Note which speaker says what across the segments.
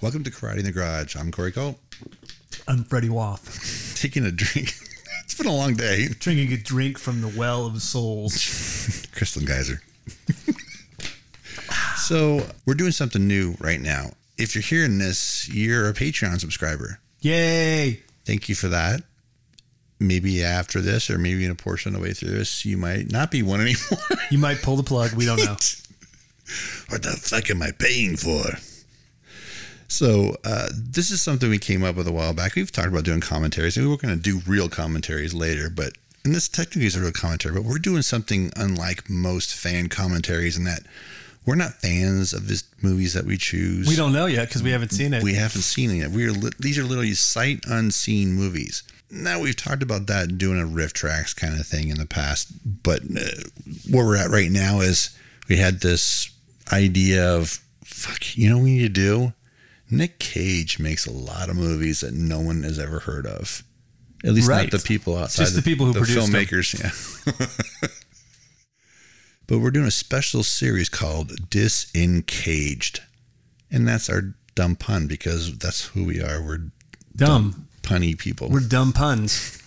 Speaker 1: Welcome to Karate in the Garage. I'm Corey Cole.
Speaker 2: I'm Freddie Waff,
Speaker 1: Taking a drink. it's been a long day.
Speaker 2: drinking a drink from the well of souls.
Speaker 1: Kristen Geyser. so we're doing something new right now. If you're hearing this, you're a Patreon subscriber.
Speaker 2: Yay!
Speaker 1: Thank you for that. Maybe after this, or maybe in a portion of the way through this, you might not be one anymore.
Speaker 2: You might pull the plug. We don't know.
Speaker 1: what the fuck am I paying for? So uh, this is something we came up with a while back. We've talked about doing commentaries, and we were going to do real commentaries later, but and this technically is a real commentary, but we're doing something unlike most fan commentaries in that we're not fans of these movies that we choose.
Speaker 2: We don't know yet because we haven't seen it.
Speaker 1: We haven't seen it yet. We are li- these are literally sight unseen movies. Now we've talked about that doing a riff tracks kind of thing in the past, but uh, where we're at right now is we had this idea of fuck. You know what we need to do? Nick Cage makes a lot of movies that no one has ever heard of. At least
Speaker 2: Right.
Speaker 1: not the people outside.
Speaker 2: Just the people who produced them.
Speaker 1: filmmakers. Yeah. but we're doing a special series called Disencaged. And that's our dumb pun because that's who we are. We're
Speaker 2: dumb.
Speaker 1: punny people.
Speaker 2: We're dumb puns.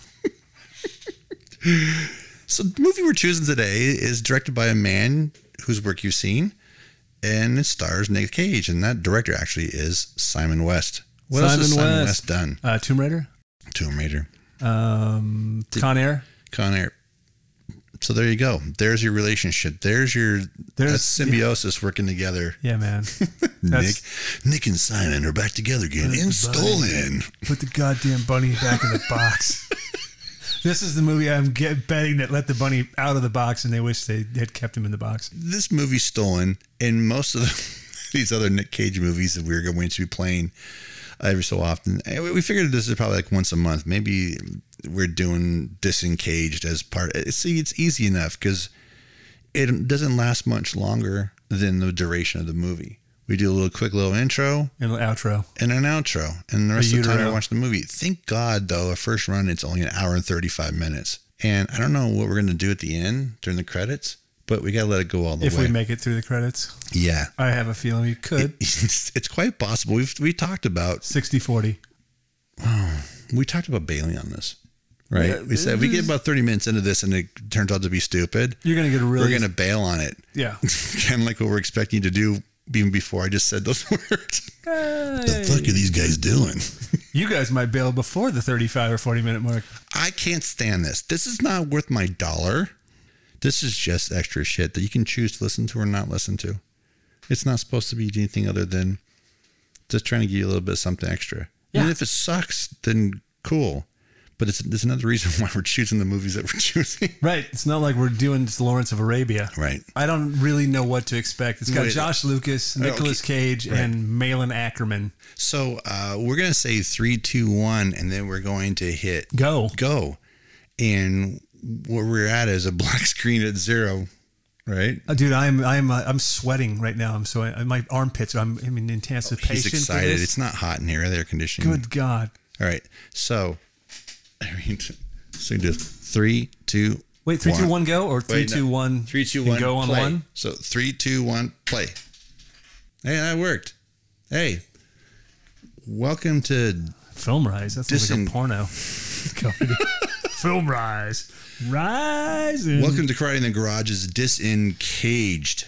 Speaker 1: so the movie we're choosing today is directed by a man whose work you've seen, and it stars Nick Cage, and that director actually is Simon West. What else has
Speaker 2: Simon
Speaker 1: Simon
Speaker 2: West.
Speaker 1: West done?
Speaker 2: Uh, Tomb Raider,
Speaker 1: Tomb Raider,
Speaker 2: um, Con Air.
Speaker 1: Con Air. So there you go. There's your relationship. There's your
Speaker 2: There's-
Speaker 1: that's symbiosis working together.
Speaker 2: Yeah, man.
Speaker 1: Nick,
Speaker 2: That's-
Speaker 1: Nick and Simon are back together again
Speaker 2: That's
Speaker 1: in
Speaker 2: the body.
Speaker 1: Stolen.
Speaker 2: Put the goddamn bunny back in the box. This is the movie I'm get, betting that let the bunny out of the box, and they wish they had kept him in the box.
Speaker 1: this movie stolen and most of the, these other Nick Cage movies that we are going to be playing every so often. And we- We figured this is probably like once a month. Maybe we're doing disengaged as part. eh, See, it's easy enough because it doesn't last much longer than the duration of the movie. We do a little quick little intro
Speaker 2: And the outro.
Speaker 1: and an outro, and the rest of the time I
Speaker 2: utero.
Speaker 1: watch the movie. Thank God, though, a first run it's only an hour and thirty five minutes, and I don't know what we're gonna do at the end during the credits, but we gotta let it go all the
Speaker 2: If
Speaker 1: way.
Speaker 2: we make it through the credits,
Speaker 1: yeah,
Speaker 2: I have a feeling we could.
Speaker 1: it's, it's quite possible. We've we talked about
Speaker 2: 60 40.
Speaker 1: we talked about Bailey on this, right?
Speaker 2: Yeah,
Speaker 1: we said we get about thirty minutes into this and it turns out to be stupid.
Speaker 2: You're going to get a really.
Speaker 1: We're gonna bail on it,
Speaker 2: Yeah.
Speaker 1: kind of like what we're expecting you to do even before I just said those words.
Speaker 2: Hey.
Speaker 1: fuck are these guys doing?
Speaker 2: You guys might bail before the 35 or 40 minute mark.
Speaker 1: I can't stand this. This is not worth my dollar. This is just extra shit that you can choose to listen to or not listen to. It's not supposed to be anything other than just trying to give you a little bit of something extra.
Speaker 2: Yeah.
Speaker 1: And if it sucks, then cool. But it's, it's another reason why we're choosing the movies that we're choosing.
Speaker 2: Right. It's not like we're doing just Lawrence of Arabia.
Speaker 1: Right.
Speaker 2: I don't really know what to expect. It's got
Speaker 1: Wait. Oh,
Speaker 2: Josh Lucas, Nicolas Cage, and Malin Ackerman.
Speaker 1: So uh, we're going to say three, two, one, and then we're going to hit
Speaker 2: Go.
Speaker 1: go. And where we're at is a black screen at zero, right?
Speaker 2: Uh, dude, I'm I'm uh, I'm sweating right now. I'm so I, my armpits. I'm, I'm in anticipation.
Speaker 1: Oh, He's
Speaker 2: For
Speaker 1: excited.
Speaker 2: this.
Speaker 1: It's not hot in here. Air conditioning.
Speaker 2: Good God.
Speaker 1: All right. So, I mean, so we do three, two,
Speaker 2: Wait, three, two, one,
Speaker 1: One.
Speaker 2: go, or three,
Speaker 1: Wait, no.
Speaker 2: two, one,
Speaker 1: three, two,
Speaker 2: and
Speaker 1: one,
Speaker 2: go on
Speaker 1: play.
Speaker 2: one.
Speaker 1: So three, two, one, play. Hey, that worked. Hey, welcome to
Speaker 2: Film rise. That's
Speaker 1: Disen-
Speaker 2: like a porno. Comedy. Film rise. Rise.
Speaker 1: welcome to Karate in the Garage's Disengaged.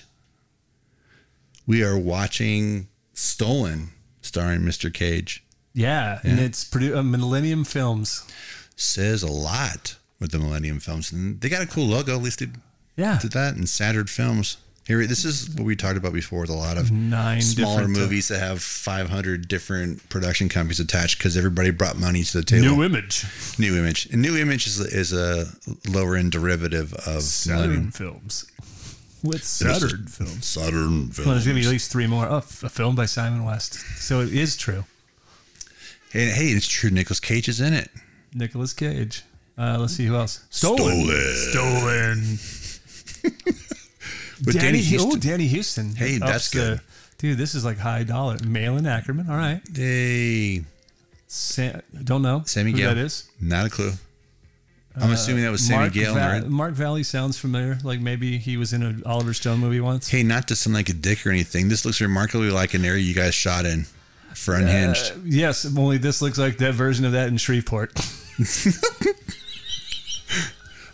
Speaker 1: We are watching Stolen, starring Mr. Cage.
Speaker 2: Yeah, and it's produ- uh, Millennium Films.
Speaker 1: Says a lot with the Millennium Films, and they got a cool logo. At least they
Speaker 2: Yeah.
Speaker 1: did that and Saturn Films. Here, this is what we talked about before with a lot of
Speaker 2: Nine
Speaker 1: smaller
Speaker 2: different, uh,
Speaker 1: movies that have 500 different production companies attached because everybody brought money to the table.
Speaker 2: New image.
Speaker 1: New image. And new image is, is a lower end derivative of
Speaker 2: Saturn films. With Saturn films.
Speaker 1: Saturn
Speaker 2: Well, there's going to be at
Speaker 1: films.
Speaker 2: least three more. Oh, f- a film by Simon West. So it is true.
Speaker 1: And hey, it's true. Nicolas Cage is in it.
Speaker 2: Nicolas Cage. Uh, let's see who else.
Speaker 1: Stolen.
Speaker 2: Stolen.
Speaker 1: But
Speaker 2: Danny,
Speaker 1: Danny
Speaker 2: Houston. Oh,
Speaker 1: Houston-
Speaker 2: Danny Houston.
Speaker 1: Hey,
Speaker 2: Ups
Speaker 1: that's good.
Speaker 2: the- dude, this is like high dollar. Malin Ackerman. All right.
Speaker 1: Hey,
Speaker 2: Sam, don't know
Speaker 1: Sammy
Speaker 2: who
Speaker 1: Gale.
Speaker 2: that is.
Speaker 1: not a clue. I'm assuming that was Sammy
Speaker 2: Uh, Mark
Speaker 1: Gale.
Speaker 2: Va-
Speaker 1: right?
Speaker 2: Mark Valley sounds familiar. Like maybe he was in an Oliver Stone movie once.
Speaker 1: Hey, not to sound like a dick or anything. This looks remarkably like an area you guys shot in for Unhinged.
Speaker 2: Uh, yes, only this looks like that version of that in Shreveport.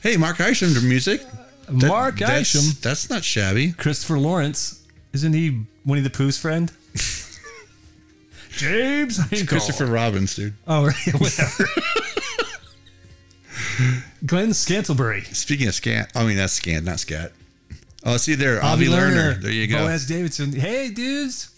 Speaker 1: hey, Mark Isham to music. That-
Speaker 2: Mark
Speaker 1: that's-
Speaker 2: Isham.
Speaker 1: That's not shabby.
Speaker 2: Christopher Lawrence. Isn't he Winnie the Pooh's friend? James Hinkle.
Speaker 1: Christopher Robbins, dude.
Speaker 2: Oh, right, whatever. Glenn Scantlebury.
Speaker 1: Speaking of scat, I mean, that's scan, not scat. Oh, see there, Avi Lerner. There you go.
Speaker 2: Boaz Davidson. Hey, dudes.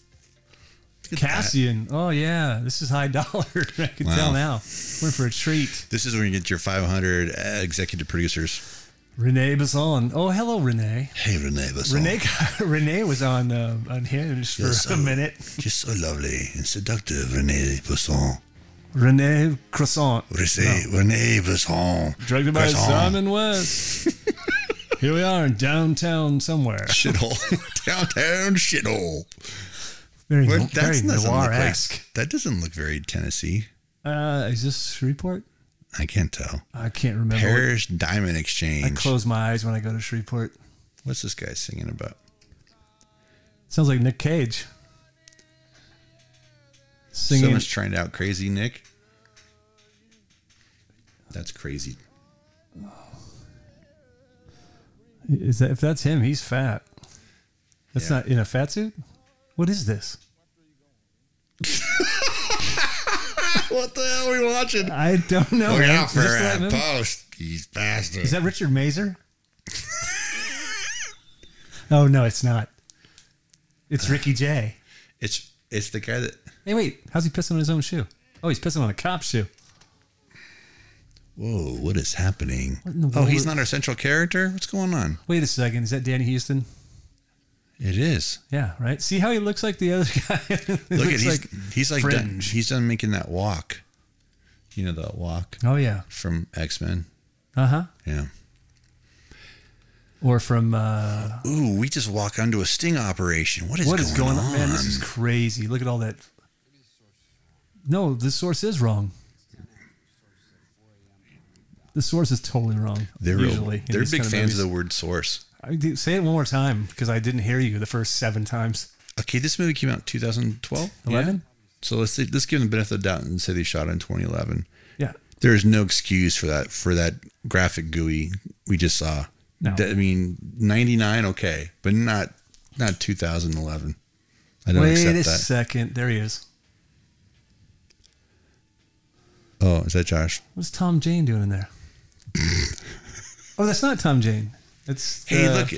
Speaker 1: Look at that.
Speaker 2: Cassian. Oh, yeah. This is high dollar. I can
Speaker 1: Wow.
Speaker 2: tell now. We're in for a treat.
Speaker 1: This is when you get your 500 uh, executive producers.
Speaker 2: Renee Bazan. Oh, hello, Renee.
Speaker 1: Hey, Renee, that's
Speaker 2: Renee, Renee was on uh, on Hinge for
Speaker 1: Yes,
Speaker 2: a
Speaker 1: uh,
Speaker 2: minute.
Speaker 1: She's so lovely and seductive, Renee Poisson.
Speaker 2: Renee Croissant.
Speaker 1: Renee, Renee Poisson.
Speaker 2: Directed by
Speaker 1: Poisson.
Speaker 2: Simon West. Here we are in downtown somewhere.
Speaker 1: Shithole. Downtown shithole.
Speaker 2: Very,
Speaker 1: Where-
Speaker 2: very
Speaker 1: that's doesn't look
Speaker 2: noir
Speaker 1: like-
Speaker 2: esque.
Speaker 1: that doesn't look very Tennessee.
Speaker 2: Uh, is this Shreveport?
Speaker 1: I can't tell.
Speaker 2: I can't remember.
Speaker 1: Parish Diamond
Speaker 2: I
Speaker 1: Exchange.
Speaker 2: close my eyes when I go to Shreveport.
Speaker 1: What's this guy singing about?
Speaker 2: Sounds like Nick Cage. Singing.
Speaker 1: Someone's trying out crazy Nick. That's crazy.
Speaker 2: is that if that's him? He's fat. That's not in a fat suit. What is this?
Speaker 1: What the hell are we watching?
Speaker 2: I don't know.
Speaker 1: Look
Speaker 2: man.
Speaker 1: out
Speaker 2: Oh, Is
Speaker 1: for
Speaker 2: this the right
Speaker 1: that
Speaker 2: movie?
Speaker 1: post, you bastard.
Speaker 2: Is that Richard Mazer? oh no, it's not. It's Ricky Jay.
Speaker 1: it's it's the guy that
Speaker 2: Hey, wait. How's he pissing on his own shoe? Oh, he's pissing on a cop's shoe.
Speaker 1: Whoa, what is happening?
Speaker 2: in the
Speaker 1: oh,
Speaker 2: world?
Speaker 1: he's not our central character? What's going on?
Speaker 2: Wait a second. Is that Danny Houston?
Speaker 1: It is.
Speaker 2: Yeah, right. See how he looks like the other guy. He
Speaker 1: Look at
Speaker 2: looks
Speaker 1: he's
Speaker 2: like
Speaker 1: he's like done,
Speaker 2: Fringe.
Speaker 1: he's done making that walk. You know that walk
Speaker 2: Oh yeah.
Speaker 1: from X Men?
Speaker 2: Uh huh.
Speaker 1: Yeah.
Speaker 2: Or from uh,
Speaker 1: Ooh, we just walk onto a sting operation. What is,
Speaker 2: what
Speaker 1: going,
Speaker 2: is going
Speaker 1: on?
Speaker 2: on? Man, this is crazy. Look at all that. No, the source is wrong. The source is totally wrong.
Speaker 1: they're real-
Speaker 2: usually in
Speaker 1: they're
Speaker 2: these
Speaker 1: big
Speaker 2: kind
Speaker 1: fans of
Speaker 2: movies.
Speaker 1: the word source.
Speaker 2: I do- say it one more time because I didn't hear you the first seven times.
Speaker 1: Okay, this movie came out 2012,
Speaker 2: 11?
Speaker 1: So let's say, let's give them the benefit of the doubt and say they shot it in 2011.
Speaker 2: Yeah.
Speaker 1: There is no excuse for that for that graphic GUI we just saw.
Speaker 2: No.
Speaker 1: That- I mean, 99 okay, but not not 2011. I don't
Speaker 2: Wait
Speaker 1: accept
Speaker 2: a
Speaker 1: that.
Speaker 2: second. There he is.
Speaker 1: oh, is that Josh?
Speaker 2: What's Tom Jane doing in there? oh, that's not Tom Jane. It's
Speaker 1: Hey,
Speaker 2: uh,
Speaker 1: look.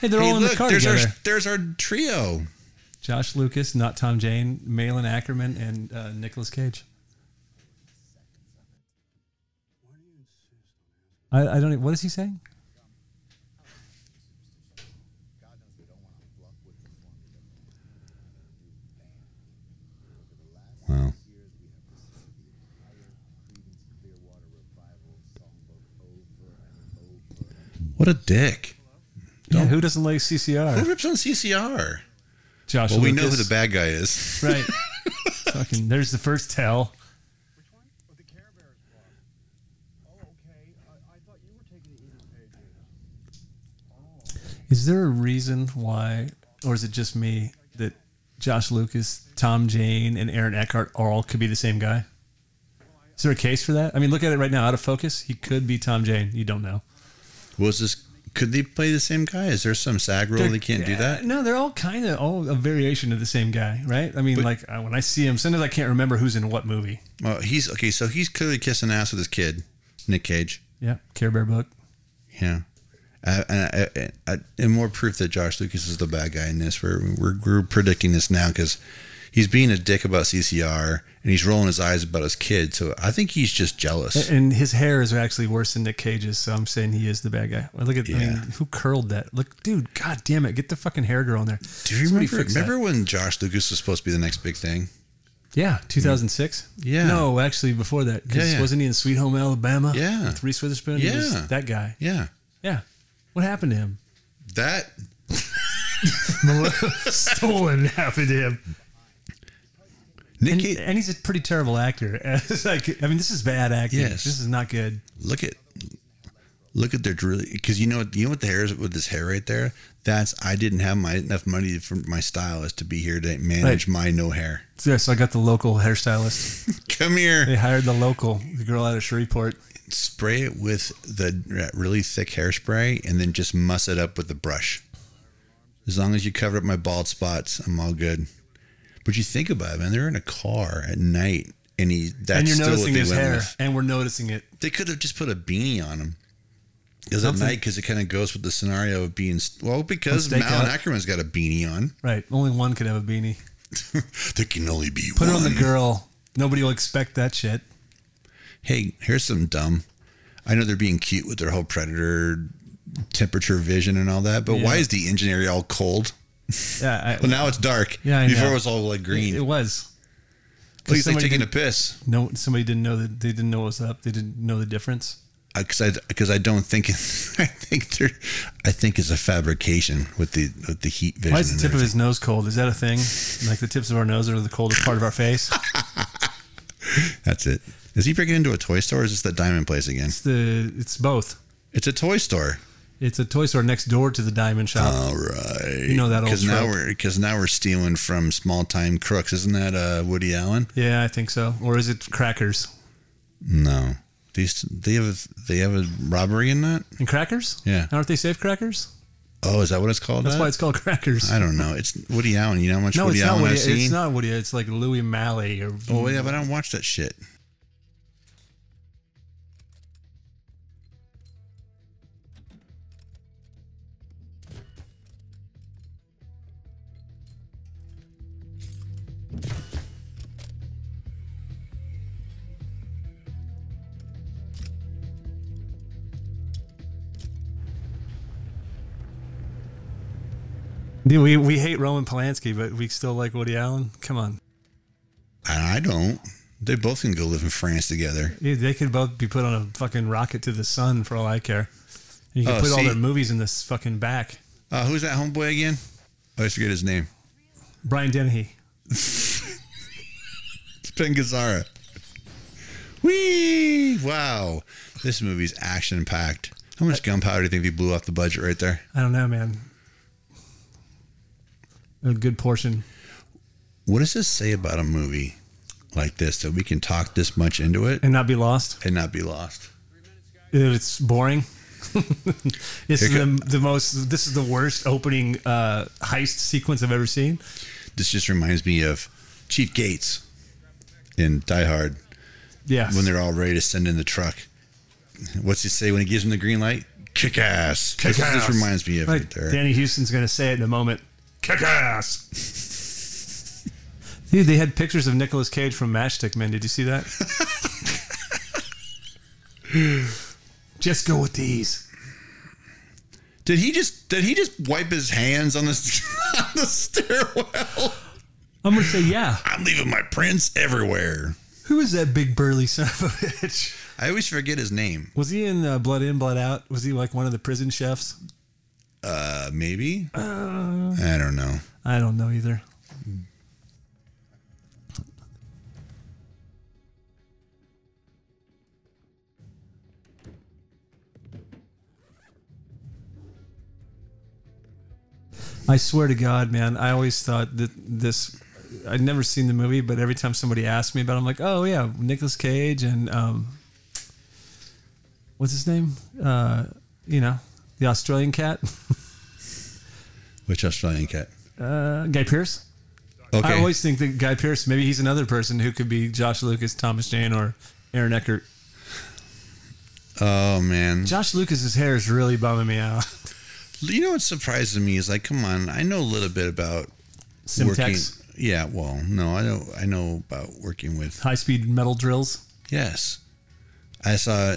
Speaker 2: Hey, they're
Speaker 1: hey,
Speaker 2: all in
Speaker 1: look,
Speaker 2: the car
Speaker 1: there's
Speaker 2: together.
Speaker 1: our there's our trio.
Speaker 2: Josh Lucas, not Tom Jane, Malin Ackerman, and uh, Nicholas Cage. I, I don't. e- What is he saying?
Speaker 1: Wow. What a dick.
Speaker 2: Yeah, who doesn't like CCR?
Speaker 1: Who rips on CCR?
Speaker 2: Josh.
Speaker 1: Well, we know who
Speaker 2: Lucas.
Speaker 1: the bad guy is.
Speaker 2: Right. Fucking. There's the first tell.
Speaker 3: Which one? Oh, the Care Bears blog. Oh, okay. I, I thought you were taking the English pages.
Speaker 2: Is there a reason why, or is it just me that Josh Lucas, Tom Jane, and Aaron Eckhart all could be the same guy? Is there a case for that? I mean, look at it right now, out of focus. He could be Tom Jane. You don't know.
Speaker 1: Was this? Could they play the same guy? Is there some SAG rule they can't do that?
Speaker 2: No, they're all kind of all a variation of the same guy, right? I mean,
Speaker 1: But-
Speaker 2: like uh, when I see him, sometimes I can't remember who's in what movie.
Speaker 1: Well, he's okay. So he's clearly kissing ass with his kid, Nick Cage.
Speaker 2: Yeah, Care Bear book.
Speaker 1: Yeah. I, I, I, I, and more proof that Josh Lucas is the bad guy in this. We're we're, we're predicting this now because he's being a dick about CCR and he's rolling his eyes about his kid. So I think he's just jealous.
Speaker 2: And his hair is actually worse than Nick Cage's, so I'm saying he is the bad guy. Well, look at, I mean,
Speaker 1: Yeah.
Speaker 2: who curled that? Look, dude, god damn it, get the fucking hair girl in there.
Speaker 1: Do you
Speaker 2: Somebody
Speaker 1: remember?
Speaker 2: fix that.
Speaker 1: Remember when Josh Lucas was supposed to be the next big thing?
Speaker 2: Yeah, 2006.
Speaker 1: Yeah.
Speaker 2: No, actually before that, 'cause
Speaker 1: Yeah, yeah.
Speaker 2: wasn't he in Sweet Home Alabama?
Speaker 1: Yeah.
Speaker 2: with Reese Witherspoon. He was
Speaker 1: Yeah.
Speaker 2: that guy.
Speaker 1: Yeah,
Speaker 2: Yeah, what happened to him?
Speaker 1: that
Speaker 2: Stolen happened to him.
Speaker 1: Nick.
Speaker 2: And,
Speaker 1: Cage,
Speaker 2: and he's a pretty terrible actor. It's like, I mean, this is bad acting.
Speaker 1: Yes.
Speaker 2: This is not good.
Speaker 1: look at look at their drill because you know what you know what the hair is with this hair right there. That's I didn't have my enough money for my stylist to be here to manage my no hair.
Speaker 2: So, yeah, so I got the local hairstylist.
Speaker 1: Come here.
Speaker 2: They hired the local, the girl out of Shreveport.
Speaker 1: spray it with the that really thick hairspray and then just muss it up with the brush. As long as you cover up my bald spots, I'm all good. But you think about it, man, they're in a car at night and he that's
Speaker 2: and you're
Speaker 1: still what
Speaker 2: noticing
Speaker 1: they
Speaker 2: his
Speaker 1: went
Speaker 2: hair,
Speaker 1: with.
Speaker 2: and we're noticing it.
Speaker 1: They could have just put a beanie on him. Because at
Speaker 2: Something-
Speaker 1: night, because it kind of goes with the scenario of being well, because
Speaker 2: Let's take
Speaker 1: Malin
Speaker 2: out-
Speaker 1: Ackerman's got a beanie on.
Speaker 2: Right. Only one could have a beanie.
Speaker 1: There can only be
Speaker 2: Put
Speaker 1: one.
Speaker 2: it on the girl. Nobody will expect that shit.
Speaker 1: hey, here's some dumb. I know they're being cute with their whole predator temperature vision and all that, but why
Speaker 2: Yeah.
Speaker 1: is the engineer all cold?
Speaker 2: Yeah. I,
Speaker 1: Well, now it's dark.
Speaker 2: Yeah, I
Speaker 1: Before
Speaker 2: know.
Speaker 1: it was all like green.
Speaker 2: It was.
Speaker 1: Look, it's like
Speaker 2: somebody
Speaker 1: taking a piss.
Speaker 2: No, somebody didn't know that they didn't know what was up. They didn't know the difference.
Speaker 1: Because I, because I don't think I think there, I think it's a fabrication with the with the heat vision.
Speaker 2: Why is the
Speaker 1: and
Speaker 2: tip of
Speaker 1: everything.
Speaker 2: his nose cold? Is that a thing? Like the tips of our nose are the coldest part of our face.
Speaker 1: That's it. Is he breaking into a toy store? Or is this the diamond place again?
Speaker 2: It's the it's both.
Speaker 1: It's a toy store.
Speaker 2: It's a toy store next door to the diamond shop.
Speaker 1: All right.
Speaker 2: You know that old
Speaker 1: because now
Speaker 2: trope.
Speaker 1: we're because now we're stealing from small time crooks. Isn't that uh, Woody Allen?
Speaker 2: yeah, I think so. Or is it crackers?
Speaker 1: No. These they have a, they have a robbery in that.
Speaker 2: And crackers?
Speaker 1: Yeah.
Speaker 2: Aren't they safe crackers?
Speaker 1: Oh, is that what it's called?
Speaker 2: That's
Speaker 1: that?
Speaker 2: why it's called crackers.
Speaker 1: I don't know. It's Woody Allen. You know how much
Speaker 2: no,
Speaker 1: Woody
Speaker 2: it's not
Speaker 1: Allen
Speaker 2: Woody.
Speaker 1: I've seen.
Speaker 2: It's not Woody. It's like Louis Malley or
Speaker 1: Oh yeah, but I don't watch that shit.
Speaker 2: Dude, we, we hate Roman Polanski, but we still like Woody Allen. Come on.
Speaker 1: And I don't. They both can go live in France together.
Speaker 2: Yeah, They could both be put on a fucking rocket to the sun for all I care. And you can
Speaker 1: Oh,
Speaker 2: put all
Speaker 1: see-
Speaker 2: their movies in this fucking back.
Speaker 1: Uh, who's that homeboy again? I always forget his name.
Speaker 2: Brian Dennehy.
Speaker 1: It's Ben Gazzara. Whee! Wow. This movie's action packed. How much gunpowder do you think they blew off the budget right there?
Speaker 2: I don't know, man. A good portion.
Speaker 1: What does this say about a movie like this that we can talk this much into it
Speaker 2: And not be lost.
Speaker 1: and not be lost?
Speaker 2: It's boring. this is
Speaker 1: Here
Speaker 2: the, the most. This is the worst opening uh, heist sequence I've ever seen.
Speaker 1: This just reminds me of Chief Gates in Die Hard.
Speaker 2: Yeah,
Speaker 1: when they're all ready to send in the truck. What's he say when he gives him the green light? Kick ass.
Speaker 2: Kick
Speaker 1: this,
Speaker 2: ass.
Speaker 1: this reminds me of
Speaker 2: Right.
Speaker 1: it there.
Speaker 2: Danny Houston's going to say it in a moment. Kick ass. Dude, they had pictures of Nicolas Cage from Matchstick Men. Did you see that? Just go with these.
Speaker 1: Did he just did he just wipe his hands on the, on the stairwell?
Speaker 2: I'm going to say, yeah.
Speaker 1: I'm leaving my prints everywhere.
Speaker 2: Who is that big burly son of a bitch?
Speaker 1: I always forget his name.
Speaker 2: Was he in uh, Blood In, Blood Out? Was he like one of the prison chefs?
Speaker 1: Uh, maybe.
Speaker 2: Uh.
Speaker 1: I don't know.
Speaker 2: I don't know either. I swear to God, man, I always thought that this. I'd never seen the movie, but every time somebody asked me about it, I'm like, oh, yeah, Nicolas Cage and um, what's his name? Uh, you know, the Australian cat,
Speaker 1: Which Australian cat?
Speaker 2: uh, Guy Pearce.
Speaker 1: Okay.
Speaker 2: I always think that Guy Pearce, maybe he's another person who could be Josh Lucas, Thomas Jane, or Aaron Eckert.
Speaker 1: Oh man,
Speaker 2: Josh Lucas's hair is really bumming me out.
Speaker 1: you know what surprised me is like, come on, I know a little bit about
Speaker 2: Simtex,
Speaker 1: working. Yeah, well, no, I know I know about working with.
Speaker 2: high speed metal drills.
Speaker 1: Yes, I saw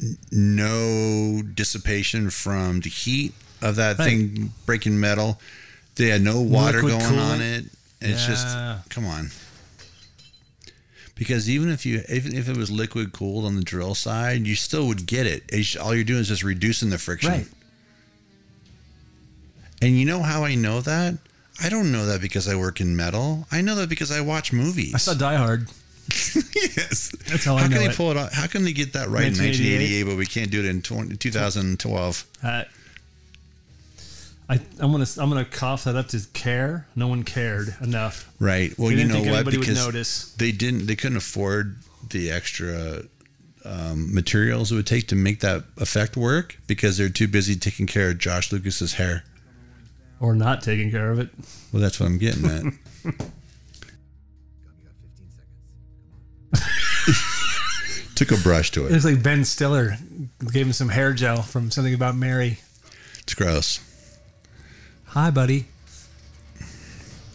Speaker 1: n- no dissipation from the heat of that
Speaker 2: Right.
Speaker 1: thing breaking metal. They had no water
Speaker 2: Liquid
Speaker 1: going on
Speaker 2: coolant.
Speaker 1: it. It's
Speaker 2: Yeah.
Speaker 1: just come on. Because even if you even if it was liquid cooled on the drill side, you still would get it. It's- all you're doing is just reducing the friction.
Speaker 2: Right.
Speaker 1: And you know how I know that? I don't know that because I work in metal. I know that because I watch movies.
Speaker 2: I saw Die Hard.
Speaker 1: yes.
Speaker 2: That's how I
Speaker 1: can
Speaker 2: know
Speaker 1: they
Speaker 2: it.
Speaker 1: pull it off? How can they get that right in
Speaker 2: 1988?
Speaker 1: 1988, but we can't do it in 20, 2012?
Speaker 2: Uh, I I'm gonna I'm gonna cough that up to care. No one cared enough.
Speaker 1: Right. Well,
Speaker 2: They
Speaker 1: you
Speaker 2: didn't
Speaker 1: know
Speaker 2: think
Speaker 1: what?
Speaker 2: anybody would
Speaker 1: Because
Speaker 2: notice.
Speaker 1: they didn't. They couldn't afford the extra um, materials it would take to make that effect work because they're too busy taking care of Josh Lucas's hair.
Speaker 2: Or not taking care of it.
Speaker 1: Well, that's what I'm getting at.
Speaker 3: You got 15 seconds.
Speaker 1: Took a brush to
Speaker 2: It
Speaker 1: it.
Speaker 2: was like Ben Stiller gave him some hair gel from something about Mary.
Speaker 1: It's gross.
Speaker 2: Hi, buddy.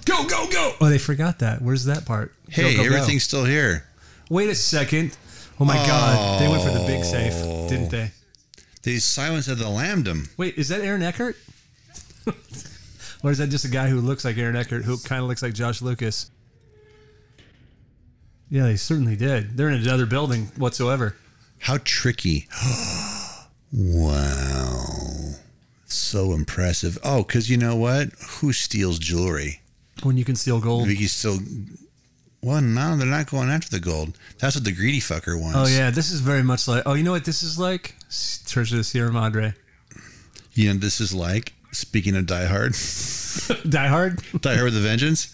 Speaker 2: Go go go! Oh, they forgot that. Where's that part? Go,
Speaker 1: Hey,
Speaker 2: go, go.
Speaker 1: everything's still here.
Speaker 2: Wait a second. Oh my God! They went for the big safe, didn't they?
Speaker 1: They silenced the lambdom.
Speaker 2: Wait, is that Aaron Eckert? or is that just a guy who looks like Aaron Eckert, who kind of looks like Josh Lucas? Yeah, they certainly did. They're in another building whatsoever.
Speaker 1: How tricky. wow. So impressive. Oh, because you know what? Who steals jewelry?
Speaker 2: When you can steal gold.
Speaker 1: Vicky's still. Well, no, they're not going after the gold. That's what the greedy fucker wants.
Speaker 2: Oh yeah, this is very much like. Oh, you know what this is like? S- Church of the Sierra Madre.
Speaker 1: You know, this is like, speaking of Die Hard,
Speaker 2: Die Hard.
Speaker 1: Die Hard with a Vengeance.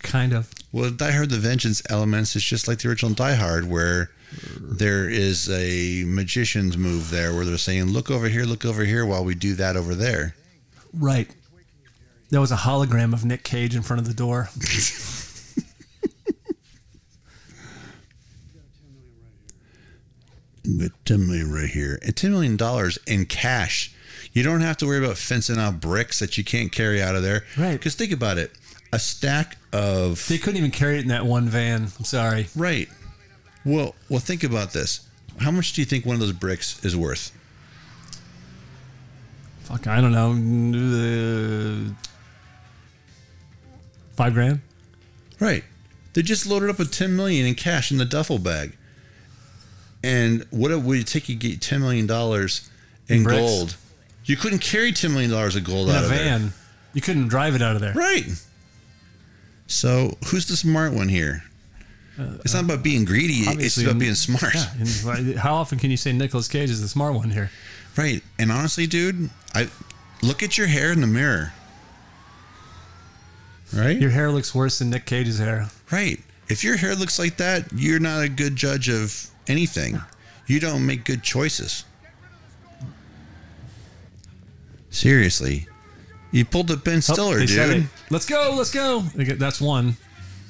Speaker 2: kind of.
Speaker 1: Well, Die Hard: The Vengeance elements is just like the original Die Hard, where there is a magician's move there, where they're saying, "Look over here, look over here," while we do that over there.
Speaker 2: Right. That was a hologram of Nick Cage in front of the door.
Speaker 1: But ten million right here, and ten million dollars in cash. You don't have to worry about fencing out bricks that you can't carry out of there.
Speaker 2: Right.
Speaker 1: Because think about it, a stack of
Speaker 2: They couldn't even carry it in that one van. I'm sorry.
Speaker 1: Right. Well, well, think about this. How much do you think one of those bricks is worth?
Speaker 2: Fuck, I don't know. Uh, five grand.
Speaker 1: Right. They just loaded up with 10 million in cash in the duffel bag. And what it would take you to get 10 million dollars in
Speaker 2: Bricks?
Speaker 1: gold? You couldn't carry 10 million dollars of gold
Speaker 2: in
Speaker 1: out
Speaker 2: a
Speaker 1: of there.
Speaker 2: van. You couldn't drive it out of there.
Speaker 1: Right. So, who's the smart one here? it's not about being greedy, it's
Speaker 2: obviously-
Speaker 1: about being smart.
Speaker 2: Yeah, and why- how often can you say Nicolas Cage is the smart one here?
Speaker 1: Right. And honestly, dude, I look at your hair in the mirror. Right?
Speaker 2: Your hair looks worse than Nick Cage's hair.
Speaker 1: Right. If your hair looks like that, you're not a good judge of anything. You don't make good choices. Seriously. You pulled the Ben
Speaker 2: Oh,
Speaker 1: Stiller,
Speaker 2: they said
Speaker 1: dude.
Speaker 2: it. Let's go, let's go. They get- That's one.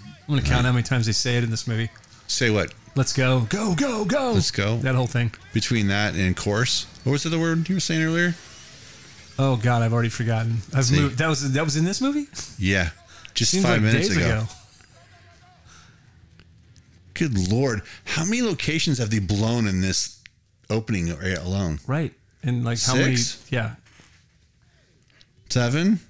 Speaker 2: I'm gonna count how many times they say it in this movie.
Speaker 1: Say what?
Speaker 2: Let's go, go, go, go.
Speaker 1: Let's go.
Speaker 2: That whole thing.
Speaker 1: Between that and course. What was the other word you were saying earlier?
Speaker 2: Oh God, I've already forgotten. I've
Speaker 1: See.
Speaker 2: moved- that was that was in this movie.
Speaker 1: Yeah. Just
Speaker 2: Seems
Speaker 1: five
Speaker 2: like
Speaker 1: minutes
Speaker 2: days
Speaker 1: ago.
Speaker 2: ago.
Speaker 1: Good lord. How many locations have they blown in this opening area alone?
Speaker 2: Right. And like how
Speaker 1: Six?
Speaker 2: many? Yeah.
Speaker 1: Seven?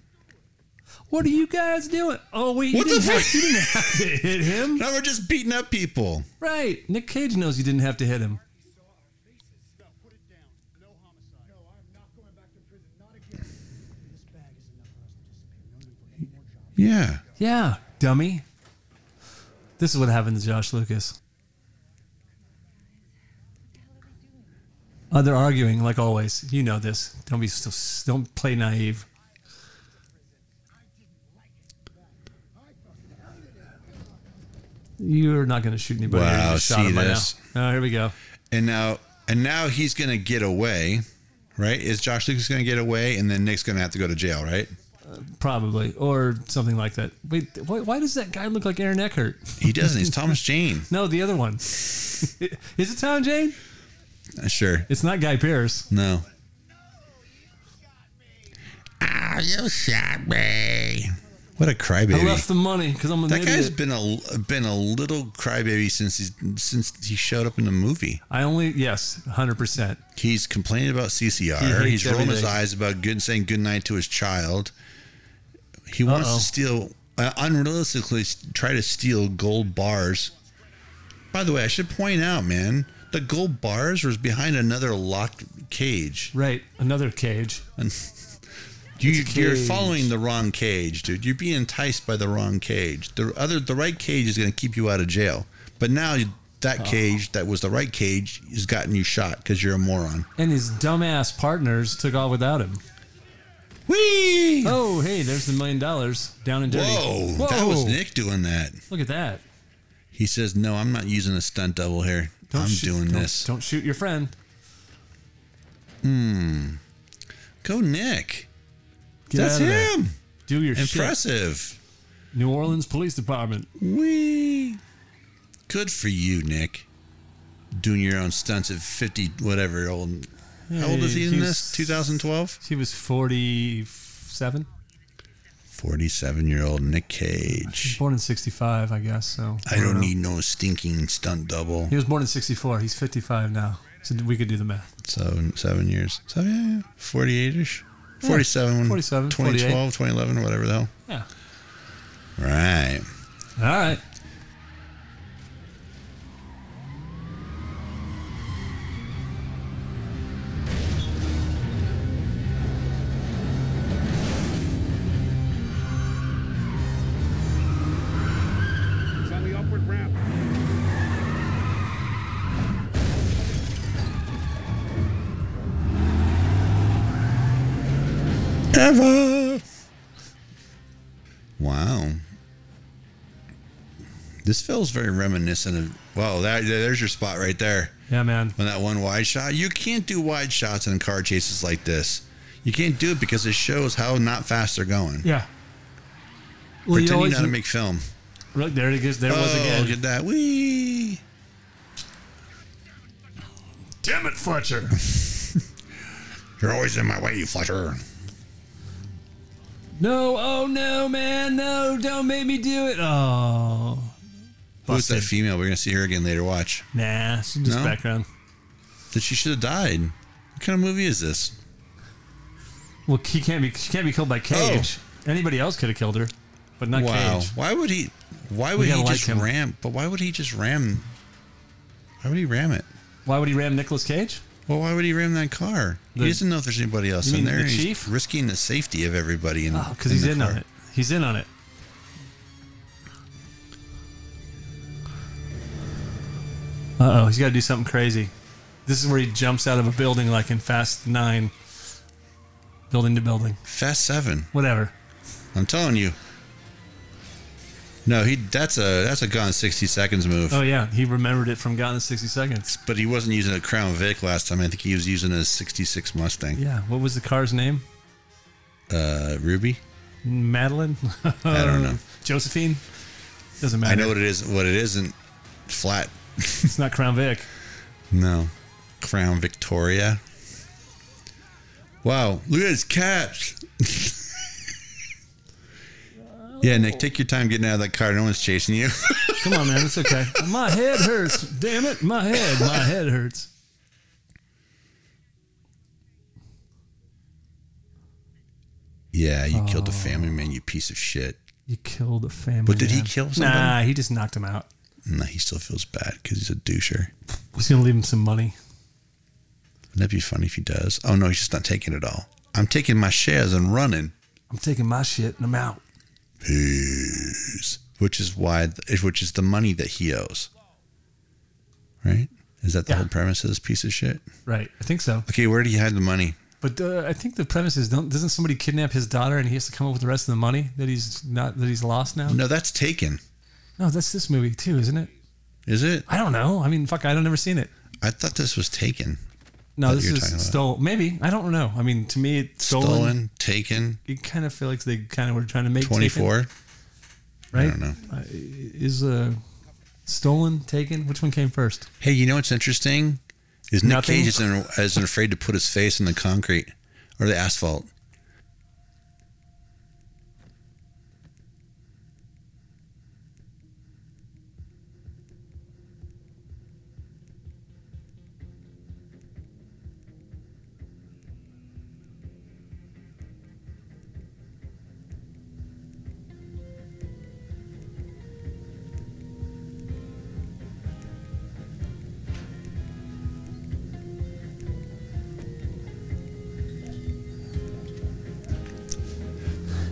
Speaker 2: What are you guys doing? Oh wait,
Speaker 1: What the
Speaker 2: you, didn't have,
Speaker 1: fuck?
Speaker 2: you didn't have to hit him,
Speaker 1: Now we're just beating up people.
Speaker 2: right? Nick Cage knows you didn't have to hit him.
Speaker 3: No, put it down. No homicide. No, I'm not going back to prison. Not again. This bag is enough for us to disappear. No need for any more jobs.
Speaker 1: Yeah.
Speaker 2: Yeah, dummy. This is what happened to Josh Lucas. Oh, they're arguing like always. You know this. Don't be so. Don't play naive. You're not going to shoot anybody. You're
Speaker 1: Wow,
Speaker 2: gonna shot
Speaker 1: see
Speaker 2: him by now.
Speaker 1: this?
Speaker 2: Oh, here we go.
Speaker 1: and now and now he's gonna get away, right? Is Josh Lucas gonna get away, and then Nick's gonna have to go to jail, right?
Speaker 2: Probably, or something like that. Wait, why, why does that guy look like Aaron Eckhart?
Speaker 1: He doesn't. He's Thomas Jane.
Speaker 2: No, the other one. Is it Tom Jane?
Speaker 1: Sure.
Speaker 2: It's not Guy Pearce.
Speaker 1: No. Ah, you shot me. What a
Speaker 2: I
Speaker 1: crybaby.
Speaker 2: left the money because I'm an
Speaker 1: that
Speaker 2: idiot.
Speaker 1: guy's been a been a little crybaby since he's since he showed up in the movie.
Speaker 2: I only yes, hundred percent.
Speaker 1: He's complaining about
Speaker 2: He
Speaker 1: CCR.
Speaker 2: hates
Speaker 1: he's rolling his
Speaker 2: everything.
Speaker 1: eyes about good saying good night to his child. He wants
Speaker 2: Uh-oh.
Speaker 1: to steal uh, unrealistically s- try to steal gold bars. By the way, I should point out, man, the gold bars was behind another locked cage.
Speaker 2: Right, another cage.
Speaker 1: You,
Speaker 2: It's a
Speaker 1: You're
Speaker 2: cage.
Speaker 1: following the wrong cage, dude. You're being enticed by the wrong cage. The other, the right cage is going to keep you out of jail. But now you- that
Speaker 2: Uh-huh.
Speaker 1: cage that was the right cage has gotten you shot because you're a moron.
Speaker 2: And his dumbass partners took off without him.
Speaker 1: Whee!
Speaker 2: Oh, hey, there's the million dollars down and dirty.
Speaker 1: Whoa, that was
Speaker 2: Whoa,
Speaker 1: Nick doing that.
Speaker 2: Look at that.
Speaker 1: He says, "No, I'm not using a stunt double here. I'm
Speaker 2: shoot-
Speaker 1: doing
Speaker 2: don't-
Speaker 1: this."
Speaker 2: Don't shoot your friend.
Speaker 1: Go, Nick.
Speaker 2: Get
Speaker 1: That's
Speaker 2: out of there.
Speaker 1: him.
Speaker 2: Do your
Speaker 1: Impressive.
Speaker 2: shit. New Orleans Police Department.
Speaker 1: Whee! Good for you, Nick. Doing your own stunts at 50, whatever old. How old is he in
Speaker 2: He's-
Speaker 1: this? 2012.
Speaker 2: He was 47.
Speaker 1: 47 year old Nick Cage.
Speaker 2: Born in 65, I guess. So
Speaker 1: I don't
Speaker 2: know.
Speaker 1: need no stinking stunt double.
Speaker 2: He was born in 64. He's 55 now. So we could do the math.
Speaker 1: So seven years. So yeah, 48 ish. 47, when-
Speaker 2: 47,
Speaker 1: 2012, 2011, or whatever the hell.
Speaker 2: Yeah.
Speaker 1: Right.
Speaker 2: All right.
Speaker 3: He's on the upward ramp.
Speaker 1: Ever. Wow. This feels very reminiscent of. Wow, that, there's your spot right there.
Speaker 2: Yeah, man.
Speaker 1: on that one wide shot. You can't do wide shots in car chases like this. You can't do it because it shows how not fast they're going.
Speaker 2: Yeah. Well, you
Speaker 1: Pretending
Speaker 2: always,
Speaker 1: not to make film.
Speaker 2: look, there it goes. There it was
Speaker 1: oh,
Speaker 2: again.
Speaker 1: look at that. Wee.
Speaker 2: Damn it, Fletcher.
Speaker 1: You're always in my way, you Fletcher.
Speaker 2: no, oh no, man. No, don't make me do it. Oh.
Speaker 1: Who's that
Speaker 2: Busted.
Speaker 1: female? We're going to see her again later. Watch.
Speaker 2: Nah, she's just
Speaker 1: No?
Speaker 2: background.
Speaker 1: That she should have died. What kind of movie is this?
Speaker 2: Well, he can't be. She can't be killed by Cage. Anybody else could have killed her, but not
Speaker 1: Oh. Wow.
Speaker 2: Cage.
Speaker 1: Why would he? Why would he
Speaker 2: gotta like
Speaker 1: just
Speaker 2: him.
Speaker 1: ram? But why would he just ram? Why would he ram it?
Speaker 2: Why would he ram Nicolas Cage?
Speaker 1: Well, why would he ram that car?
Speaker 2: The-
Speaker 1: he doesn't know if there's anybody else
Speaker 2: You
Speaker 1: in
Speaker 2: mean
Speaker 1: there. and
Speaker 2: the
Speaker 1: he's
Speaker 2: chief?
Speaker 1: risking the safety of everybody. In,
Speaker 2: Oh, because he's
Speaker 1: the
Speaker 2: in on
Speaker 1: car.
Speaker 2: it. He's in on it. Uh oh, he's got to do something crazy. This is where he jumps out of a building, like in Fast Nine, building to building,
Speaker 1: Fast Seven.
Speaker 2: whatever.
Speaker 1: I'm telling you. No, he that's a that's a gone sixty seconds move.
Speaker 2: Oh yeah, he remembered it from Gone in sixty seconds.
Speaker 1: But he wasn't using a Crown Vic last time. I think he was using a '66 Mustang.
Speaker 2: Yeah, what was the car's name?
Speaker 1: Uh, Ruby.
Speaker 2: Madeline. I
Speaker 1: don't know.
Speaker 2: Josephine. Doesn't matter.
Speaker 1: I know what it is. What it isn't. Flat.
Speaker 2: It's not Crown Vic.
Speaker 1: No. Crown Victoria. Wow. Look at his caps. yeah, Nick, take your time getting out of that car. No one's chasing you.
Speaker 2: Come on, man. It's okay. My head hurts. Damn it. My head. My head hurts.
Speaker 1: yeah, you killed the family man. You piece of shit.
Speaker 2: You killed a family.
Speaker 1: But did he
Speaker 2: man.
Speaker 1: kill somebody?
Speaker 2: Nah, he just knocked him out.
Speaker 1: No, he still feels bad because he's a doucher.
Speaker 2: He's going to leave him some money.
Speaker 1: Wouldn't that be funny if he does? Oh no, he's just not taking it all. I'm taking my shares and running.
Speaker 2: I'm taking my shit and I'm out.
Speaker 1: Peace. Which is why, which is the money that he owes. Right? Is that the
Speaker 2: Yeah.
Speaker 1: whole premise of this piece of shit?
Speaker 2: Right. I think so.
Speaker 1: Okay, where did he hide the money?
Speaker 2: But uh, I think the premise is don't, doesn't somebody kidnap his daughter and he has to come up with the rest of the money that he's not that he's lost now?
Speaker 1: No, that's taken.
Speaker 2: No, that's this movie too, isn't it?
Speaker 1: Is it?
Speaker 2: I don't know. I mean, fuck, I don't never seen it.
Speaker 1: I thought this was taken.
Speaker 2: No,
Speaker 1: That
Speaker 2: this
Speaker 1: you're talking
Speaker 2: is
Speaker 1: about.
Speaker 2: stole. Maybe I don't know. I mean, to me, it's stolen.
Speaker 1: Stolen, taken,
Speaker 2: You kind of feel like they kind of were trying to make Taken,
Speaker 1: 24.
Speaker 2: right?
Speaker 1: I don't know.
Speaker 2: Uh, is uh, stolen, taken? Which one came first?
Speaker 1: Hey, you know what's interesting? Is Nick
Speaker 2: Nothing?
Speaker 1: Cage isn't, isn't afraid to put his face in the concrete or the asphalt?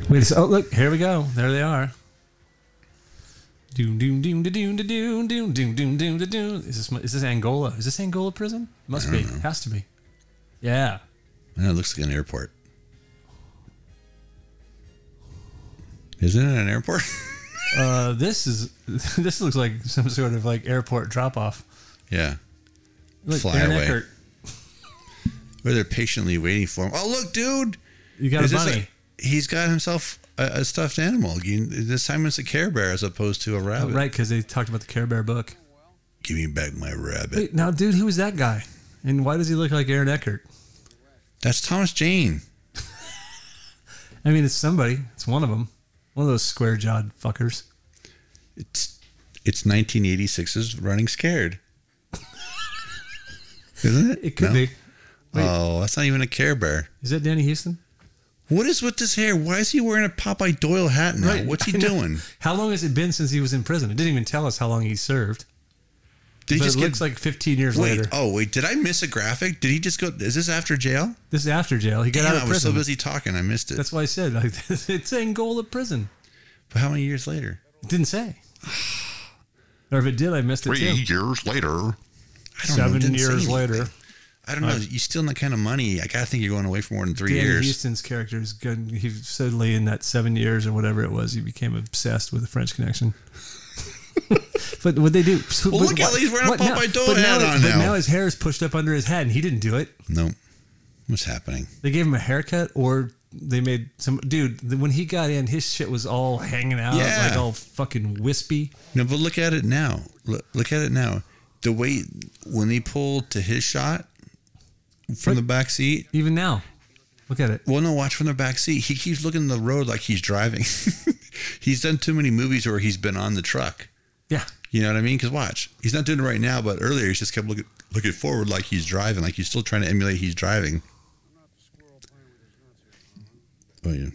Speaker 2: Wait a sec. Oh, look, here we go. There they are. Doom, doom, doom, da, doom, da, doom, doom, doom, doom, doom, da, doom. Is this is this Angola? Is this Angola prison? Must be. Has to be. Yeah.
Speaker 1: Yeah, it looks like an airport. Isn't it an airport?
Speaker 2: Uh, this is this looks like some sort of like airport drop off.
Speaker 1: yeah.
Speaker 2: Look,
Speaker 1: Fly
Speaker 2: Aaron
Speaker 1: away.
Speaker 2: Eckhart,
Speaker 1: Where they're patiently waiting for him. Oh, look, dude.
Speaker 2: you got
Speaker 1: Is
Speaker 2: a
Speaker 1: this
Speaker 2: bunny.
Speaker 1: a- he's got himself a, a stuffed animal. You, this time it's a Care Bear as opposed to a
Speaker 2: Oh,
Speaker 1: rabbit.
Speaker 2: right, because they talked about the Care Bear book.
Speaker 1: Give me back my rabbit.
Speaker 2: Wait, now, dude, who is that guy? And why does he look like Aaron Eckert?
Speaker 1: That's Thomas Jane.
Speaker 2: I mean, it's somebody. It's one of them. One of those square jawed fuckers.
Speaker 1: It's it's 1986's Running Scared. Isn't it?
Speaker 2: It could
Speaker 1: No?
Speaker 2: be. Wait.
Speaker 1: Oh, that's not even a Care Bear.
Speaker 2: Is that Danny Houston?
Speaker 1: What is with this hair? Why is he wearing a Popeye Doyle hat now?
Speaker 2: Right,
Speaker 1: What's he
Speaker 2: I know.
Speaker 1: doing?
Speaker 2: How long has it been since he was in prison? It didn't even tell us how long he served.
Speaker 1: Did he
Speaker 2: but
Speaker 1: just
Speaker 2: it looks
Speaker 1: get,
Speaker 2: like 15 years
Speaker 1: wait?
Speaker 2: later.
Speaker 1: Oh, wait. Did I miss a graphic? Did he just go? Is this after jail?
Speaker 2: This is after jail. He got
Speaker 1: Damn,
Speaker 2: out
Speaker 1: I
Speaker 2: of
Speaker 1: was so
Speaker 2: prison.
Speaker 1: busy talking, I missed it.
Speaker 2: That's why I said like, it's Angola prison.
Speaker 1: but how many years later?
Speaker 2: It didn't say. or if it did, I missed it
Speaker 4: Three
Speaker 2: too.
Speaker 4: years later.
Speaker 1: I don't know, it
Speaker 2: Seven
Speaker 1: didn't say
Speaker 2: years
Speaker 1: anything.
Speaker 2: later,
Speaker 1: I don't know. You stealing that kind of money? I gotta think you're going away for more than three
Speaker 2: Danny
Speaker 1: years.
Speaker 2: Houston's character is good. He suddenly, in that seven years or whatever it was, he became obsessed with the French Connection. but what they do?
Speaker 1: Well,
Speaker 2: but
Speaker 1: look at- he's wearing a
Speaker 2: what now?
Speaker 1: Popeye Doyle
Speaker 2: But now,
Speaker 1: hat on
Speaker 2: but
Speaker 1: now.
Speaker 2: now his hair is pushed up under his head, and he didn't do it.
Speaker 1: Nope. What's happening?
Speaker 2: They gave him a haircut, or they made some dude. the- When he got in, his shit was all hanging out,
Speaker 1: Yeah.
Speaker 2: like all fucking wispy.
Speaker 1: No, but look at it now. Look, look at it now. The way when they pulled to his shot from the back seat.
Speaker 2: Even now, look at it.
Speaker 1: Well, no, watch from the back seat. He keeps looking at the road like he's driving. he's done too many movies where he's been on the truck.
Speaker 2: Yeah,
Speaker 1: You know what I mean? Because watch, he's not doing it right now, but earlier he's just kept looking looking forward like he's driving, like he's still trying to emulate he's driving. Oh yeah.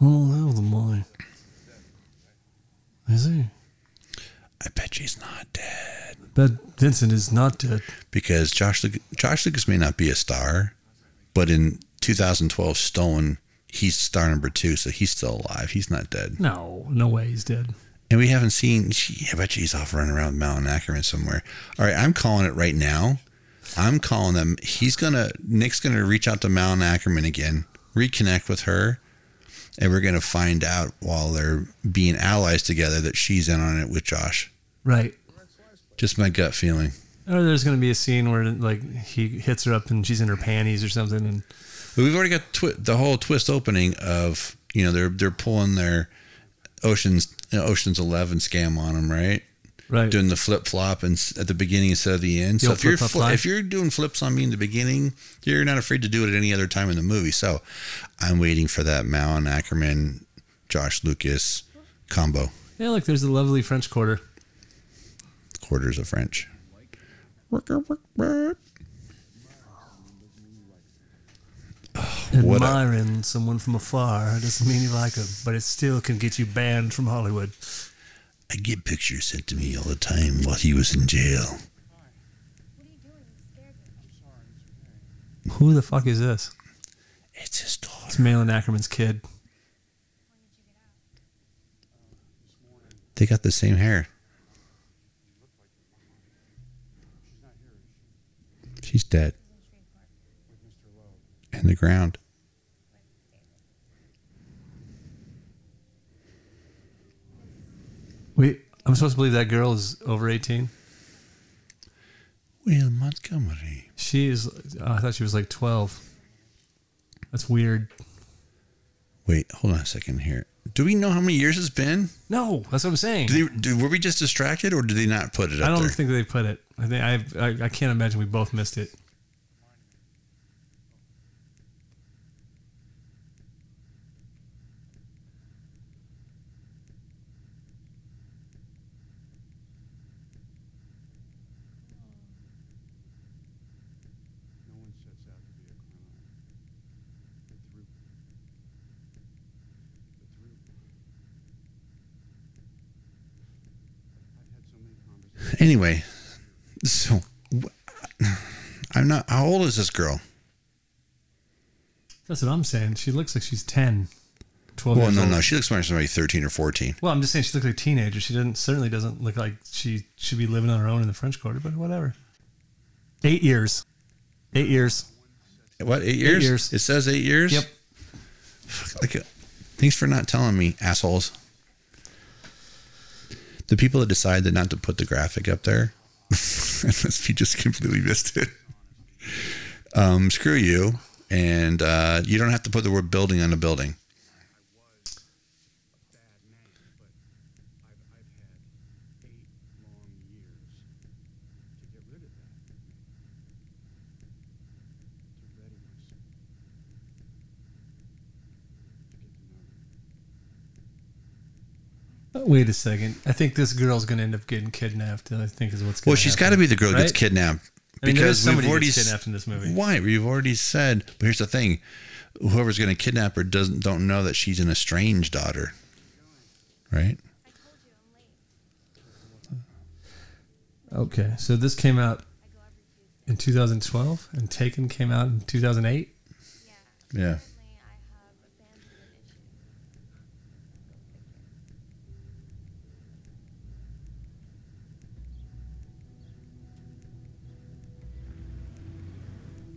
Speaker 2: all over the mind. Is he?
Speaker 1: I bet she's not dead.
Speaker 2: But Vincent is not dead.
Speaker 1: Because Josh Lucas, Josh Lucas may not be a star, but in 2012 Stone, he's star number two, so he's still alive. He's not dead.
Speaker 2: No, no way he's dead.
Speaker 1: And we haven't seen. Gee, I bet she's off running around with Malin Ackerman somewhere. All right, I'm calling it right now. I'm calling them. He's gonna Nick's gonna reach out to Malin Ackerman again, reconnect with her, and we're gonna find out while they're being allies together that she's in on it with Josh.
Speaker 2: Right.
Speaker 1: Just my gut feeling.
Speaker 2: Or there's going to be a scene where like he hits her up and she's in her panties or something, and
Speaker 1: But we've already got twi- the whole twist opening of you know they're they're pulling their oceans you know, oceans eleven scam on them right
Speaker 2: right.
Speaker 1: doing the flip flop and s- at the beginning instead of the end.
Speaker 2: The
Speaker 1: so
Speaker 2: old
Speaker 1: if you're
Speaker 2: flip-flop
Speaker 1: fli
Speaker 2: line.
Speaker 1: if you're doing flips on me in the beginning, you're not afraid to do it at any other time in the movie. So I'm waiting for that Malin Ackerman, Josh Lucas combo
Speaker 2: yeah, look, there's the lovely French Quarter.
Speaker 1: quarters of French. What a-
Speaker 2: Admiring someone from afar doesn't mean you like them, but it still can get you banned from Hollywood.
Speaker 1: I get pictures sent to me all the time while he was in jail.
Speaker 5: What are you doing? You scared me.
Speaker 2: Who the fuck is this?
Speaker 1: It's his daughter.
Speaker 2: It's Malin Ackerman's kid.
Speaker 1: They got the same hair. She's dead. In the ground.
Speaker 2: Wait, I'm supposed to believe that girl is over 18.
Speaker 1: Will Montgomery.
Speaker 2: She is. Oh, I thought she was like 12. That's weird.
Speaker 1: Wait, hold on a second here. Do we know how many years it's been?
Speaker 2: No, that's what I'm saying.
Speaker 1: Do they, do, were we just distracted, or did they not put it up
Speaker 2: I don't
Speaker 1: there?
Speaker 2: think they put it. I think I've- I, I can't imagine we both missed it.
Speaker 3: No one sets out to be a criminal. The through. The through. I've had so many conversations.
Speaker 1: anyway, so wh- I'm not. How old is this girl?
Speaker 2: That's what I'm saying. She looks like she's 10, 12
Speaker 1: Well,
Speaker 2: years
Speaker 1: no,
Speaker 2: old.
Speaker 1: no. She looks like somebody 13 or 14.
Speaker 2: Well, I'm just saying she looks like a teenager. She doesn't certainly doesn't look like she should be living on her own in the French Quarter, but whatever. Eight years. Eight years.
Speaker 1: What? Eight years?
Speaker 2: years.
Speaker 1: It says eight years.
Speaker 2: Yep.
Speaker 1: Like, uh, thanks for not telling me, assholes. The people that decided not to put the graphic up there, unless you just completely missed it. Um, screw you, and uh, you don't have to put the word building on a building.
Speaker 3: bad name, but I've, I've had eight long years to get rid of that. To ready myself. To get to know you.
Speaker 2: Wait a second. I think this girl's going to end up getting kidnapped. I think is what's going
Speaker 1: Well, she's got to be the girl that gets
Speaker 2: right?
Speaker 1: kidnapped
Speaker 2: I mean, there
Speaker 1: because
Speaker 2: is somebody
Speaker 1: we've
Speaker 2: who's
Speaker 1: already s-
Speaker 2: kidnapped in this movie.
Speaker 1: Why? We've already said. But here's the thing: whoever's going to kidnap her doesn't don't know that she's an estranged daughter, right?
Speaker 5: I told you I'm late.
Speaker 2: Okay, so this came out
Speaker 5: I go every Tuesday.
Speaker 2: in 2012, and Taken came out in 2008.
Speaker 5: Yeah.
Speaker 1: Yeah.
Speaker 5: Apparently I have abandonment issues. Go figure.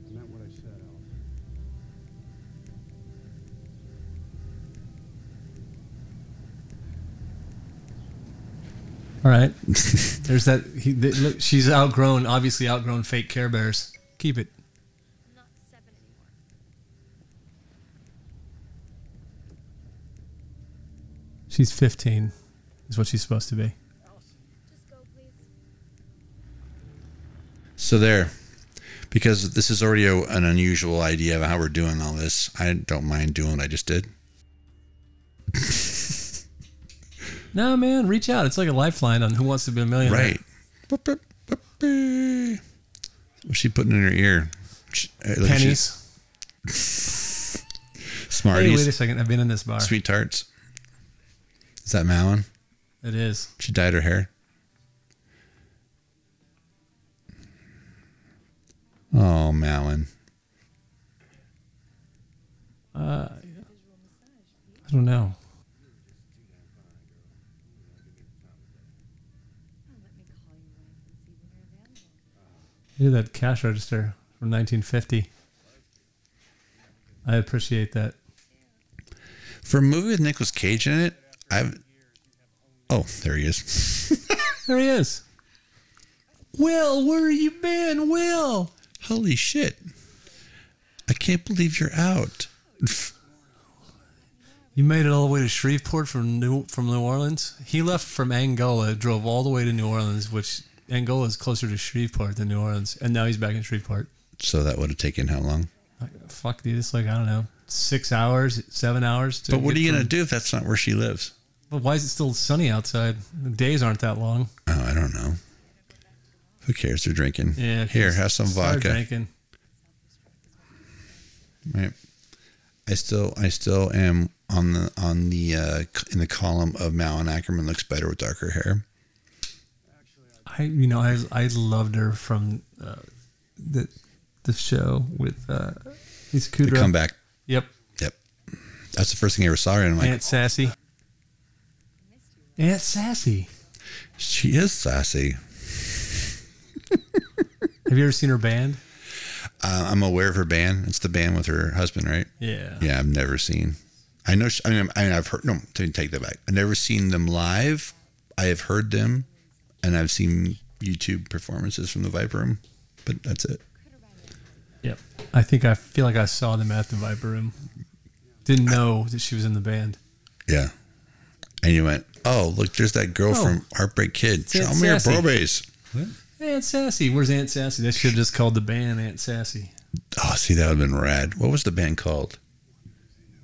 Speaker 3: I meant what I said, Alice.
Speaker 2: All right, there's that. He, th look, she's outgrown, obviously outgrown fake Care Bears. Keep it.
Speaker 5: I'm not seven anymore.
Speaker 2: She's 15, is what she's supposed to be.
Speaker 5: Just go, please.
Speaker 1: So there, because this is already a, an unusual idea of how we're doing all this. I don't mind doing what I just did.
Speaker 2: No, man, reach out. It's like a lifeline on Who Wants to Be a Millionaire.
Speaker 1: Right. Boop, boop, boop, bee. What's she putting in her ear? She- it looks like she's-
Speaker 2: Pennies. Hey, wait a
Speaker 1: Smarties,
Speaker 2: second. I've been in this bar.
Speaker 1: sweet tarts. Is that Malin?
Speaker 2: It is.
Speaker 1: She dyed her hair. Oh, Malin.
Speaker 2: I don't know.
Speaker 4: Let me call your wife and see when you're available.
Speaker 2: Look at that cash register from 1950. I appreciate that.
Speaker 1: For a movie with Nicolas Cage in it, I've. Oh, there he is.
Speaker 2: There he is. Will, where you been, Will?
Speaker 1: Holy shit. I can't believe you're out.
Speaker 2: You made it all the way to Shreveport from New from New Orleans. He left from Angola, drove all the way to New Orleans, which Angola is closer to Shreveport than New Orleans, and now he's back in Shreveport.
Speaker 1: So that would have taken how long?
Speaker 2: Like, fuck, dude, it's like I don't know, six hours, seven hours. To
Speaker 1: But what are
Speaker 2: get
Speaker 1: you going to
Speaker 2: from-
Speaker 1: do if that's not where she lives?
Speaker 2: But why is it still sunny outside? The days aren't that long.
Speaker 1: Oh, I don't know. Who cares? They're drinking.
Speaker 2: Yeah. okay,
Speaker 1: Here, have some
Speaker 2: start
Speaker 1: vodka.
Speaker 2: Drinking.
Speaker 1: Right. I still, I still am on the on the uh, c- in the column of Malin Ackerman looks better with darker hair.
Speaker 2: I you know I I loved her from uh, the the show with uh, these
Speaker 1: The
Speaker 2: Kudrow.
Speaker 1: comeback.
Speaker 2: Yep,
Speaker 1: Yep. That's the first thing I ever saw her, and I'm like,
Speaker 2: Aunt Sassy. Aunt Sassy.
Speaker 1: she is sassy.
Speaker 2: Have you ever seen her band?
Speaker 1: Uh, I'm aware of her band. It's the band with her husband, right?
Speaker 2: Yeah.
Speaker 1: Yeah, I've never seen. I know. She, I mean, I mean, I've heard. No, let me take that back. I've never seen them live. I have heard them, and I've seen YouTube performances from the Viper Room, but that's it.
Speaker 2: Yep. I think I feel like I saw them at the Viper Room. Didn't know that she was in the band.
Speaker 1: Yeah, And you went, oh, look, there's that girl
Speaker 2: Oh.
Speaker 1: from Heartbreak Kid.
Speaker 2: Aunt
Speaker 1: Show me her
Speaker 2: Sassy.
Speaker 1: probes.
Speaker 2: Aunt Sassy. Where's Aunt Sassy? They should have just called the band Aunt Sassy.
Speaker 1: Oh, see, that would have been rad. What was the band called?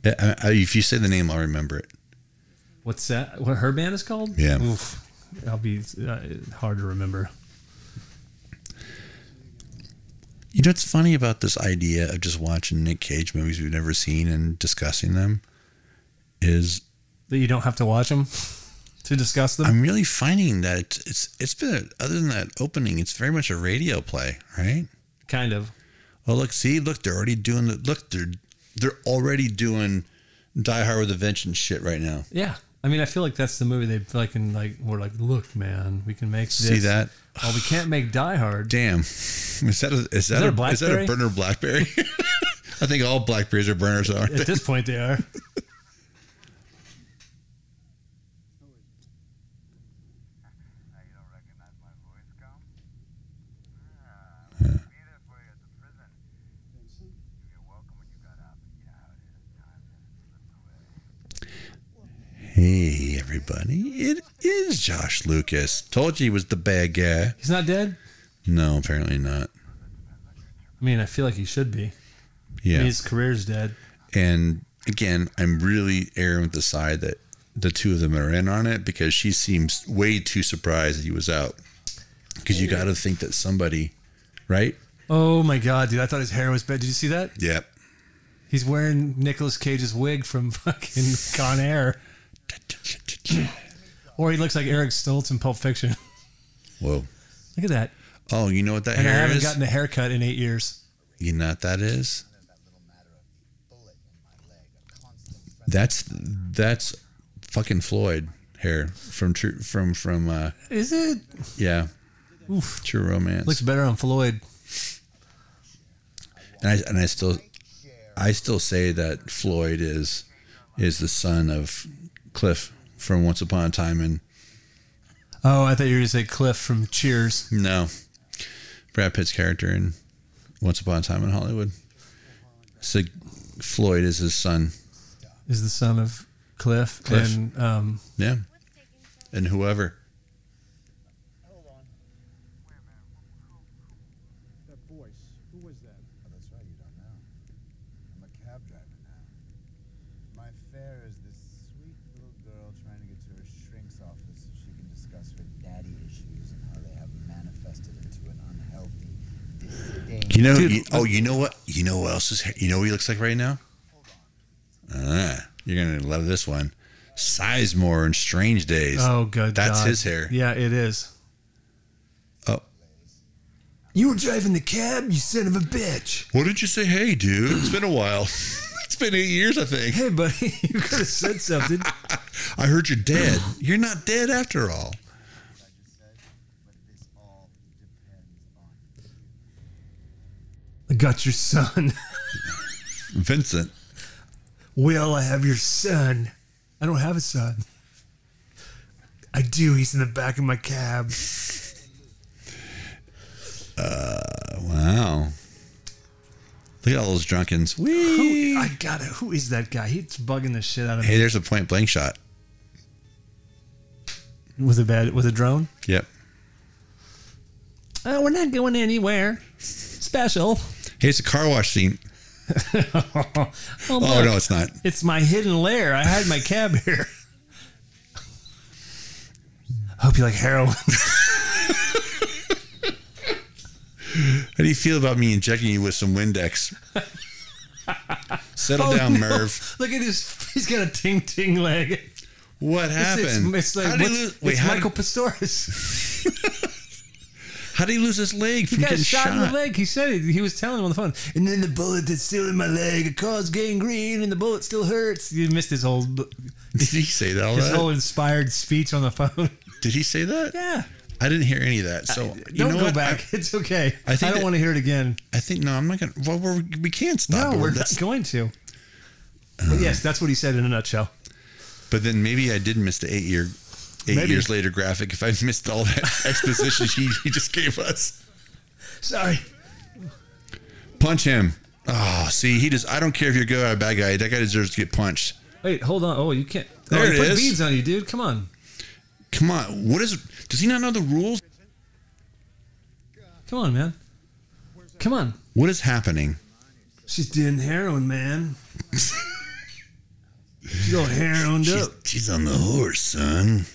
Speaker 1: I- I- if you say the name, I'll remember it.
Speaker 2: What's that? What her band is called?
Speaker 1: Yeah.
Speaker 2: Oof. I'll be uh, hard to remember.
Speaker 1: You know, it's funny about this idea of just watching Nick Cage movies we've never seen and discussing them is
Speaker 2: That you don't have to watch them to discuss them.
Speaker 1: I'm really finding that it's it's, it's been a, other than that opening, it's very much a radio play, right?
Speaker 2: kind of.
Speaker 1: Oh, look, see, look, they're already doing the look, they're they're already doing Die Hard with a Vengeance shit right now.
Speaker 2: Yeah. I mean, I feel like that's the movie they fucking like. We're like, look, man, we can make
Speaker 1: See
Speaker 2: this.
Speaker 1: that?
Speaker 2: Well, we can't make Die Hard.
Speaker 1: Damn, is that a is that
Speaker 2: there
Speaker 1: a,
Speaker 2: a
Speaker 1: is that a
Speaker 2: Blackberry?
Speaker 1: burner BlackBerry? I think all Blackberries are burners, aren't they?
Speaker 2: At this point, they are.
Speaker 6: Now you don't recognize my voice, Gum? Ah, I was waiting for you at the prison. You were welcome when you got out, but you know how it is. Time has slipped away.
Speaker 1: Hey, everybody. It is Josh Lucas. Told you he was the bad guy.
Speaker 2: He's not dead.
Speaker 1: No, apparently not.
Speaker 2: I mean, I feel like he should be. I
Speaker 1: Yeah.
Speaker 2: mean, his career's dead.
Speaker 1: and again, I'm really erring with the side that the two of them are in on it because she seems way too surprised that he was out. Because you got to think that somebody, right?
Speaker 2: Oh my god, dude! I thought his hair was bad. Did you see that?
Speaker 1: Yep.
Speaker 2: He's wearing Nicolas Cage's wig from fucking Con Air, or he looks like Eric Stoltz in Pulp Fiction.
Speaker 1: Whoa.
Speaker 2: Look at that!
Speaker 1: Oh, you know what that
Speaker 2: And I
Speaker 1: hair
Speaker 2: haven't
Speaker 1: is?
Speaker 2: gotten a haircut in eight years.
Speaker 1: you know what that is? That's that's fucking Floyd hair from True from from uh
Speaker 2: Is it?
Speaker 1: Yeah.
Speaker 2: Oof.
Speaker 1: True romance.
Speaker 2: Looks better on Floyd.
Speaker 1: and I and I still I still say that Floyd is is the son of Cliff from Once Upon a Time and
Speaker 2: Oh, I thought you were gonna say Cliff from Cheers.
Speaker 1: no. Brad Pitt's character in Once Upon a Time in Hollywood. So Floyd is his son.
Speaker 2: Is the son of Cliff,
Speaker 1: Cliff.
Speaker 2: and um,
Speaker 1: Yeah. And whoever.
Speaker 3: Hold on. That voice. Who was that?
Speaker 6: Oh, that's right, you don't know. I'm a cab driver now. My fare is this sweet little girl trying to get to her shrink's office so she can discuss her daddy issues and how they have manifested into an unhealthy disdain.
Speaker 1: You know
Speaker 2: Dude,
Speaker 1: you- oh you know what you know what else is you know what he looks like right now? Ah, you're gonna love this one. Sizemore in Strange Days.
Speaker 2: oh good,
Speaker 1: That's
Speaker 2: God.
Speaker 1: his hair.
Speaker 2: Yeah, it is.
Speaker 1: Oh.
Speaker 2: You were driving the cab, you son of a bitch.
Speaker 1: What did you say? Hey, dude, it's been a while. it's been eight years, I think.
Speaker 2: Hey, buddy, you could have said something.
Speaker 1: I heard you're dead. you're not dead after all.
Speaker 6: I just said, but this all depends on
Speaker 2: I got your son.
Speaker 1: Vincent.
Speaker 2: Will, I have your son. I don't have a son. I do. He's in the back of my cab.
Speaker 1: Wow. Look at all those drunkens. Whee!
Speaker 2: I got it. Who is that guy? He's bugging the shit out of
Speaker 1: Hey,
Speaker 2: me.
Speaker 1: there's a point blank shot.
Speaker 2: With a bad, with a drone.
Speaker 1: Yep.
Speaker 2: Oh, we're not going anywhere. Special.
Speaker 1: Hey, it's a car wash scene.
Speaker 2: oh,
Speaker 1: Oh,
Speaker 2: look.
Speaker 1: no, it's not.
Speaker 2: It's my hidden lair. I hide my cab here. Hope you like heroin.
Speaker 1: How do you feel about me injecting you with some Windex? Settle down,
Speaker 2: Oh, no.
Speaker 1: Merv.
Speaker 2: Look at his. He's got a ting ting leg.
Speaker 1: What happened?
Speaker 2: It's, it's, it's like
Speaker 1: how did he
Speaker 2: what's-
Speaker 1: lose? Wait,
Speaker 2: it's
Speaker 1: how,
Speaker 2: Michael Pastoris.
Speaker 1: how did he lose his leg
Speaker 2: He
Speaker 1: from
Speaker 2: got
Speaker 1: getting
Speaker 2: shot,
Speaker 1: shot?
Speaker 2: in the leg. He said it. He was telling him on the phone. And then the bullet that's still in my leg it caused gangrene, and the bullet still hurts. You missed his whole
Speaker 1: Did he say that? all
Speaker 2: his
Speaker 1: that?
Speaker 2: whole inspired speech on the phone.
Speaker 1: Did he say that?
Speaker 2: yeah. Uh,
Speaker 1: I didn't hear any of that. So you
Speaker 2: Don't
Speaker 1: know
Speaker 2: go
Speaker 1: what?
Speaker 2: back.
Speaker 1: I,
Speaker 2: it's okay.
Speaker 1: I
Speaker 2: I,
Speaker 1: think
Speaker 2: don't
Speaker 1: that-
Speaker 2: want to hear it again.
Speaker 1: I think no. I'm not gonna. Well, we're, we can't stop.
Speaker 2: no,
Speaker 1: it.
Speaker 2: we're not
Speaker 1: That's-
Speaker 2: going to. But yes, that's what he said in a nutshell.
Speaker 1: But then maybe I did miss the eight year, eight
Speaker 2: Maybe.
Speaker 1: years later graphic. If I missed all that exposition he, he just gave us,
Speaker 2: Sorry.
Speaker 1: punch him. Oh, see, he just. I don't care if you're good or a bad guy. That guy deserves to get punched.
Speaker 2: Wait, hold on. Oh, you can't.
Speaker 1: There
Speaker 2: oh,
Speaker 1: it
Speaker 2: he put
Speaker 1: is.
Speaker 2: beads on you, dude. Come on.
Speaker 1: Come on. What is? Does he not know the rules?
Speaker 2: Come on, man. Come on.
Speaker 1: What is happening?
Speaker 2: She's doing heroin, man. She's all heroined
Speaker 1: She's,
Speaker 2: up.
Speaker 1: she's on the horse, son.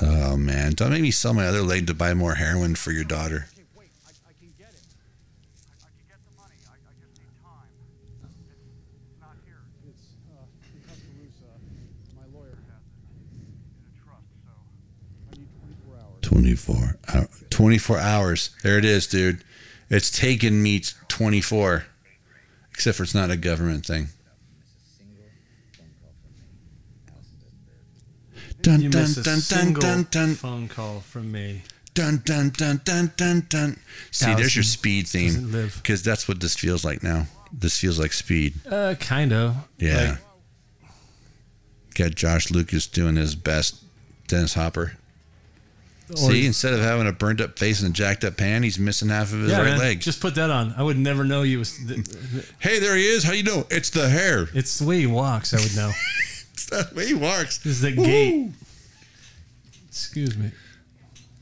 Speaker 1: Oh man! Don't make me sell my other leg to buy more heroin for your daughter.
Speaker 3: Okay, wait, I, I can get it. I, I can get the money. I, I just need time. It's, it's not here. It's uh, in Tuscaloosa. uh, My lawyer has it. In a trust, so I need 24
Speaker 1: 24
Speaker 3: hours.
Speaker 1: hour, 24 hours. There it is, dude. It's taken me 24. Except for it's not a government thing. Dun
Speaker 2: You
Speaker 1: dun
Speaker 2: missed a
Speaker 1: dun dun
Speaker 2: single
Speaker 1: dun dun
Speaker 2: phone call from me.
Speaker 1: dun dun dun dun dun dun. See, there's your
Speaker 2: Thousand
Speaker 1: speed
Speaker 2: doesn't
Speaker 1: theme.
Speaker 2: live.
Speaker 1: Because that's what this feels like now. This feels like speed.
Speaker 2: Uh, kind of.
Speaker 1: Yeah. Got Josh Lucas doing his best Dennis Hopper. See, instead of having a burned up face and a jacked up pan, he's missing half of his right
Speaker 2: man,
Speaker 1: leg.
Speaker 2: Just put that on. I would never know you was. Th-
Speaker 1: Hey, there he is. How you doing? It's the hair.
Speaker 2: it's the way he walks. I would know.
Speaker 1: It's the way he walks.
Speaker 2: This is the gate. Excuse me.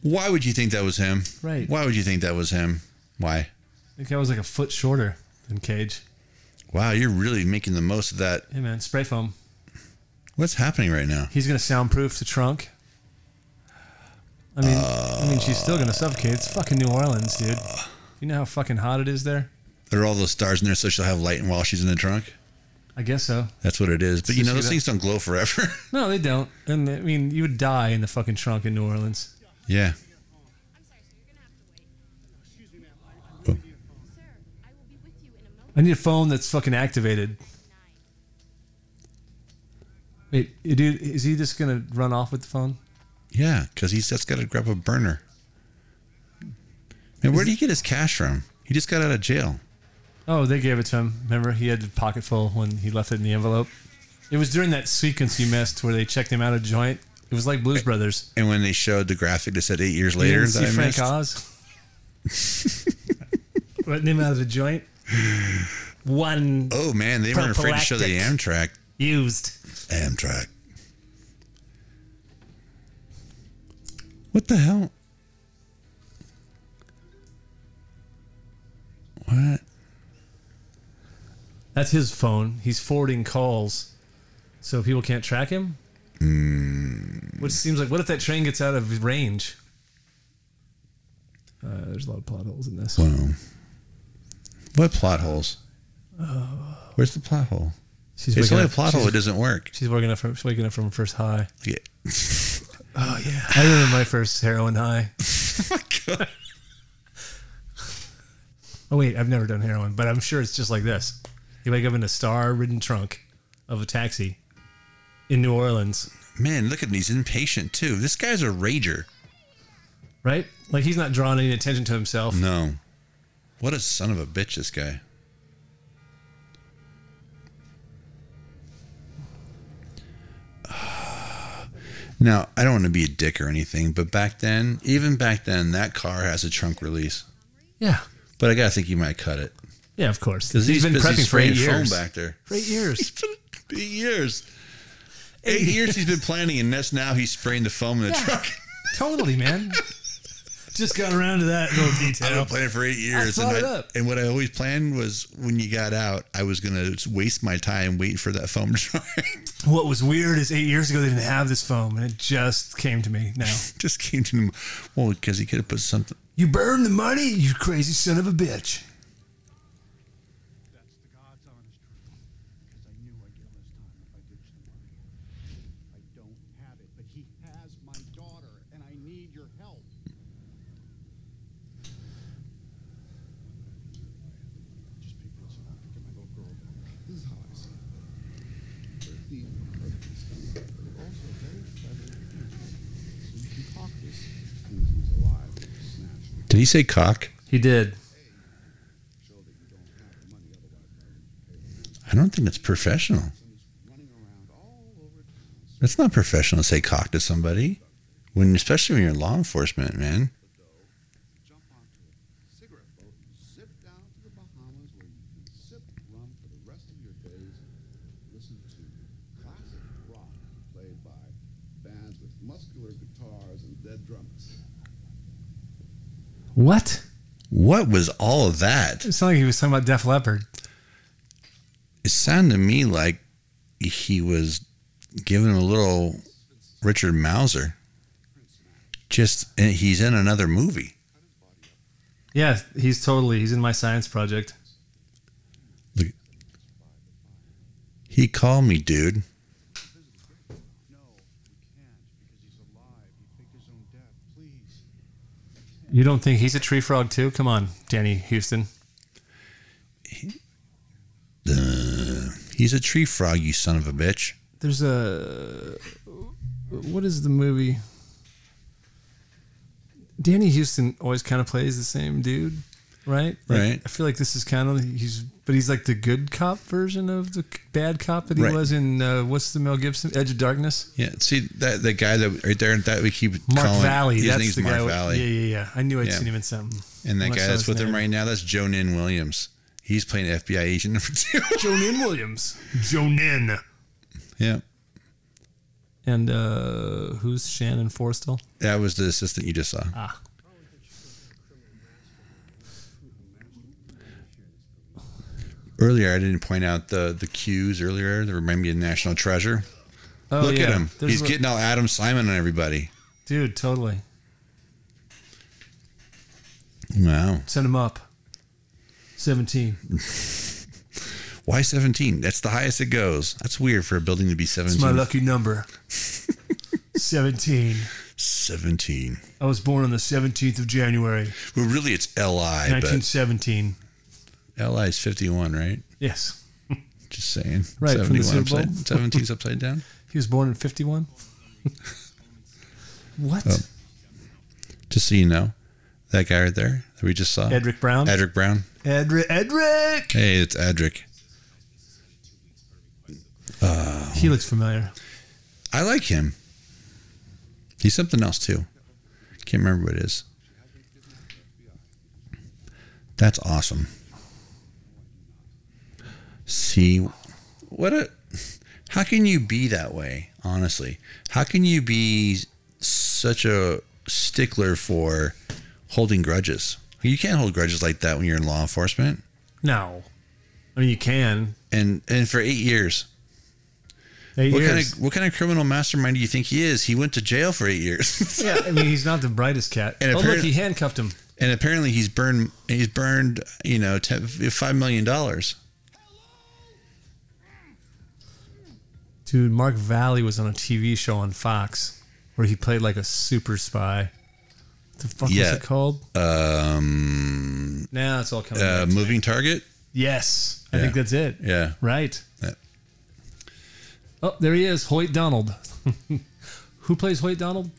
Speaker 1: Why would you think that was him?
Speaker 2: Right.
Speaker 1: Why would you think that was him? Why?
Speaker 2: The guy was like a foot shorter than Cage.
Speaker 1: Wow, you're really making the most of that.
Speaker 2: Hey man, spray foam.
Speaker 1: What's happening right now?
Speaker 2: He's gonna soundproof the trunk. I mean, I mean, she's still gonna suffocate. It's fucking New Orleans, dude. You know how fucking hot it is there.
Speaker 1: There are all those stars in there, so she'll have light while she's in the trunk.
Speaker 2: I guess so.
Speaker 1: That's what it is. But you
Speaker 2: So
Speaker 1: know,
Speaker 2: she
Speaker 1: those
Speaker 2: got-
Speaker 1: things don't glow forever.
Speaker 2: No, they don't. And I mean, you would die in the fucking trunk in New Orleans.
Speaker 1: yeah.
Speaker 5: I'm sorry, sir. You're gonna have to wait.
Speaker 3: Excuse me, ma'am. I, I really need a phone.
Speaker 5: Sir, I will be with you in a moment.
Speaker 2: I need a phone that's fucking activated.
Speaker 5: Nine.
Speaker 2: Wait, dude, is he just gonna run off with the phone?
Speaker 1: Yeah, because he's just got to grab a burner. Man, where did he get his cash from? He just got out of jail.
Speaker 2: Oh, they gave it to him. Remember, he had a pocket full when he left it in the envelope. It was during that sequence you missed where they checked him out of joint. It was like Blues Brothers.
Speaker 1: And when they showed the graphic that said eight years
Speaker 2: You
Speaker 1: later,
Speaker 2: didn't
Speaker 1: that I
Speaker 2: see Frank
Speaker 1: missed,
Speaker 2: Oz. Letting him out of the joint. One
Speaker 1: oh man, they weren't afraid to show the Amtrak.
Speaker 2: used.
Speaker 1: Amtrak. What the hell? What?
Speaker 2: That's his phone. He's forwarding calls, so people can't track him.
Speaker 1: Hmm.
Speaker 2: Which seems like what if that train gets out of range? Uh, there's a lot of plot holes in this.
Speaker 1: Wow. What plot holes? Where's the plot hole?
Speaker 2: She's
Speaker 1: it's only a
Speaker 2: up-
Speaker 1: plot
Speaker 2: she's-
Speaker 1: hole. It doesn't work.
Speaker 2: She's waking up from she's waking up from her first high.
Speaker 1: Yeah.
Speaker 2: Oh yeah, I remember my first heroin high.
Speaker 1: my God.
Speaker 2: Oh wait, I've never done heroin, but I'm sure it's just like this. You wake up in a star-ridden trunk of a taxi in New Orleans,
Speaker 1: Man, look at him. He's impatient too. This guy's a rager.
Speaker 2: right? Like he's not drawing any attention to himself.
Speaker 1: No. What a son of a bitch this guy. Now, I don't want to be a dick or anything, but back then, even back then, that car has a trunk release.
Speaker 2: Yeah,
Speaker 1: But I gotta think you might cut it
Speaker 2: yeah, of course.
Speaker 1: because
Speaker 2: he's been prepping for eight years.
Speaker 1: Phone back there.
Speaker 2: For eight years.
Speaker 1: Eight years. Eight years he's been planning, and that's now he's spraying the foam in the
Speaker 2: Yeah.
Speaker 1: truck.
Speaker 2: Totally, man. Just got around to that little
Speaker 1: I've been
Speaker 2: detail.
Speaker 1: planning for eight years,
Speaker 2: thought
Speaker 1: and,
Speaker 2: it
Speaker 1: I,
Speaker 2: up.
Speaker 1: and what I always planned was when you got out, I was gonna waste my time waiting for that foam to dry. It
Speaker 2: What was weird is eight years ago they didn't have this foam, and it just came to me now.
Speaker 1: Just came to me, well, because he could have put something.
Speaker 2: You burned the money, you crazy son of a bitch.
Speaker 3: That's the God's honest truth. Because I knew I'd get less time if I ditched the money. I don't have it, but he has my daughter, and I need your help. Just be good so I can get my little girl back. This is how I see it. They're thieves, they're thieves, but they're also very clever people. So you can talk this thing who's alive and snatch the
Speaker 1: Did he say cock?
Speaker 2: He did.
Speaker 3: show that you don't have the money
Speaker 1: I
Speaker 3: otherwise.
Speaker 1: don't think that's professional.
Speaker 3: Someone's running around all over town.
Speaker 1: That's not professional to say cock to somebody, when especially when you're in law enforcement, man.
Speaker 3: jump onto a cigarette boat, zip down to the Bahamas where you can sip rum for the rest
Speaker 2: What?
Speaker 1: What was all of that?
Speaker 2: It sounded like he was talking about Def Leppard.
Speaker 1: It sounded to me like he was giving a little Richard Mauser. Just and he's in another movie.
Speaker 2: Yeah, he's totally. He's in my science project.
Speaker 1: He called me, dude.
Speaker 2: You don't think he's a tree frog too? Come on, Danny Houston.
Speaker 1: Uh, he's a tree frog, you son of a bitch.
Speaker 2: There's a. What is the movie? Danny Houston always kind of plays the same dude, right? Like,
Speaker 1: Right.
Speaker 2: I feel like this is kind of he's, but he's like the good cop version of the bad cop that he
Speaker 1: Right.
Speaker 2: was in. Uh, what's the Mel Gibson Edge of Darkness?
Speaker 1: Yeah, see that that guy that right there that we keep
Speaker 2: Mark
Speaker 1: calling
Speaker 2: Valley.
Speaker 1: His
Speaker 2: that's
Speaker 1: name's
Speaker 2: the
Speaker 1: Mark
Speaker 2: guy.
Speaker 1: Valley,
Speaker 2: Yeah, yeah, yeah. I knew I'd
Speaker 1: Yeah.
Speaker 2: seen him in something.
Speaker 1: and that
Speaker 2: when I
Speaker 1: guy
Speaker 2: saw
Speaker 1: that's
Speaker 2: his
Speaker 1: with him
Speaker 2: name.
Speaker 1: right now that's Jonan Williams. He's playing FBI agent number two.
Speaker 2: Jonin Williams. Jonin.
Speaker 1: yeah,
Speaker 2: And uh, who's Shannon Forstall?
Speaker 1: that was the assistant you just saw.
Speaker 2: Ah.
Speaker 1: Earlier, I didn't point out the the cues earlier that remind me of National Treasure.
Speaker 2: Oh,
Speaker 1: Look at
Speaker 2: yeah.
Speaker 1: him.
Speaker 2: There's
Speaker 1: He's
Speaker 2: a-
Speaker 1: getting all Adam Simon on everybody.
Speaker 2: Dude, totally.
Speaker 1: Wow.
Speaker 2: Send him up. 17.
Speaker 1: Why 17? That's the highest it goes. That's weird for a building to be 17.
Speaker 2: It's my lucky number. 17.
Speaker 1: 17.
Speaker 2: I was born on the 17th of January,
Speaker 1: Well, really, it's LI, but
Speaker 2: 1917.
Speaker 1: LI is 51, right?
Speaker 2: Yes.
Speaker 1: Just saying.
Speaker 2: Right, from
Speaker 1: 71
Speaker 2: the Super Bowl.
Speaker 1: upside, 17's upside down.
Speaker 2: He was born in 51. what?
Speaker 1: Oh. Just so you know, that guy right there that we just saw,
Speaker 2: Edric Brown?
Speaker 1: Edric Brown.
Speaker 2: Edric. Edric!
Speaker 1: Hey, it's Edric.
Speaker 2: He looks familiar.
Speaker 1: I like him. He's something else too. Can't remember what it is. That's awesome. See, what a. How can you be that way? Honestly, how can you be such a stickler for holding grudges? You can't hold grudges like that when you're in law enforcement
Speaker 2: No. I mean, you can.
Speaker 1: and and for eight years.
Speaker 2: Eight
Speaker 1: What kind
Speaker 2: years.
Speaker 1: of what kind of criminal mastermind do you think he is? He went to jail for eight years.
Speaker 2: yeah, I mean, he's not the brightest cat.
Speaker 1: And
Speaker 2: oh, look,
Speaker 1: apparent-
Speaker 2: he handcuffed him.
Speaker 1: and apparently he's burned he's burned you know 10, five million dollars
Speaker 2: Dude, Mark Valley was on a TV show on Fox where he played like a super spy. The fuck
Speaker 1: Yeah.
Speaker 2: was it called?
Speaker 1: um
Speaker 2: Now it's all coming.
Speaker 1: uh,
Speaker 2: back to me.
Speaker 1: moving target
Speaker 2: Yes, I
Speaker 1: Yeah.
Speaker 2: think that's it.
Speaker 1: yeah
Speaker 2: Right.
Speaker 1: Yeah.
Speaker 2: Oh, there he is, Hoyt Donald. Who plays Hoyt Donald?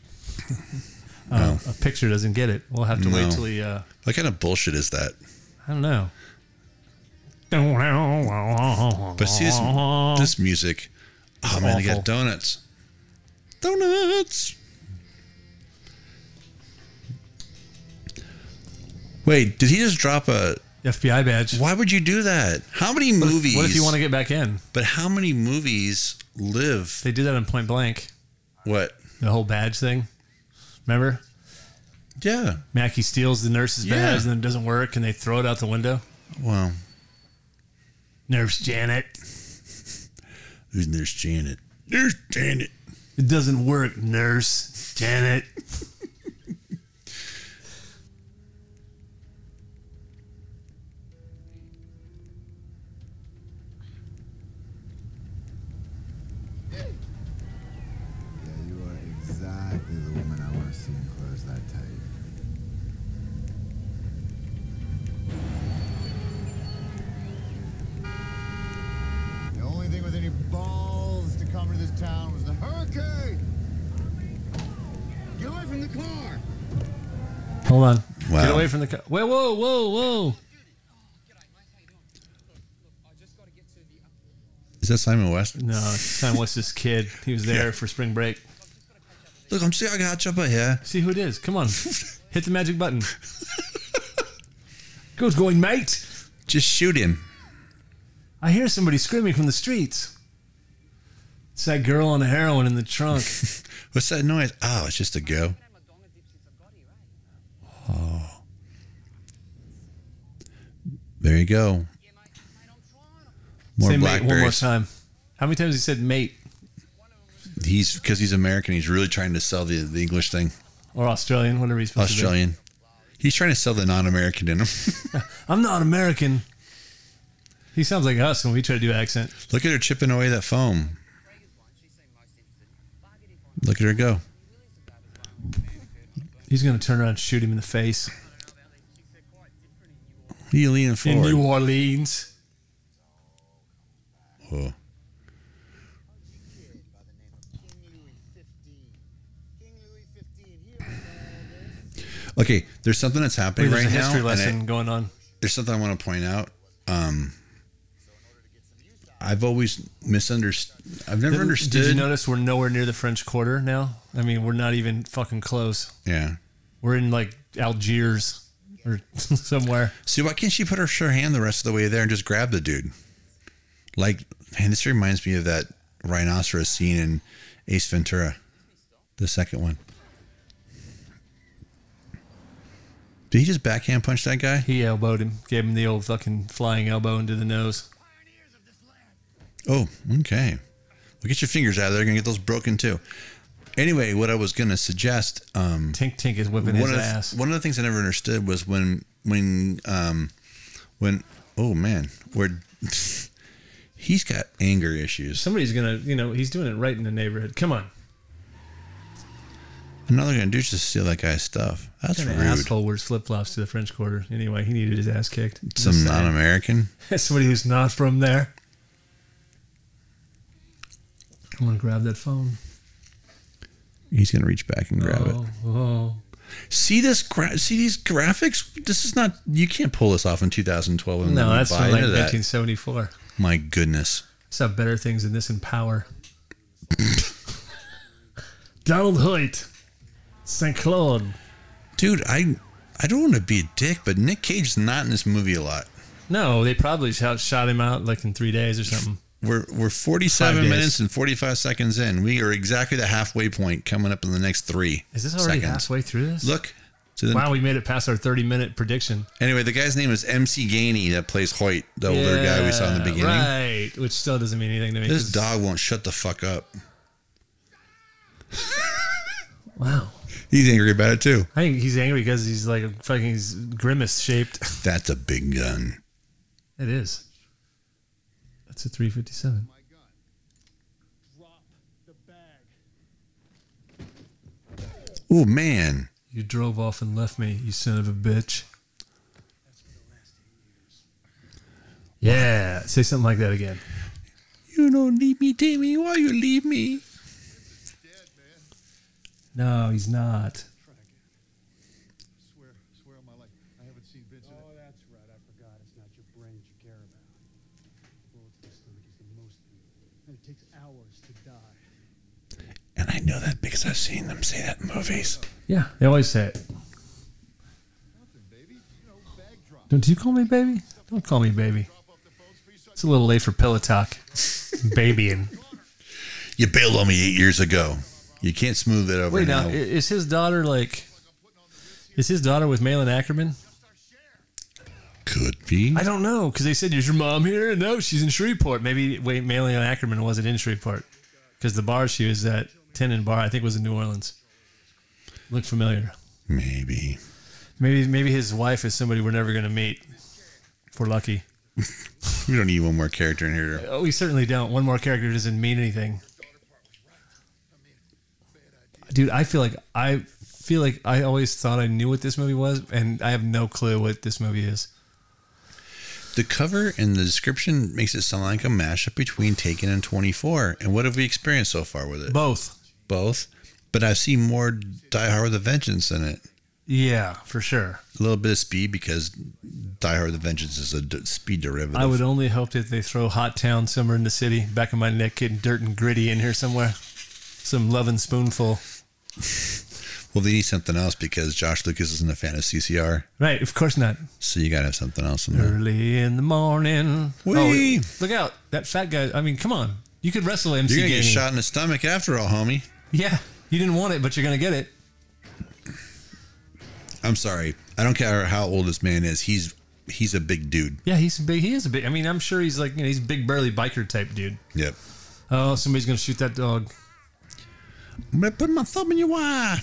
Speaker 2: Uh, A picture doesn't get it. We'll have to wait
Speaker 1: No.
Speaker 2: till he. Uh,
Speaker 1: what kind of bullshit is that
Speaker 2: I don't know.
Speaker 1: but see this, this music oh man they
Speaker 2: Uh-huh. awful.
Speaker 1: got donuts donuts wait did he just drop a
Speaker 2: FBI badge.
Speaker 1: why would you do that how many movies
Speaker 2: What if you want to get back in?
Speaker 1: but how many movies live
Speaker 2: They did that in Point Blank.
Speaker 1: what
Speaker 2: The whole badge thing. Remember?
Speaker 1: yeah
Speaker 2: Mackie steals the nurse's
Speaker 1: Yeah.
Speaker 2: badge and then it doesn't work and they throw it out the window.
Speaker 1: well
Speaker 2: Nurse Janet.
Speaker 1: who's there's janet there's janet
Speaker 2: It doesn't work, nurse. Janet.
Speaker 6: Yeah, you are exactly the woman I want to see in clothes that tight. The only thing with any balls to come to this town was the hurricane. Get away from the car.
Speaker 2: Hold on.
Speaker 1: Wow.
Speaker 2: Get away from the car. Whoa, whoa, whoa, whoa.
Speaker 1: Is that Simon West?
Speaker 2: No, time was this kid. He was there for spring break.
Speaker 1: Look, I'm saying I got you up here.
Speaker 2: See who it is. Come on. Hit the magic button. Goes going, mate.
Speaker 1: Just shoot him.
Speaker 2: I hear somebody screaming from the streets. It's that girl on heroin in the trunk.
Speaker 1: Ah, What's that noise? Oh, it's just a go. There you go. More
Speaker 2: Say mate one more
Speaker 1: blackberries.
Speaker 2: time. How many times he said mate
Speaker 1: He's because he's American. He's really trying to sell the, the English thing.
Speaker 2: or Australian? Whatever he's supposed
Speaker 1: Australian. He's trying to sell the non-American in him.
Speaker 2: to be. I'm not American. He sounds like us when we try to do accent.
Speaker 1: Look at her chipping away that foam. Look at her go.
Speaker 2: He's going to turn around and shoot him in the face.
Speaker 1: He leaning
Speaker 2: In New
Speaker 1: forward.
Speaker 2: Orleans.
Speaker 1: Oh. Okay, there's something that's happening
Speaker 2: There's
Speaker 1: right
Speaker 2: a
Speaker 1: now.
Speaker 2: history
Speaker 1: and I-
Speaker 2: lesson going on.
Speaker 1: there's something I want to point out. Um, I've always misunderstood. I've never
Speaker 2: Did-
Speaker 1: understood.
Speaker 2: Did you notice we're nowhere near the French Quarter now? I mean, we're not even fucking close.
Speaker 1: yeah.
Speaker 2: We're in like Algiers or somewhere.
Speaker 1: See, why can't she put her sure hand the rest of the way there and just grab the dude? Like, man, this reminds me of that rhinoceros scene in Ace Ventura, the second one. Did he just backhand punch that guy?
Speaker 2: He elbowed him, gave him the old fucking flying elbow into the nose.
Speaker 1: Oh, okay. Well, get your fingers out of there. You're gonna get those broken too. Anyway, what I was gonna suggest, um,
Speaker 2: Tink Tink Hmm. is whipping
Speaker 1: one
Speaker 2: his
Speaker 1: of the,
Speaker 2: ass.
Speaker 1: one of the things I never understood was when when um when oh man, where he's got anger issues.
Speaker 2: Somebody's gonna, you know, he's doing it right in the neighborhood. Come on,
Speaker 1: Another gonna do is just steal that guy's stuff. That's
Speaker 2: an
Speaker 1: rude.
Speaker 2: asshole wears flip flops to the French Quarter. Anyway, he needed his ass kicked.
Speaker 1: Some non-American.
Speaker 2: Somebody who's not from there. I'm gonna grab that phone.
Speaker 1: He's gonna reach back and grab
Speaker 2: oh, oh.
Speaker 1: it. See this? Gra- see these graphics? This is not. You can't pull this off in 2012. And
Speaker 2: No,
Speaker 1: then
Speaker 2: that's
Speaker 1: buy
Speaker 2: from like
Speaker 1: into that.
Speaker 2: 1974.
Speaker 1: My goodness.
Speaker 2: Saw better things than this in Power. Donald Hoyt, Saint Claude.
Speaker 1: dude i i don't want to be a dick but nick cage's not in this movie a lot
Speaker 2: No, they probably shot, shot him out like in three days or something.
Speaker 1: we're we're
Speaker 2: Five
Speaker 1: 47
Speaker 2: days.
Speaker 1: minutes and 45 seconds in we are exactly the halfway point coming up in the next three
Speaker 2: Is this already
Speaker 1: seconds.
Speaker 2: halfway through this?
Speaker 1: look so then,
Speaker 2: Wow, we made it past our 30 minute prediction.
Speaker 1: anyway the guy's name is mc gainey that plays hoyt the older guy we saw in the
Speaker 2: Yeah,
Speaker 1: beginning
Speaker 2: Right, which still doesn't mean anything to me.
Speaker 1: this
Speaker 2: 'cause-
Speaker 1: dog won't shut the fuck up
Speaker 2: Wow.
Speaker 1: he's angry about it too
Speaker 2: I think he's angry because he's like a fucking he's grimace shaped.
Speaker 1: that's a big gun
Speaker 2: It is. That's a 357.
Speaker 3: Drop the bag.
Speaker 1: oh man
Speaker 2: You drove off and left me, you son of a bitch. Yeah, say something like that again.
Speaker 1: you don't leave me Timmy. why you leave me
Speaker 2: No, he's not.
Speaker 3: Swear, swear on my life, I haven't seen Vincent. Oh, that's right. I forgot. It's not your brains you care about. Blow to the stomach is the most, and it takes hours to die.
Speaker 1: and i know that because i've seen them say that in movies
Speaker 2: Yeah, they always say it.
Speaker 3: Nothing, baby. You know, bag drop.
Speaker 2: Don't you call me baby? Don't call me baby.
Speaker 3: Drop off the phones for you. So
Speaker 2: It's a little late for pillow talk. Babying.
Speaker 1: you bailed on me eight years ago you can't smooth it over
Speaker 2: Wait now,
Speaker 1: now.
Speaker 2: i- is his daughter like? Is his daughter with Malin Ackerman?
Speaker 1: Could be.
Speaker 2: I don't know because they said is your mom here? No, she's in Shreveport. Maybe wait, Malin Ackerman wasn't in Shreveport because the bar she was at, Tenon Bar, I think was in New Orleans. Looked familiar.
Speaker 1: Maybe.
Speaker 2: Maybe maybe his wife is somebody we're never gonna meet. If we're lucky.
Speaker 1: We don't need one more character in here.
Speaker 2: Oh, we certainly don't. One more character doesn't mean anything. Dude, I feel like I feel like I always thought I knew what this movie was, and I have no clue what this movie is.
Speaker 1: The cover and the description makes it sound like a mashup between Taken and 24. And what have we experienced so far with it?
Speaker 2: Both.
Speaker 1: Both. But I've seen more Die Hard with a Vengeance in it.
Speaker 2: Yeah, for sure.
Speaker 1: A little bit of speed because Die Hard with a Vengeance is a d- speed derivative.
Speaker 2: I would only hope that they throw Hot Town somewhere in the city, back of my neck, getting dirt and gritty in here somewhere. Some loving spoonful.
Speaker 1: well, they need something else because Josh Lucas isn't a fan of CCR.
Speaker 2: Right, of course not.
Speaker 1: So you got to have something else in there.
Speaker 2: Early in the morning.
Speaker 1: Whee!
Speaker 2: Oh, look out. That fat guy. I mean, come on. You could wrestle MC
Speaker 1: You're going to get
Speaker 2: Gainey.
Speaker 1: shot in the stomach after all, homie.
Speaker 2: Yeah, you didn't want it, but you're gonna get it.
Speaker 1: I'm sorry. I don't care how old this man is. He's he's a big dude.
Speaker 2: Yeah, he's a big. He is a big. I mean, I'm sure he's like you know, he's a big burly biker type dude.
Speaker 1: Yep.
Speaker 2: Oh, somebody's gonna shoot that dog.
Speaker 1: I'm gonna put my thumb in your eye.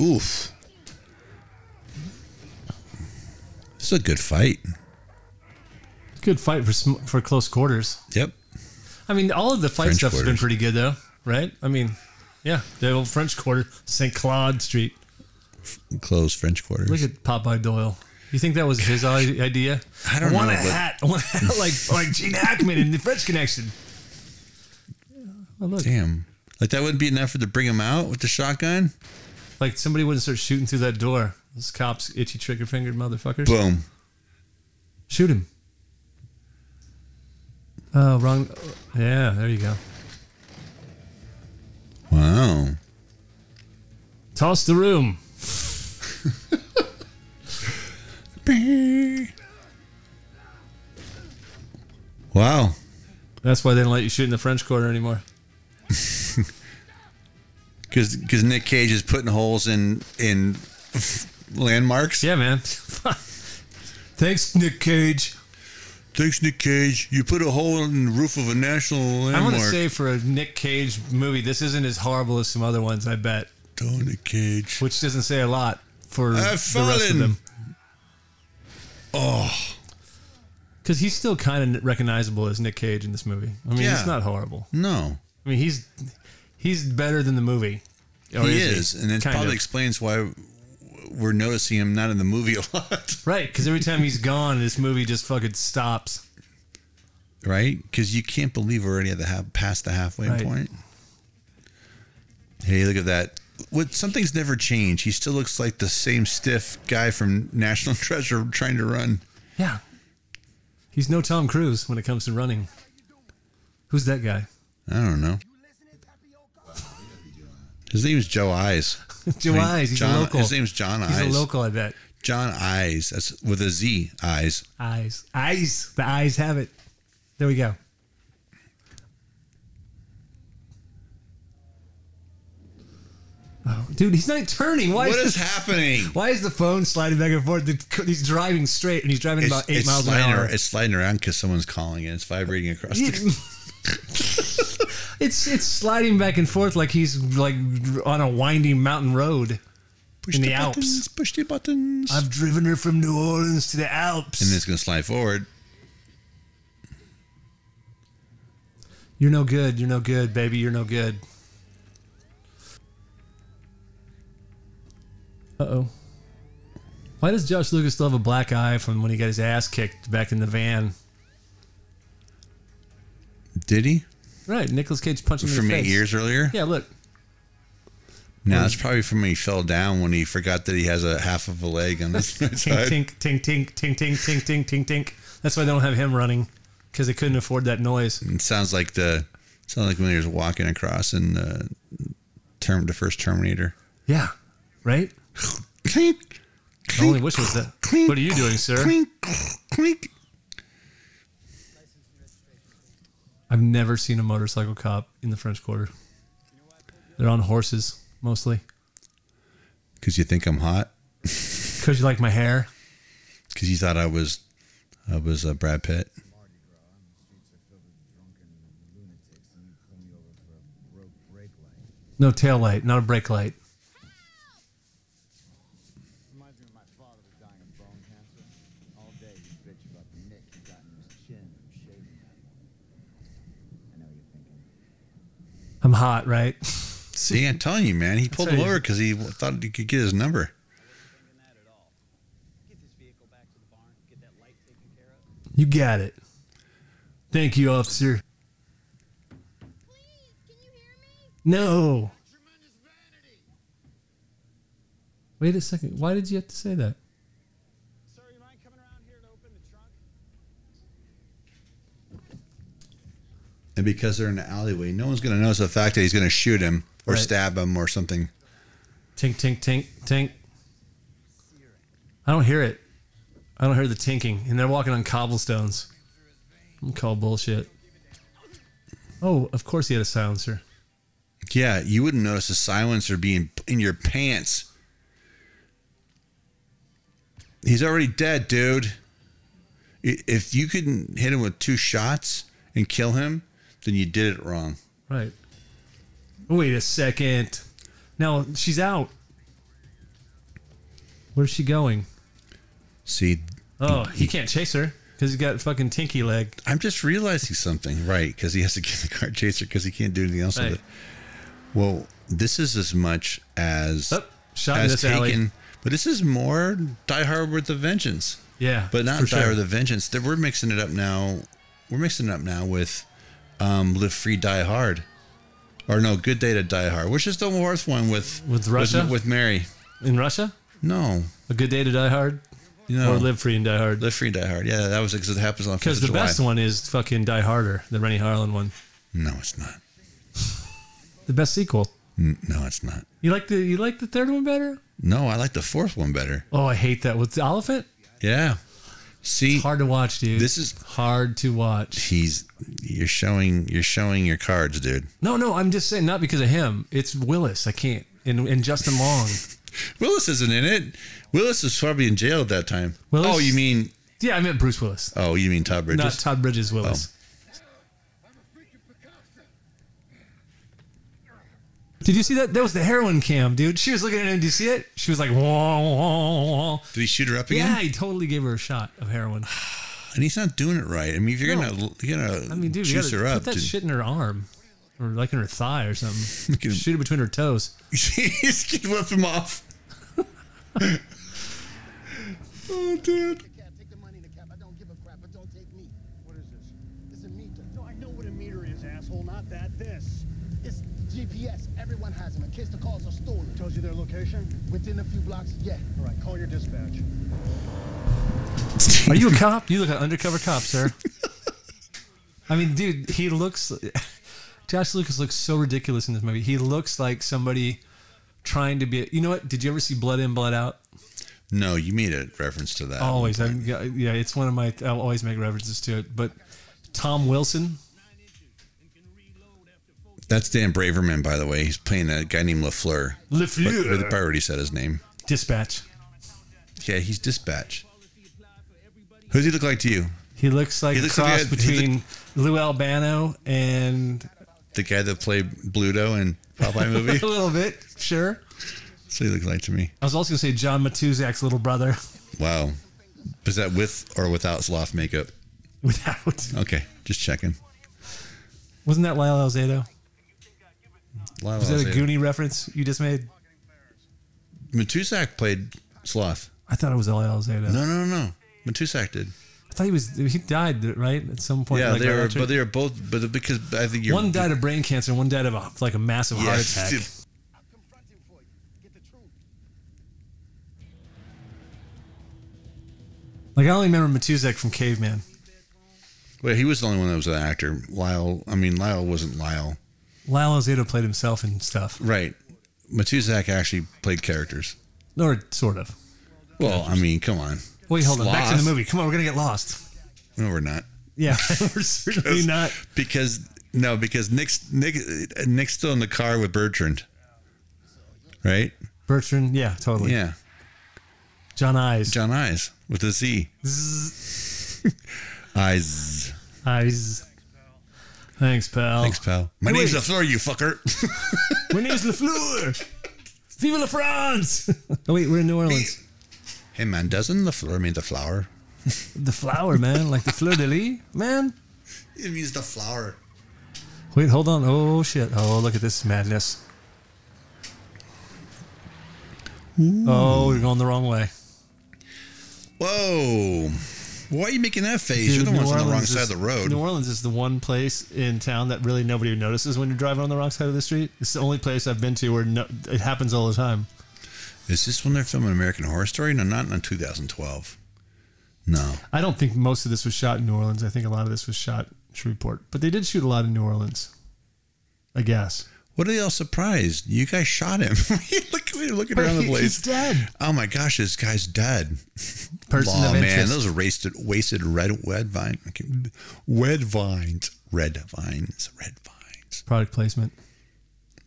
Speaker 1: Oof. This is a good fight.
Speaker 2: Good fight for sm- for close quarters.
Speaker 1: Yep.
Speaker 2: I mean, all of the fight
Speaker 1: French
Speaker 2: stuff's been
Speaker 1: quarters.
Speaker 2: pretty good though, right? I mean, yeah, the old French Quarter, Saint Claude Street.
Speaker 1: Close French quarters.
Speaker 2: Look at Popeye Doyle. You think that was his i- idea?
Speaker 1: I don't
Speaker 2: want
Speaker 1: know,
Speaker 2: a
Speaker 1: but-
Speaker 2: hat. I want a hat like like Gene Hackman in The French Connection. Oh, look,
Speaker 1: Damn. Like that wouldn't be an effort to bring him out with the shotgun.
Speaker 2: like somebody wouldn't start shooting through that door. Those cops, itchy trigger fingered motherfuckers.
Speaker 1: Boom.
Speaker 2: Shoot him. Oh, wrong. Yeah, there you go.
Speaker 1: Wow.
Speaker 2: Toss the room.
Speaker 1: Wow.
Speaker 2: That's why they don't let you shoot in the French Quarter anymore.
Speaker 1: Because because Nick Cage is putting holes in in landmarks.
Speaker 2: Yeah, man. Thanks, Nick Cage.
Speaker 1: Thanks, Nick Cage. You put a hole in the roof of a national
Speaker 2: I
Speaker 1: landmark.
Speaker 2: want to say for a Nick Cage movie, this isn't as horrible as some other ones, I bet,
Speaker 1: Oh, Nick Cage.
Speaker 2: which doesn't say a lot for
Speaker 1: I've
Speaker 2: the rest of
Speaker 1: fallen.
Speaker 2: them.
Speaker 1: Oh,
Speaker 2: Because he's still kind of recognizable as Nick Cage in this movie. I mean,
Speaker 1: Yeah.
Speaker 2: he's not horrible.
Speaker 1: no.
Speaker 2: I mean, he's he's better than the movie. Or
Speaker 1: he is, and it
Speaker 2: Oh, Kind
Speaker 1: probably
Speaker 2: of.
Speaker 1: explains why we're noticing him not in the movie a lot,
Speaker 2: Right, because every time he's gone, this movie just fucking stops.
Speaker 1: right? Because you can't believe we're already at the half, past the halfway
Speaker 2: Right.
Speaker 1: point. Hey, look at that! What something's never changed. He still looks like the same stiff guy from National Treasure trying to run.
Speaker 2: Yeah. He's no Tom Cruise when it comes to running. Who's that guy?
Speaker 1: I don't know. His name is Joe Eyes.
Speaker 2: Joe
Speaker 1: I mean,
Speaker 2: Eyes. He's
Speaker 1: John,
Speaker 2: a local.
Speaker 1: His name's John
Speaker 2: he's
Speaker 1: Eyes.
Speaker 2: a local, I bet.
Speaker 1: John Eyes. That's with a Z. Eyes.
Speaker 2: Eyes. Eyes. The eyes have it. There we go. Oh, dude, he's not turning. Why
Speaker 1: What
Speaker 2: is
Speaker 1: is
Speaker 2: this?
Speaker 1: happening?
Speaker 2: Why is the phone sliding back and forth? The- He's driving straight, and he's driving
Speaker 1: It's,
Speaker 2: about eight
Speaker 1: it's
Speaker 2: miles an
Speaker 1: sliding,
Speaker 2: hour.
Speaker 1: ar- it's sliding around because someone's calling and it's vibrating across
Speaker 2: Yeah.
Speaker 1: the.
Speaker 2: it's it's sliding back and forth like he's like on a winding mountain road.
Speaker 1: Push
Speaker 2: in
Speaker 1: the,
Speaker 2: the Alps.
Speaker 1: buttons. Push the buttons.
Speaker 2: I've driven her from New Orleans to the Alps.
Speaker 1: and it's gonna slide forward.
Speaker 2: You're no good. You're no good, baby. You're no good. Uh oh. Why does Josh Lucas still have a black eye from when he got his ass kicked back in the van?
Speaker 1: Did he?
Speaker 2: Right, Nicholas Cage punched him in
Speaker 1: From
Speaker 2: the
Speaker 1: eight
Speaker 2: face.
Speaker 1: years earlier?
Speaker 2: Yeah, look.
Speaker 1: No, that's probably from when he fell down when he forgot that he has a half of a leg on his right
Speaker 2: Tink,
Speaker 1: side.
Speaker 2: tink, tink, tink, tink, tink, tink, tink, tink, tink. That's why they don't have him running because they couldn't afford that noise.
Speaker 1: It sounds like the sounds like when he was walking across in uh, term the first Terminator.
Speaker 2: Yeah, right?
Speaker 1: Clink,
Speaker 2: I only wish it was that.
Speaker 1: clink,
Speaker 2: What are you doing, sir?
Speaker 1: clink, clink.
Speaker 2: I've never seen a motorcycle cop in the French Quarter. They're on horses mostly.
Speaker 1: Because you think I'm hot?
Speaker 2: Because you like my hair?
Speaker 1: Because you thought I was, I was uh, Brad Pitt.
Speaker 6: Mardi Gras, and the streets are filled with drunken lunatics, and you pull me over for a broke brake light.
Speaker 2: No tail light, not a brake light.
Speaker 6: Reminds me of my father was dying of bone cancer. All day he bitch about the nick he got in his chin from shaving that morning. I know you're thinking,
Speaker 2: I'm hot, right?
Speaker 1: See, I'm telling you, man, he pulled
Speaker 2: how
Speaker 1: him
Speaker 2: you-
Speaker 1: over because he thought he could get his number.
Speaker 7: thinking that at all. Get this vehicle back to the barn, get that light taken care of.
Speaker 2: You got it. Thank you, officer.
Speaker 5: Please, can you hear me?
Speaker 2: No. Wait a second. Why did you have to say that?
Speaker 7: Sir, you mind coming around here to open the trunk?
Speaker 1: And because they're in the alleyway, no one's going to notice the fact that he's going to shoot him or
Speaker 2: Right.
Speaker 1: stab him or something.
Speaker 2: Tink, tink, tink, tink. I don't hear it. I don't hear the tinking. And they're walking on cobblestones. I'm gonna call bullshit. Oh, of course he had a silencer.
Speaker 1: Yeah, you wouldn't notice a silencer being in your pants. He's already dead, dude. I- If you couldn't hit him with two shots and kill him, then you did it wrong.
Speaker 2: Right. Wait a second. No, she's out. Where's she going?
Speaker 1: See,
Speaker 2: Oh, he can't chase her because he's got fucking tinky leg.
Speaker 1: I'm just realizing something, right? Because he has to get the car chaser because he can't do anything else
Speaker 2: Right.
Speaker 1: with it. Well, this is as much as
Speaker 2: Oh, shot in
Speaker 1: as
Speaker 2: this
Speaker 1: taken,
Speaker 2: alley.
Speaker 1: but this is more Die Hard with a Vengeance.
Speaker 2: Yeah,
Speaker 1: But not
Speaker 2: for
Speaker 1: Die
Speaker 2: sure.
Speaker 1: Hard with a Vengeance. That we're mixing it up now. We're mixing it up now with um, Live Free Die Hard, or no Good Day to Die Hard, which is the worst one with
Speaker 2: With Russia?
Speaker 1: with, Mary.
Speaker 2: in Russia.
Speaker 1: No,
Speaker 2: A good day to die hard
Speaker 1: you know,
Speaker 2: or live free and die hard.
Speaker 1: Live Free Die Hard. Yeah, that was because it happens on the
Speaker 2: Because
Speaker 1: 4th
Speaker 2: the
Speaker 1: of July.
Speaker 2: best one is fucking Die Harder, the Rennie Harlan one,
Speaker 1: No, it's not.
Speaker 2: the best sequel.
Speaker 1: N- No, it's not.
Speaker 2: You like the you like the third one better?
Speaker 1: No, I like the fourth one better.
Speaker 2: Oh, I hate that with the elephant.
Speaker 1: Yeah. See,
Speaker 2: It's hard to watch, dude.
Speaker 1: This is-
Speaker 2: hard to watch.
Speaker 1: he's you're showing you're showing your cards, dude.
Speaker 2: No, no, I'm just saying not because of him. It's Willis. I can't. And and Justin Long.
Speaker 1: Willis isn't in it. Willis was probably in jail at that time.
Speaker 2: Willis?
Speaker 1: Oh, you mean
Speaker 2: yeah, I meant Bruce Willis,
Speaker 1: oh, you mean Todd Bridges? Oh.
Speaker 2: not Todd Bridges Willis. Did you see that? That was the heroin cam, dude. She was looking at him. Did you see it? She was like, wah, wah, wah.
Speaker 1: Did he shoot her up again?
Speaker 2: Yeah, he totally gave her a shot of heroin.
Speaker 1: And he's not doing it right. I mean, if you're
Speaker 2: No.
Speaker 1: gonna you're gonna
Speaker 2: I mean, dude, you
Speaker 1: juice
Speaker 2: gotta
Speaker 1: her up.
Speaker 2: put that
Speaker 1: to-
Speaker 2: shit in her arm or like in her thigh or something.
Speaker 1: Look at him.
Speaker 2: Shoot it between her toes.
Speaker 1: He's gonna whip him off. oh, dude.
Speaker 8: Take the money in the cap. I don't give a crap, but don't take me.
Speaker 3: What is this?
Speaker 8: It's a meter.
Speaker 3: No, I know what a meter is, asshole. Not that. This
Speaker 8: It's GPS. Everyone has them in case the calls are stolen.
Speaker 3: tells you their location.
Speaker 8: Within a few blocks, yeah.
Speaker 3: All right, call your dispatch.
Speaker 2: Are you a cop? You look like an undercover cop, sir. I mean, dude, he looks. Josh Lucas looks so ridiculous in this movie. He looks like somebody trying to be. You know what? Did you ever see Blood In, Blood Out?
Speaker 1: No, you made a reference to that.
Speaker 2: Always. I'm, yeah, yeah, it's one of my. I'll always make references to it. But Tom Wilson.
Speaker 1: That's Dan Braverman, by the way. He's playing a guy named LaFleur. But or the
Speaker 2: LeFleur.
Speaker 1: part already said his name.
Speaker 2: Dispatch.
Speaker 1: Yeah, he's dispatch. Who does he look like to you?
Speaker 2: He looks like
Speaker 1: He
Speaker 2: a
Speaker 1: looks like
Speaker 2: cross
Speaker 1: a- he
Speaker 2: between Lou Albano and
Speaker 1: The guy that played Bluto in Popeye movie?
Speaker 2: a little bit, sure.
Speaker 1: so he looks like to me.
Speaker 2: I was also gonna say John Matuzak's little brother
Speaker 1: Wow. Is that with or without sloth makeup?
Speaker 2: without.
Speaker 1: Okay, just checking.
Speaker 2: Wasn't that Lyle Alzado?
Speaker 1: Lyle
Speaker 2: Was that a
Speaker 1: Alzado.
Speaker 2: Goonie reference you just made?
Speaker 1: Matusak played sloth.
Speaker 2: I thought it was Lyle Alzado.
Speaker 1: No, no, no, no. Matusak did.
Speaker 2: I thought he was he died right at some point.
Speaker 1: yeah,
Speaker 2: like,
Speaker 1: they
Speaker 2: right
Speaker 1: were,
Speaker 2: after-
Speaker 1: but they were both, but because I think you're
Speaker 2: one died of brain cancer, and one died of a, like a massive
Speaker 1: Yeah,
Speaker 2: heart attack.
Speaker 8: I'll confront him for you. Get the truth.
Speaker 2: Like I only remember Matuzak from Caveman.
Speaker 1: Well, he was the only one that was an actor. Lyle, I mean, Lyle wasn't Lyle.
Speaker 2: Lyle Alzado played himself and stuff,
Speaker 1: Right. Matusak actually played characters.
Speaker 2: or sort of.
Speaker 1: Well, I mean, come on.
Speaker 2: Wait, hold on. Back to the
Speaker 1: Sloth?
Speaker 2: movie. Come on, we're gonna get lost.
Speaker 1: No, we're not.
Speaker 2: Yeah, we're certainly not.
Speaker 1: because no, because Nick's Nick uh, Nick's still in the car with Bertrand, right?
Speaker 2: Bertrand. Yeah, totally.
Speaker 1: Yeah,
Speaker 2: John Eyes.
Speaker 1: John Eyes with a Z.
Speaker 2: Zzz.
Speaker 1: Eyes.
Speaker 2: Eyes. Thanks, pal.
Speaker 1: Thanks, pal. My
Speaker 2: Wait.
Speaker 1: name's LaFleur, you fucker.
Speaker 2: My name's LeFleur. Vive la France. oh, wait, we're in New Orleans.
Speaker 1: hey, man, doesn't LaFleur mean the flower?
Speaker 2: The flower, man. Like the fleur de lis, man.
Speaker 1: It means the flower.
Speaker 2: Wait, hold on. Oh, shit. Oh, look at this madness. Oh, we're going the wrong way.
Speaker 1: Whoa. Why are you making that face? You're the
Speaker 2: New
Speaker 1: one's on the wrong
Speaker 2: Orleans
Speaker 1: side
Speaker 2: is-
Speaker 1: of the road.
Speaker 2: New Orleans is the one place in town that really nobody notices when you're driving on the wrong side of the street. It's the only place I've been to where no, it happens all the time.
Speaker 1: Is this when they're filming American Horror Story? No, not in 2012. No.
Speaker 2: I don't think most of this was shot in New Orleans. I think a lot of this was shot in Shreveport, but they did shoot a lot in New Orleans. I guess.
Speaker 1: What are y'all surprised? You guys shot him. look, we're looking around the place.
Speaker 2: He's dead.
Speaker 1: Oh my gosh, this guy's dead.
Speaker 2: Person
Speaker 1: Aw,
Speaker 2: of
Speaker 1: man,
Speaker 2: interest.
Speaker 1: those are wasted, wasted red red vine, okay, red vines, red vines, red vines.
Speaker 2: Product placement.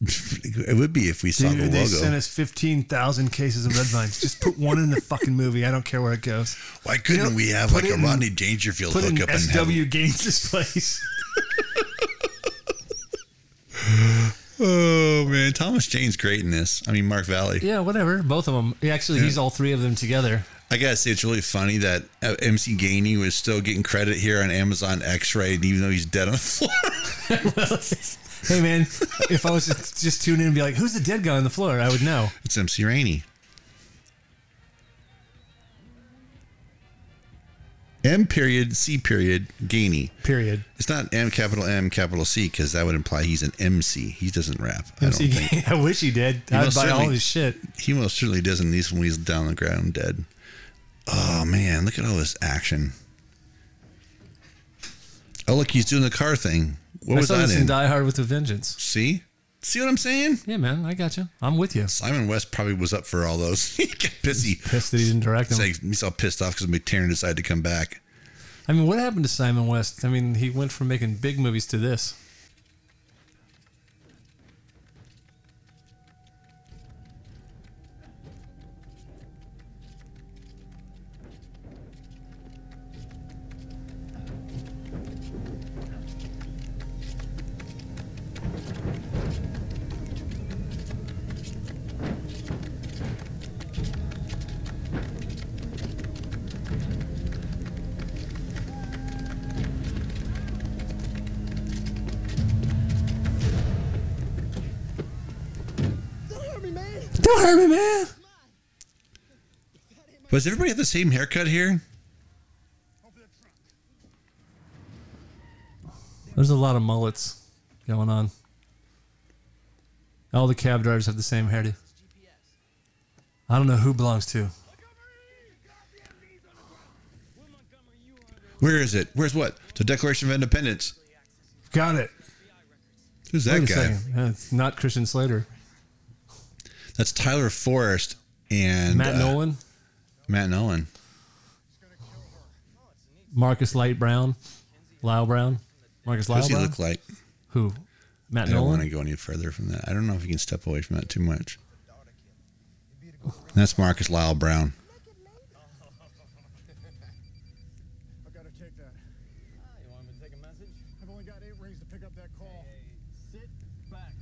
Speaker 1: it would be if we saw
Speaker 2: Dude,
Speaker 1: the
Speaker 2: they sent
Speaker 1: logo.
Speaker 2: us 15,000 cases of Red Vines. Just put one in the fucking movie. I don't care where it goes.
Speaker 1: Why couldn't
Speaker 2: you know,
Speaker 1: we have
Speaker 2: put
Speaker 1: like a
Speaker 2: it in-
Speaker 1: Rodney Dangerfield
Speaker 2: Put in
Speaker 1: hookup and have
Speaker 2: SW Gaines' place.
Speaker 1: Oh man, Thomas Jane's great in this. I mean, Mark Valley.
Speaker 2: yeah, whatever. Both of them. Actually, he's all three of them together.
Speaker 1: I gotta say, it's really funny that uh, MC Gainey was still getting credit here on Amazon X-Ray, even though he's dead on the floor.
Speaker 2: hey, man, if I was to just tune in and be like, who's the dead guy on the floor? I would know.
Speaker 1: it's MC Rainey. M period C period Gainey.
Speaker 2: Period.
Speaker 1: It's not M capital M capital C because that would imply he's an MC. He doesn't rap. I
Speaker 2: MC
Speaker 1: don't think
Speaker 2: Gaines. I wish he did.
Speaker 1: You
Speaker 2: I'd
Speaker 1: most
Speaker 2: buy all
Speaker 1: certainly-
Speaker 2: his shit.
Speaker 1: he most certainly doesn't. in These when he's down on the ground dead. Oh man, look at all this action. Oh look, he's doing the car thing. What
Speaker 2: I
Speaker 1: was
Speaker 2: saw
Speaker 1: that
Speaker 2: this
Speaker 1: in?
Speaker 2: in Die Hard with a Vengeance.
Speaker 1: See, see what I'm saying?
Speaker 2: Yeah, man, I got you. I'm with you.
Speaker 1: Simon West probably was up for all those. he got pissy.
Speaker 2: Pissed that he didn't direct
Speaker 1: He's,
Speaker 2: him.
Speaker 1: like, he's all pissed off because McTiernan decided to come back.
Speaker 2: I mean, what happened to Simon West? I mean, he went from making big movies to this. Don't hurt me, man.
Speaker 1: Was everybody have the same haircut here?
Speaker 2: There's a lot of mullets going on. All the cab drivers have the same hairdo. I don't know who belongs to.
Speaker 1: Where is it? Where's what? The Declaration of Independence.
Speaker 2: Got it.
Speaker 1: Who's that
Speaker 2: Wait a
Speaker 1: guy?
Speaker 2: second. That's not Christian Slater.
Speaker 1: That's Tyler Forrest and
Speaker 2: Matt
Speaker 1: uh,
Speaker 2: Nolan,
Speaker 1: Matt Nolan.
Speaker 2: Marcus Light Brown, Lyle Brown, Marcus
Speaker 1: What
Speaker 2: Lyle
Speaker 1: does he
Speaker 2: Brown.
Speaker 1: look like?
Speaker 2: who? Matt
Speaker 1: I don't want
Speaker 2: Nolan.
Speaker 1: to go any further from that. I don't know if you can step away from that too much. That's Marcus Lyle Brown.
Speaker 8: I gotta take that.
Speaker 7: Ah, you want me to take a message?
Speaker 8: I've only got eight rings to pick up that call.
Speaker 7: Hey, sit back.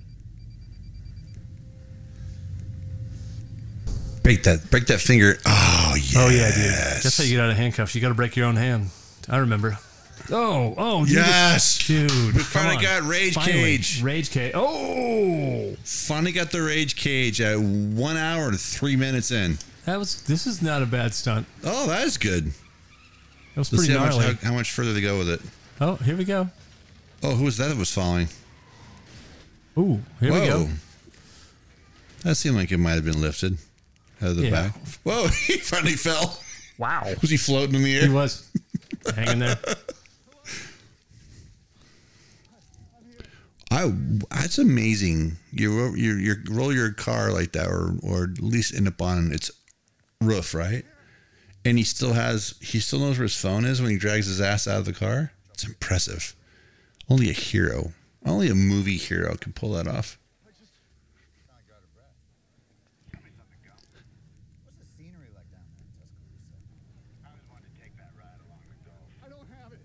Speaker 1: Break that, break that finger. Oh yeah.
Speaker 2: Oh yeah, dude. That's how you get out of handcuffs. You got to break your own hand. I remember. Oh, oh, dude.
Speaker 1: Yes!
Speaker 2: dude.
Speaker 1: We
Speaker 2: come
Speaker 1: finally
Speaker 2: on.
Speaker 1: got Rage Cage.
Speaker 2: Rage cage. Oh,
Speaker 1: Finally got the rage cage at one hour and three minutes in.
Speaker 2: that was. This is not a bad stunt.
Speaker 1: Oh, that is good.
Speaker 2: That was
Speaker 1: Let's
Speaker 2: pretty
Speaker 1: see how much,
Speaker 2: gnarly.
Speaker 1: how, how much further they go with it.
Speaker 2: Oh, here we go.
Speaker 1: Oh, who was that that was falling?
Speaker 2: Ooh, here we go.
Speaker 1: That seemed like it might have been lifted out of the
Speaker 2: Yeah.
Speaker 1: back. Whoa, he finally fell.
Speaker 2: Wow.
Speaker 1: Was he floating in the air?
Speaker 2: He was hanging there.
Speaker 1: I that's amazing. You ro- you you roll your car like that, or or at least end up on its roof, right? And he still has he still knows where his phone is when he drags his ass out of the car. It's impressive. Only a hero, only a movie hero can pull that off.
Speaker 6: What's the scenery like down there in Tuscaloosa?
Speaker 3: I always wanted to take that ride along McDowell.
Speaker 8: I don't have it.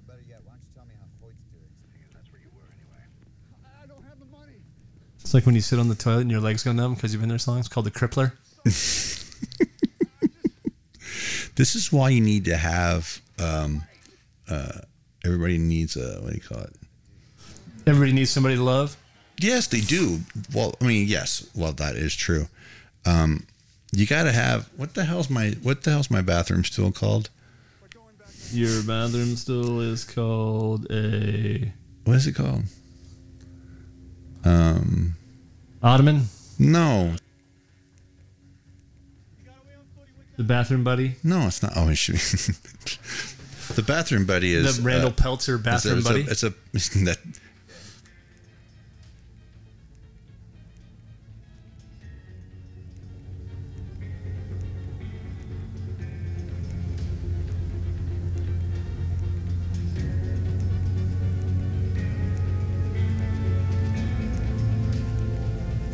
Speaker 6: Or better yet, why don't you tell me how Hoyt's doing?
Speaker 3: Because that's where you were anyway.
Speaker 8: I- I don't have the money.
Speaker 2: It's like when you sit on the toilet and your legs go numb because you've been there so long. It's called the crippler.
Speaker 1: This is why you need to have um, uh, everybody needs a what do you call it?
Speaker 2: Everybody needs somebody to love.
Speaker 1: Yes, they do. Well, I mean, yes. Well, that is true. Um, you got to have what the hell's my what the hell's my bathroom still called?
Speaker 2: Your bathroom still is called a
Speaker 1: What is it called?
Speaker 2: ottoman.
Speaker 1: No,
Speaker 2: The bathroom buddy.
Speaker 1: no, it's not. Oh, it should be. the bathroom buddy is
Speaker 2: the Randall
Speaker 1: uh,
Speaker 2: Peltzer
Speaker 1: it's a-
Speaker 2: bathroom
Speaker 1: it's a-
Speaker 2: buddy.
Speaker 1: It's a, that.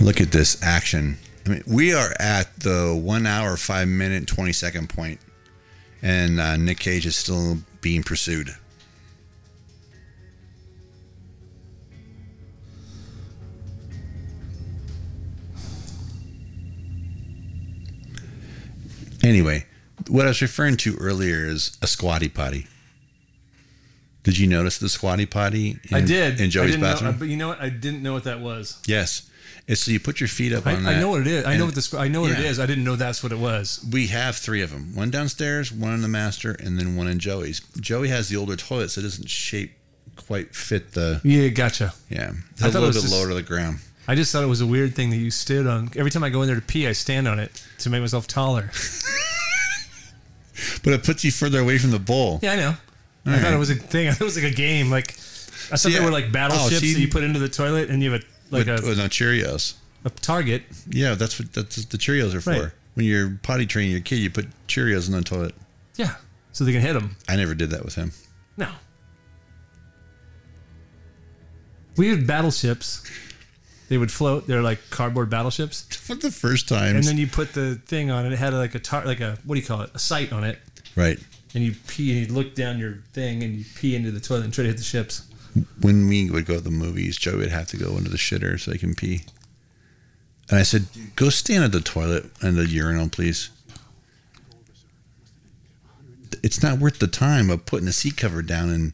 Speaker 1: Look at this action. I mean, we are at the one hour, five minute, 20 second point, and uh, Nick Cage is still being pursued. Anyway, what I was referring to earlier is a squatty potty. Did you notice the squatty potty? In,
Speaker 2: I did.
Speaker 1: in
Speaker 2: I
Speaker 1: Joey's
Speaker 2: didn't
Speaker 1: bathroom.
Speaker 2: Know, but you know what? I didn't know what that was.
Speaker 1: yes, it's so you put your feet up
Speaker 2: I,
Speaker 1: on that.
Speaker 2: I know what it is. I
Speaker 1: and-
Speaker 2: know what this. I know what it
Speaker 1: Yeah.
Speaker 2: is. I didn't know that's what it was.
Speaker 1: we have three of them one downstairs one in the master and then one in joey's joey has the older toilet so it doesn't shape quite fit the
Speaker 2: Yeah, gotcha.
Speaker 1: yeah it's
Speaker 2: I
Speaker 1: a
Speaker 2: thought it
Speaker 1: little
Speaker 2: was
Speaker 1: bit
Speaker 2: just-
Speaker 1: lower to the ground
Speaker 2: I just thought it was a weird thing that you stood on. Every time I go in there to pee, I stand on it to make myself taller.
Speaker 1: but it puts you further away from the bowl
Speaker 2: Yeah, I know. I
Speaker 1: All
Speaker 2: thought
Speaker 1: right.
Speaker 2: it was a thing. I thought it was like a game. Like I thought
Speaker 1: See,
Speaker 2: they were
Speaker 1: I-
Speaker 2: like battleships
Speaker 1: oh, see-
Speaker 2: that you put into the toilet and you have a like
Speaker 1: with,
Speaker 2: a,
Speaker 1: with no cheerios
Speaker 2: a target.
Speaker 1: yeah that's what that's what the cheerios are for
Speaker 2: Right.
Speaker 1: when you're potty training your kid you put cheerios in the toilet
Speaker 2: Yeah, so they can hit them.
Speaker 1: i never did that with him
Speaker 2: No. We had battleships. They would float. They're like cardboard battleships,
Speaker 1: what the first time
Speaker 2: and then you put the thing on, and it had like a tar- like a what do you call it? A sight on it,
Speaker 1: right
Speaker 2: and you pee, and you look down your thing, and you pee into the toilet and try to hit the ships.
Speaker 1: when we would go to the movies, Joey would have to go into the shitter so he can pee. And I said, "Go stand at the toilet and the urinal, please." It's not worth the time of putting a seat cover down and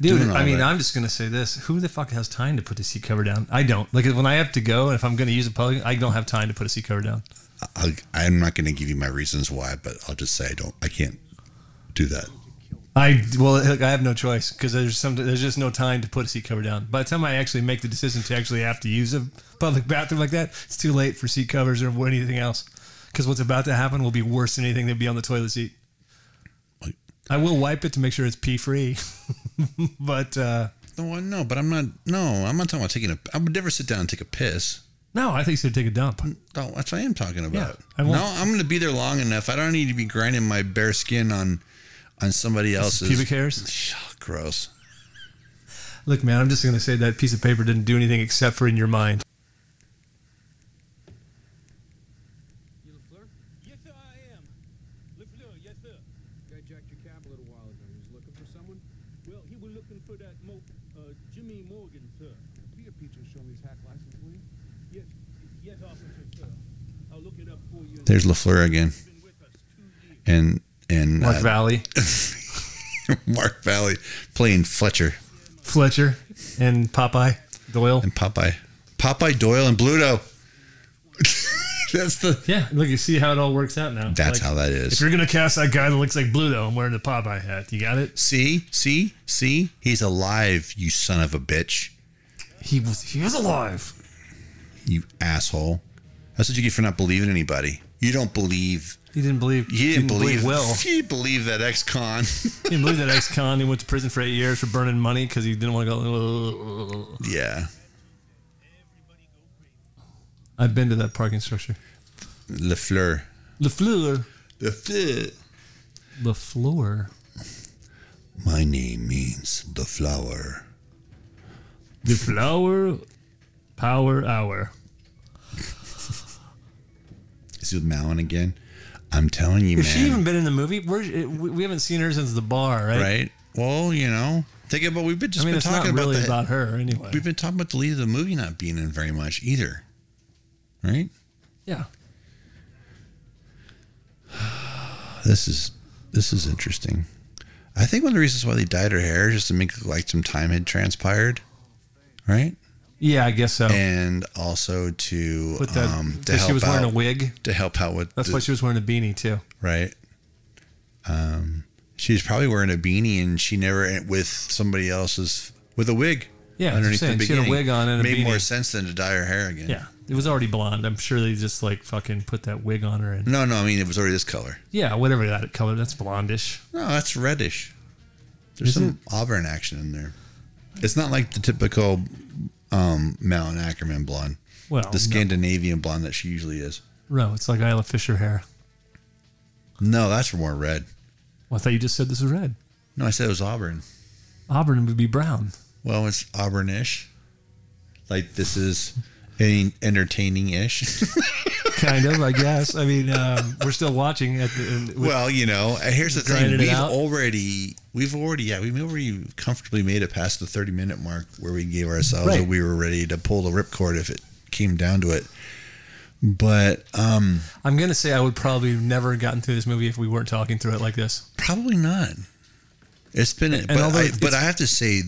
Speaker 2: Dude,
Speaker 1: doing all
Speaker 2: I mean,
Speaker 1: that.
Speaker 2: I'm just gonna say this: Who the fuck has time to put the seat cover down? I don't. Like when I have to go, and if I'm gonna use a public, I don't have time to put a seat cover down.
Speaker 1: I'll, I'm not going to give you my reasons why, but I'll just say I don't. I can't do that.
Speaker 2: I well, look, I have no choice because there's some there's just no time to put a seat cover down. By the time I actually make the decision to actually have to use a public bathroom like that, it's too late for seat covers or anything else. Because what's about to happen will be worse than anything that'd be on the toilet seat.
Speaker 1: Like-
Speaker 2: I will wipe it to make sure it's pee free, but uh,
Speaker 1: No, I- no, but I'm not. No, I'm not talking about taking a. I would never sit down and take a piss.
Speaker 2: no, I think you should take a dump.
Speaker 1: No, that's what I am talking about.
Speaker 2: I won't.
Speaker 1: no, I'm going to be there long enough. I don't need to be grinding my bare skin on on somebody else's
Speaker 2: Pubic hairs.
Speaker 1: Ugh, gross.
Speaker 2: Look, man, I'm just going to say that piece of paper didn't do anything except for in your mind.
Speaker 7: You LeFleur?
Speaker 9: Yes, sir, I am. LeFleur, yes, sir.
Speaker 7: Guy jacked your cab a little while ago. He was looking for someone?
Speaker 9: Well, he was looking for that mo, uh, Jimmy Morgan, sir.
Speaker 8: Be a peach and show me his hack license, will you?
Speaker 9: Yes, yes, officer, sir. I'll look it up for you.
Speaker 1: There's Lafleur again,
Speaker 9: He's been with us two years.
Speaker 1: and and
Speaker 2: Mark
Speaker 1: uh,
Speaker 2: Valley,
Speaker 1: Mark Valley playing Fletcher
Speaker 2: Fletcher, and Popeye Doyle.
Speaker 1: and Popeye, Popeye Doyle and Bluto. that's the.
Speaker 2: Yeah, look, you see how it all works out now.
Speaker 1: That's
Speaker 2: Like,
Speaker 1: how that
Speaker 2: If
Speaker 1: is.
Speaker 2: you're gonna cast that guy that looks like Bluto, I'm wearing the Popeye hat. You got it?
Speaker 1: See, see, see. He's alive, you son of a bitch,
Speaker 2: He was he was alive.
Speaker 1: you asshole. That's what you get for not believing anybody. You don't believe.
Speaker 2: He didn't believe.
Speaker 1: You didn't, believe.
Speaker 2: Will.
Speaker 1: You didn't believe that ex-con.
Speaker 2: he didn't believe that ex-con. He went to prison for eight years for burning money because he didn't want to go. uh,
Speaker 1: yeah.
Speaker 2: I've been to that parking structure.
Speaker 1: Lafleur.
Speaker 2: Lafleur.
Speaker 1: Lafleur.
Speaker 2: Lafleur.
Speaker 1: My name means the flower.
Speaker 2: The flower power hour.
Speaker 1: Is it Malin again? I'm telling you, man.
Speaker 2: Has she even been in the movie? We're, it, we we haven't seen her since the bar, right?
Speaker 1: right? Well, you know, think about we've been just
Speaker 2: I mean,
Speaker 1: been
Speaker 2: it's not
Speaker 1: talking
Speaker 2: really
Speaker 1: about, the,
Speaker 2: about her anyway.
Speaker 1: we've been talking about the lead of the movie not being in very much either, right?
Speaker 2: Yeah.
Speaker 1: This is this is interesting. I think one of the reasons why they dyed her hair is just to make it look like some time had transpired, right?
Speaker 2: Yeah, I guess so.
Speaker 1: And also to
Speaker 2: But Oh. that,
Speaker 1: um, to
Speaker 2: 'cause
Speaker 1: help
Speaker 2: she was
Speaker 1: out
Speaker 2: wearing a wig.
Speaker 1: to help out with
Speaker 2: That's
Speaker 1: the-
Speaker 2: why she was wearing a beanie too.
Speaker 1: right? Um, she's probably wearing a beanie, and she never eh, with somebody else's with a wig.
Speaker 2: Yeah, that's what I'm saying. She had a
Speaker 1: beginning.
Speaker 2: wig on and a
Speaker 1: made more
Speaker 2: beanie.
Speaker 1: sense than to dye her hair again.
Speaker 2: Yeah, it was already blonde. I'm sure they just like fucking put that wig on her and
Speaker 1: No, no, I mean it was already this color.
Speaker 2: yeah, whatever that color. That's blondish.
Speaker 1: No, that's reddish. There's
Speaker 2: Is
Speaker 1: some auburn action in there. It's not like the typical um, Malin Ackerman blonde,
Speaker 2: Well,
Speaker 1: the Scandinavian blonde that she usually is.
Speaker 2: no, no, it's like Isla Fisher hair.
Speaker 1: No, that's more red.
Speaker 2: Well, I thought you just said this was red.
Speaker 1: No, I said it was auburn.
Speaker 2: Auburn would be brown.
Speaker 1: Well, it's auburnish. Like this is Any entertaining ish.
Speaker 2: kind of, I guess. I mean, um, we're still watching at the. With,
Speaker 1: well, you know, and here's the thing:
Speaker 2: Grinded it
Speaker 1: we've
Speaker 2: out?
Speaker 1: already, we've already, yeah, we've already comfortably made it past the 30 minute mark where we gave ourselves
Speaker 2: Right.
Speaker 1: that we were ready to pull the ripcord if it came down to it. But um
Speaker 2: I'm gonna say I would probably never have gotten through this movie if we weren't talking through it like this.
Speaker 1: probably not. It's been, but
Speaker 2: although
Speaker 1: I,
Speaker 2: it's-
Speaker 1: but I have to say,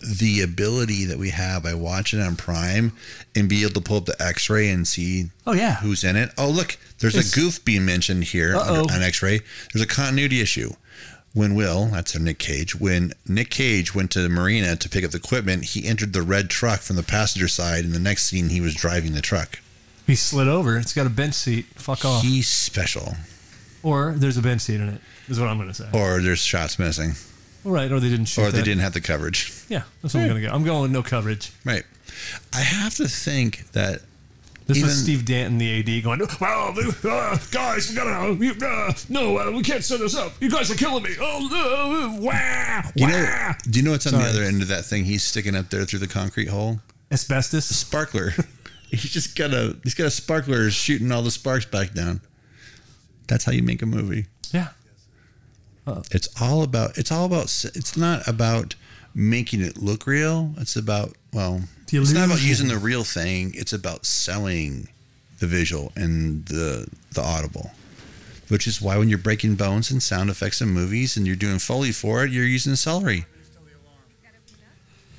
Speaker 1: the ability that we have by watching on Prime and be able to pull up the X-ray and see
Speaker 2: Oh yeah,
Speaker 1: who's in it. Oh, look, there's
Speaker 2: It's-
Speaker 1: a goof being mentioned here
Speaker 2: Uh-oh.
Speaker 1: on, on X-ray. There's a continuity issue. When Will, that's a Nick Cage, when Nick Cage went to the marina to pick up the equipment, he entered the red truck from the passenger side, and the next scene he was driving the truck.
Speaker 2: he slid over. It's got a bench seat. Fuck off.
Speaker 1: He's special,
Speaker 2: or there's a bench seat in it. Is what I'm gonna say.
Speaker 1: or there's shots missing,
Speaker 2: right. Or they didn't shoot.
Speaker 1: or they
Speaker 2: that.
Speaker 1: didn't have the coverage.
Speaker 2: Yeah, that's what I'm gonna go. I'm going with no coverage.
Speaker 1: Right. I have to think that
Speaker 2: This was
Speaker 1: Even-
Speaker 2: Steve Danton, the AD, going, oh, uh, guys, we gotta, uh, no, uh, we can't set this up. You guys are killing me. Oh, uh, wah,
Speaker 1: you
Speaker 2: wah.
Speaker 1: know. Do you know what's on the
Speaker 2: Sorry.
Speaker 1: other end of that thing? He's sticking up there through the concrete hole.
Speaker 2: Asbestos.
Speaker 1: Sparkler. he's just got a he's got a sparkler shooting all the sparks back down. That's how you make a movie.
Speaker 2: Yeah.
Speaker 1: It's all about it's all about s- it's not about making it look real. It's about well,
Speaker 2: The
Speaker 1: it's not about
Speaker 2: illusion.
Speaker 1: using the real thing. It's about selling the visual and the the audible. Which is why when you're breaking bones and sound effects in movies and you're doing foley for it, you're using celery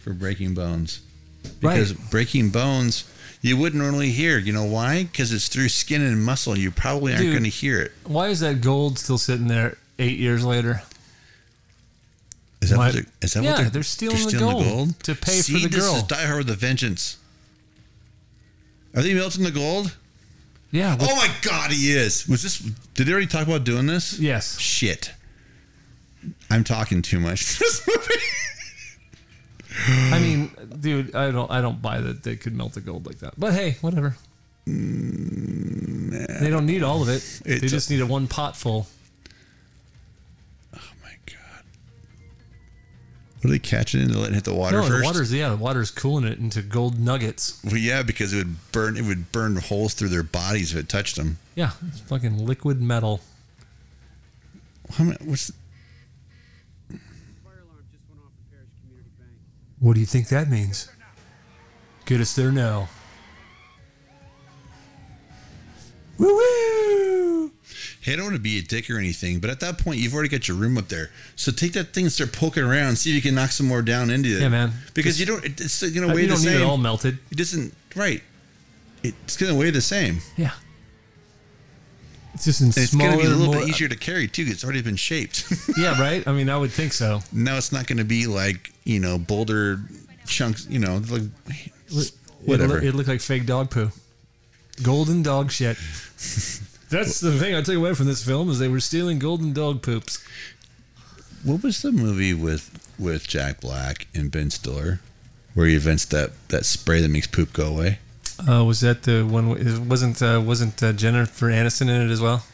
Speaker 1: for breaking bones. Because breaking bones you wouldn't normally hear. You know why? Because it's through skin and muscle. You probably aren't
Speaker 2: Dude.
Speaker 1: going to hear it.
Speaker 2: Why is that gold still sitting there eight years later?
Speaker 1: Is that
Speaker 2: My-
Speaker 1: what they're, is that
Speaker 2: Yeah,
Speaker 1: what they're,
Speaker 2: they're stealing the gold to pay for
Speaker 1: See,
Speaker 2: the
Speaker 1: This
Speaker 2: girl.
Speaker 1: is Die Hard with a Vengeance. Are they melting the gold?
Speaker 2: Yeah. with-
Speaker 1: Oh my God, he is. Was this? Did they already talk about doing this?
Speaker 2: Yes.
Speaker 1: Shit. I'm talking too much. This movie.
Speaker 2: I mean, dude, I don't, I don't buy that they could melt the gold like that. But hey, whatever.
Speaker 1: Mm,
Speaker 2: They don't need all of it.
Speaker 1: It's
Speaker 2: they
Speaker 1: a-
Speaker 2: just need a one pot full.
Speaker 1: oh my God. What are they catching it to let it hit the water
Speaker 2: No,
Speaker 1: first?
Speaker 2: the water's yeah, the water's cooling it into gold nuggets.
Speaker 1: Well, yeah, because it would burn. It would burn holes through their bodies if it touched them.
Speaker 2: Yeah, it's fucking liquid metal.
Speaker 1: How many- What's
Speaker 7: Fire alarm just went off at Parish Community Bank.
Speaker 2: What do you think that means? Get us there now. Woo woo!
Speaker 1: Hey, I don't want to be a dick or anything, but at that point, you've already got your room up there. So take that thing and start poking around, see if you can knock some more down into it.
Speaker 2: Yeah, man.
Speaker 1: Because you don't, it- it's going to
Speaker 2: You
Speaker 1: weigh the
Speaker 2: don't need it all
Speaker 1: same.
Speaker 2: melted.
Speaker 1: It doesn't, right. It's going to weigh the same.
Speaker 2: Yeah. It's just in
Speaker 1: And it's
Speaker 2: smaller.
Speaker 1: going to be a little
Speaker 2: more-
Speaker 1: bit easier to carry, too. 'cause It's already been shaped.
Speaker 2: Yeah, right. I mean, I would think so.
Speaker 1: now it's not going to be like, you know, boulder chunks, you know, like,
Speaker 2: It,
Speaker 1: whatever.
Speaker 2: loo- it looked like fake dog poo. Golden dog shit. That's the thing I took away from this film is they were stealing golden dog poops.
Speaker 1: what was the movie with with Jack Black and Ben Stiller where he invents that, that spray that makes poop go away?
Speaker 2: Uh, was that the one? It wasn't uh, wasn't uh, Jennifer Aniston in it as well?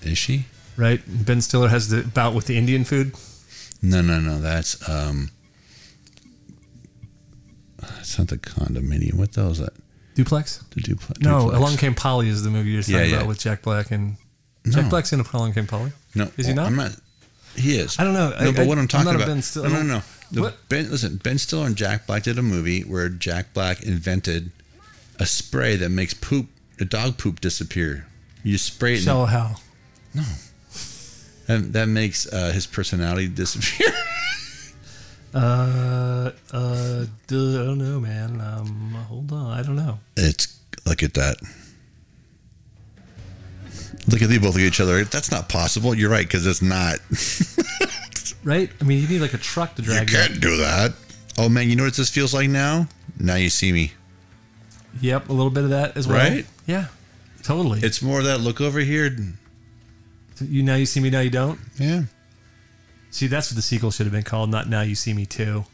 Speaker 1: Is she?
Speaker 2: Right. Ben Stiller has the bout with the Indian food.
Speaker 1: No, no, no. That's um. It's not the condominium. What the hell is that?
Speaker 2: Duplex.
Speaker 1: The duplex.
Speaker 2: No,
Speaker 1: duplex.
Speaker 2: Along Came Polly is the movie you're talking
Speaker 1: Yeah, yeah.
Speaker 2: about with Jack Black and
Speaker 1: No.
Speaker 2: Jack Black's in Along Came Polly.
Speaker 1: No,
Speaker 2: is he not?
Speaker 1: I'm not. He is.
Speaker 2: I don't know.
Speaker 1: No,
Speaker 2: I-
Speaker 1: but
Speaker 2: I-
Speaker 1: what I'm
Speaker 2: I'm
Speaker 1: talking
Speaker 2: not a
Speaker 1: about.
Speaker 2: Ben Still-
Speaker 1: no, no, no. The
Speaker 2: What?
Speaker 1: Ben, listen, Ben Stiller and Jack Black did a movie where Jack Black invented a spray that makes poop, the dog poop, disappear. You spray it,
Speaker 2: Shallow
Speaker 1: and
Speaker 2: Hal.
Speaker 1: that, that makes uh, his personality disappear.
Speaker 2: Uh, uh, duh, I don't know, man. Um, hold on, I don't know.
Speaker 1: It's look at that. Look at they both look at each other. That's not possible. You're right because it's not.
Speaker 2: Right? I mean, you need like a truck to
Speaker 1: You
Speaker 2: drag that.
Speaker 1: can't do that. Oh man, you know what this feels like now? Now you see me.
Speaker 2: Yep, a little bit of that as well.
Speaker 1: Right?
Speaker 2: Yeah, totally.
Speaker 1: It's more of that look over here.
Speaker 2: you now you see me, now you don't.
Speaker 1: Yeah.
Speaker 2: See, that's what the sequel should have been called. Not now you see me too.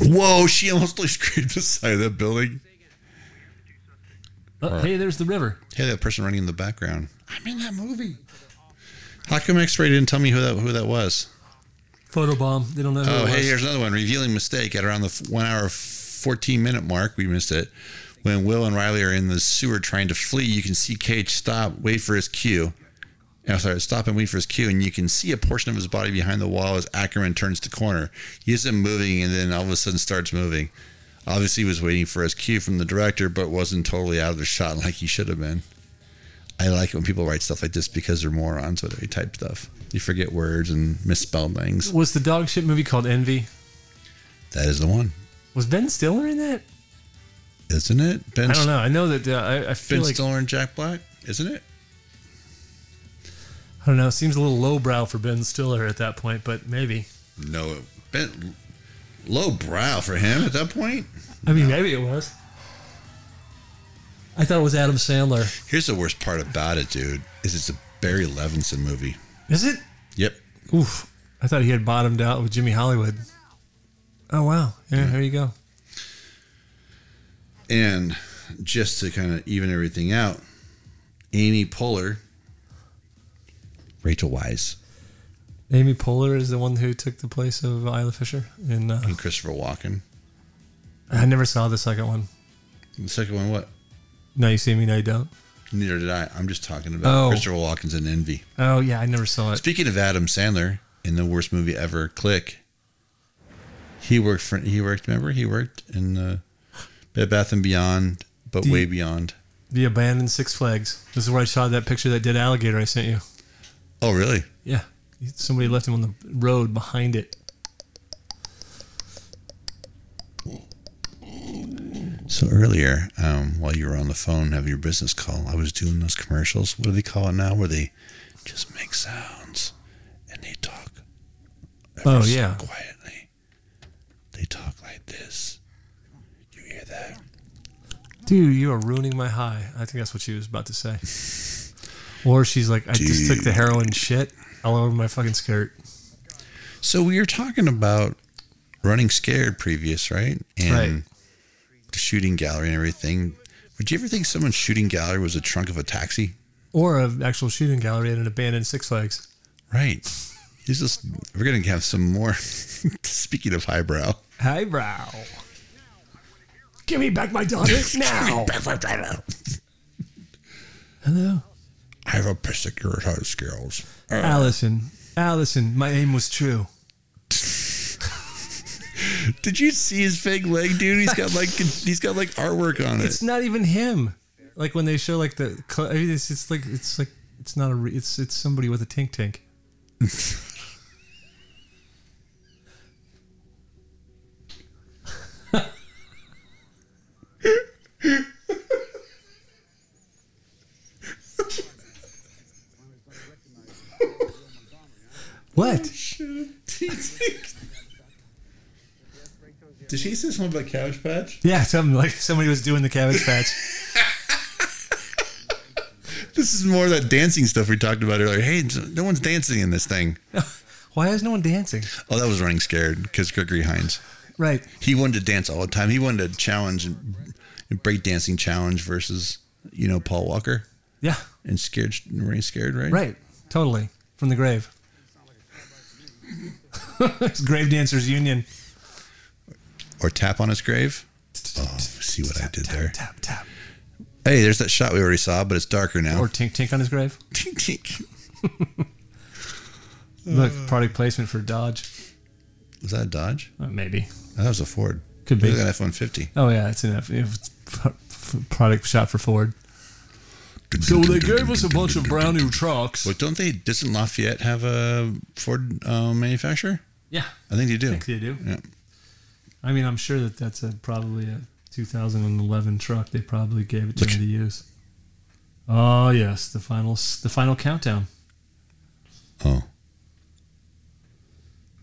Speaker 1: Whoa, she almost like scraped the side of that building.
Speaker 2: Oh, hey, there's the river.
Speaker 1: Hey, that person running in the background. I'm in that movie. How come X-Ray didn't tell me who that who that was?
Speaker 2: Photobomb. They don't know who
Speaker 1: Oh,
Speaker 2: it was.
Speaker 1: hey, here's another one. Revealing mistake at around the f- one hour, 14 minute mark. We missed it. When Will and Riley are in the sewer trying to flee, you can see Cage stop, wait for his cue. Oh, sorry, stop and wait for his cue, and you can see a portion of his body behind the wall as Ackerman turns the corner. He isn't moving, and then all of a sudden starts moving. Obviously, he was waiting for his cue from the director, but wasn't totally out of the shot like he should have been. I like it when people write stuff like this because they're morons when they type stuff. You forget words and misspell things.
Speaker 2: Was the dog shit movie called Envy?
Speaker 1: That is the one.
Speaker 2: Was Ben Stiller in that?
Speaker 1: isn't it? Ben,
Speaker 2: I don't know. I know that uh, I, I feel
Speaker 1: Ben
Speaker 2: like
Speaker 1: Stiller and Jack Black, isn't it?
Speaker 2: I don't know. It seems a little lowbrow for Ben Stiller at that point, but maybe.
Speaker 1: No, Ben, low brow for him at that point.
Speaker 2: I mean, maybe it was. I thought it was Adam Sandler.
Speaker 1: Here's the worst part about it, dude: is it's a Barry Levinson movie.
Speaker 2: Is it?
Speaker 1: Yep,
Speaker 2: Oof! I thought he had bottomed out with Jimmy Hollywood. Oh wow! Yeah, there you go.
Speaker 1: and just to kind of even everything out, Amy Poehler, Rachel Wise,
Speaker 2: Amy Poehler is the one who took the place of Isla Fisher, and uh,
Speaker 1: and Christopher Walken.
Speaker 2: I never saw the second one.
Speaker 1: And the second one, what?
Speaker 2: Now you see me, now you don't.
Speaker 1: Neither did I. I'm just talking about
Speaker 2: Oh.
Speaker 1: Christopher Walken's in Envy.
Speaker 2: Oh yeah, I never saw it.
Speaker 1: Speaking of Adam Sandler in the worst movie ever, Click. He worked for he worked. Remember, he worked in uh, Bed Bath and Beyond, but
Speaker 2: Do you-
Speaker 1: way beyond.
Speaker 2: The abandoned Six Flags. This is where I shot that picture that dead alligator I sent you.
Speaker 1: Oh, really?
Speaker 2: Yeah, somebody left him on the road behind it.
Speaker 1: So earlier, um, while you were on the phone having your business call, I was doing those commercials. What do they call it now? Where they just make sounds and they talk. ever
Speaker 2: Oh,
Speaker 1: so
Speaker 2: yeah.
Speaker 1: Quietly, they talk like this. You hear that?
Speaker 2: Dude, you are ruining my high. I think that's what she was about to say. Or she's like, I just took the
Speaker 1: Dude.
Speaker 2: heroin shit all over my fucking skirt.
Speaker 1: So we were talking about running scared previous, right? And
Speaker 2: Right.
Speaker 1: the shooting gallery and everything. Would you ever think someone's shooting gallery was a trunk of a taxi?
Speaker 2: Or an actual shooting gallery at an abandoned Six Flags.
Speaker 1: Right. He's just we're gonna have some more speaking of highbrow.
Speaker 2: Highbrow. Give me back my daughter now. Hello.
Speaker 1: I have a particular skills.
Speaker 2: Uh. Allison. Allison, my aim was true.
Speaker 1: Did you see his fake leg, dude? He's got like he's got like artwork on it.
Speaker 2: It's not even him. Like when they show like the, cl- I mean, it's, it's like it's like it's not a re- it's it's somebody with a tink tink. What?
Speaker 1: Did she say something about Couch Patch?
Speaker 2: Yeah, something like somebody was doing the cabbage patch.
Speaker 1: This is more of that dancing stuff we talked about earlier. Hey, no one's dancing in this thing.
Speaker 2: Why is no one dancing?
Speaker 1: Oh, that was running scared because Gregory Hines.
Speaker 2: Right.
Speaker 1: He wanted to dance all the time. He wanted a challenge and break dancing challenge versus you know Paul Walker
Speaker 2: Yeah.
Speaker 1: and scared running scared right.
Speaker 2: Right. Totally. From the grave. it's Grave Dancers Union.
Speaker 1: Or tap on his grave. Oh, see what I did there.
Speaker 2: Tap tap.
Speaker 1: Hey, there's that shot we already saw, but it's darker now.
Speaker 2: Or tink tink on his grave.
Speaker 1: Tink, tink.
Speaker 2: Look, product placement for Dodge.
Speaker 1: Was that a Dodge?
Speaker 2: Uh, maybe.
Speaker 1: That was a Ford.
Speaker 2: Could be.
Speaker 1: Look at that F one fifty.
Speaker 2: Oh yeah, it's an F- it's p- p- product shot for Ford. So they gave us a bunch of brand new trucks.
Speaker 1: Well, don't they? Doesn't Lafayette have a Ford uh, manufacturer?
Speaker 2: Yeah,
Speaker 1: I think they do.
Speaker 2: I think they do.
Speaker 1: Yeah.
Speaker 2: I mean, I'm sure that that's a, probably a 2011 truck. They probably gave it to
Speaker 1: Look.
Speaker 2: him to use. Oh yes, the final s- the final countdown.
Speaker 1: Oh.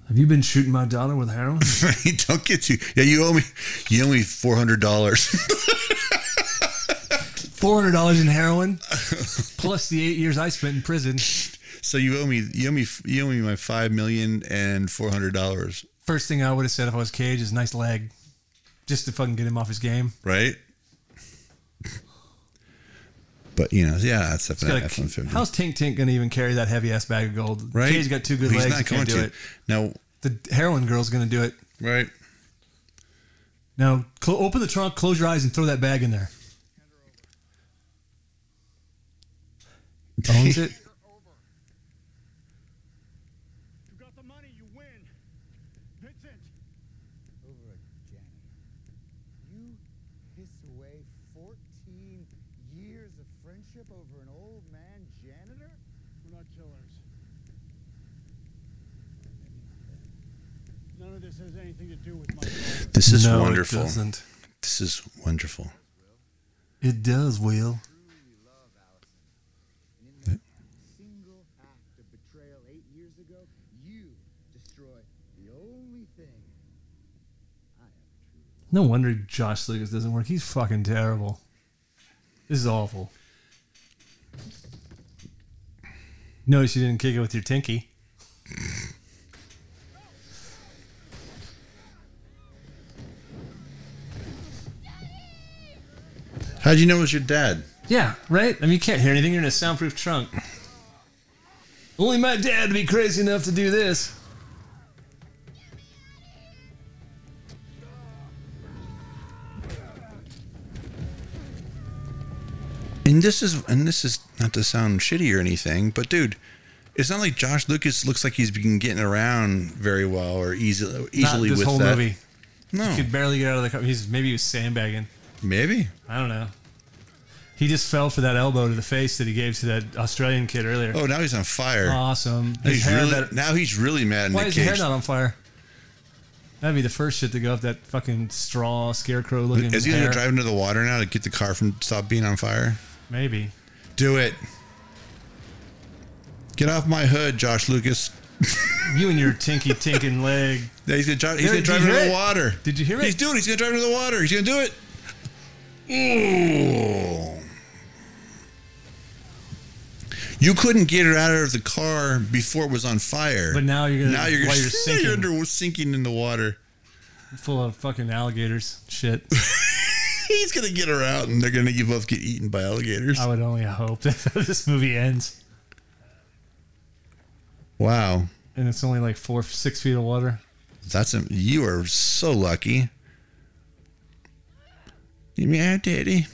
Speaker 2: Have you been shooting my daughter with heroin?
Speaker 1: Right, don't get too. Yeah, you owe me. You owe me four hundred dollars.
Speaker 2: Four hundred dollars in heroin, plus the eight years I spent in prison.
Speaker 1: so you owe me. You owe me. You owe me my five million and four hundred dollars.
Speaker 2: First thing I would have said if I was Cage is nice leg, just to fucking get him off his game.
Speaker 1: right? But you know, yeah, that's
Speaker 2: He's got a-
Speaker 1: F one fifty.
Speaker 2: how's Tink Tink gonna even carry that heavy ass bag of gold?
Speaker 1: Right?
Speaker 2: Cage got two good legs. he can't do it.
Speaker 1: No,
Speaker 2: The heroin girl's gonna do it.
Speaker 1: right?
Speaker 2: Now cl- open the trunk, close your eyes, and throw that bag in there. Owns it.
Speaker 3: You got the money, you win. Vincent,
Speaker 6: Over again. You piss away 14 years of friendship over an old man janitor?
Speaker 3: we're not killers. None of this has anything to do with my.
Speaker 1: This is
Speaker 2: No, It
Speaker 1: wonderful.
Speaker 2: doesn't.
Speaker 1: This is wonderful.
Speaker 2: It does,
Speaker 6: Truly
Speaker 2: Will.
Speaker 6: love Allison. And in that single act of betrayal eight years ago, you destroy the only thing I ever truly loved.
Speaker 2: No wonder Josh Lucas doesn't work. He's fucking terrible. This is awful. Notice you didn't kick it with your tinky.
Speaker 1: How'd you know it was your dad?
Speaker 2: Yeah, right? I mean, you can't hear anything. You're in a soundproof trunk. Only my dad would be crazy enough to do this.
Speaker 1: And this is and this is not to sound shitty or anything, but dude, it's not like Josh Lucas looks like he's been getting around very well or easily easily
Speaker 2: Not this
Speaker 1: with
Speaker 2: whole
Speaker 1: that. Hmm.
Speaker 2: movie.
Speaker 1: No,
Speaker 2: He could barely get out of the car. He's maybe he was sandbagging.
Speaker 1: maybe.
Speaker 2: I don't know. He just fell for that elbow to the face that he gave to that Australian kid earlier.
Speaker 1: Oh, now he's on fire.
Speaker 2: Awesome.
Speaker 1: Now
Speaker 2: Uh, His
Speaker 1: he's
Speaker 2: hair
Speaker 1: really,
Speaker 2: better-
Speaker 1: now he's really mad at
Speaker 2: Why
Speaker 1: Nick
Speaker 2: is
Speaker 1: Cage.
Speaker 2: your hair not on fire? That'd be the first shit to go up that fucking straw scarecrow looking.
Speaker 1: Is he
Speaker 2: hair.
Speaker 1: gonna drive into the water now to get the car from stop being on fire?
Speaker 2: Maybe.
Speaker 1: Do it. Get off my hood, Josh Lucas.
Speaker 2: You and your tinky tinkin leg.
Speaker 1: Yeah, He's gonna, dri- he's
Speaker 2: There,
Speaker 1: gonna
Speaker 2: did
Speaker 1: drive
Speaker 2: you
Speaker 1: into
Speaker 2: hear
Speaker 1: the
Speaker 2: it?
Speaker 1: water.
Speaker 2: Did you hear
Speaker 1: He's
Speaker 2: it?
Speaker 1: doing. it. He's gonna drive into the water. He's gonna do it. Ooh. You couldn't get her out of the car before it was on fire.
Speaker 2: But now you're gonna-
Speaker 1: Now you're,
Speaker 2: while
Speaker 1: gonna-
Speaker 2: you're sinking.
Speaker 1: you're under- sinking in the water.
Speaker 2: Full of fucking alligators. Shit.
Speaker 1: He's gonna get her out, and they're gonna you both get eaten by alligators.
Speaker 2: I would only hope that this movie ends
Speaker 1: Wow,
Speaker 2: and it's only like four, six feet of water.
Speaker 1: that's a, you are so lucky. You mean, "Ah, daddy?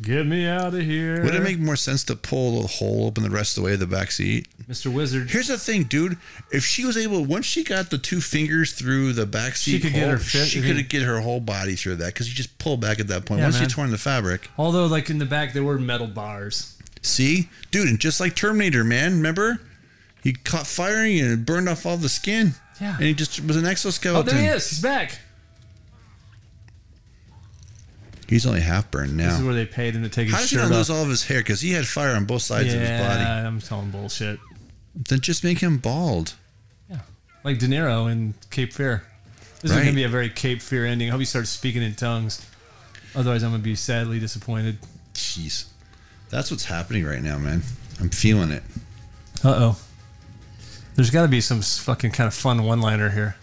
Speaker 2: Get me out of here.
Speaker 1: Would it make more sense to pull the hole open the rest of the way of the back seat?
Speaker 2: Mr. Wizard?
Speaker 1: Here's the thing, dude. If she was able, once she got the two fingers through the back seat,
Speaker 2: could get
Speaker 1: hole,
Speaker 2: her fit-
Speaker 1: She could get her whole body through that because you just pull back at that point.
Speaker 2: Yeah,
Speaker 1: once
Speaker 2: man.
Speaker 1: you torn the fabric,
Speaker 2: Although, like in the back, there were metal bars.
Speaker 1: see, dude, and just like Terminator, man, remember? He caught firing and it burned off all the skin.
Speaker 2: Yeah.
Speaker 1: and he just was an
Speaker 2: Oh,
Speaker 1: exoskeleton.
Speaker 2: there he is. He's back.
Speaker 1: He's only half burned
Speaker 2: This is
Speaker 1: now.
Speaker 2: where they paid him to take his
Speaker 1: How did he
Speaker 2: shirt
Speaker 1: not lose
Speaker 2: off.
Speaker 1: all of his hair? Because he had fire on both sides of his body.
Speaker 2: yeah, I'm telling bullshit.
Speaker 1: Then just make him bald.
Speaker 2: Yeah. Like De Niro in Cape Fear. This is
Speaker 1: Right.
Speaker 2: going to be a very Cape Fear ending. I hope he starts speaking in tongues. Otherwise, I'm going to be sadly disappointed.
Speaker 1: Jeez, that's what's happening right now, man. I'm feeling it.
Speaker 2: Uh oh. There's got to be some s- fucking kind of fun one liner here.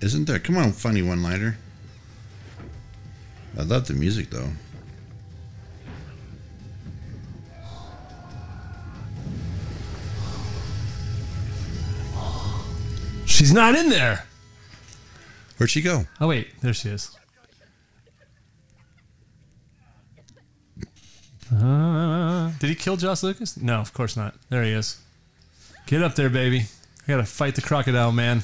Speaker 1: Isn't there? Come on, funny one liner. I love the music though.
Speaker 2: She's not in there.
Speaker 1: Where'd she go?
Speaker 2: Oh, wait. There she is. Uh, did he kill Joss Lucas? No, of course not. There he is. Get up there, baby. I got to fight the crocodile, man.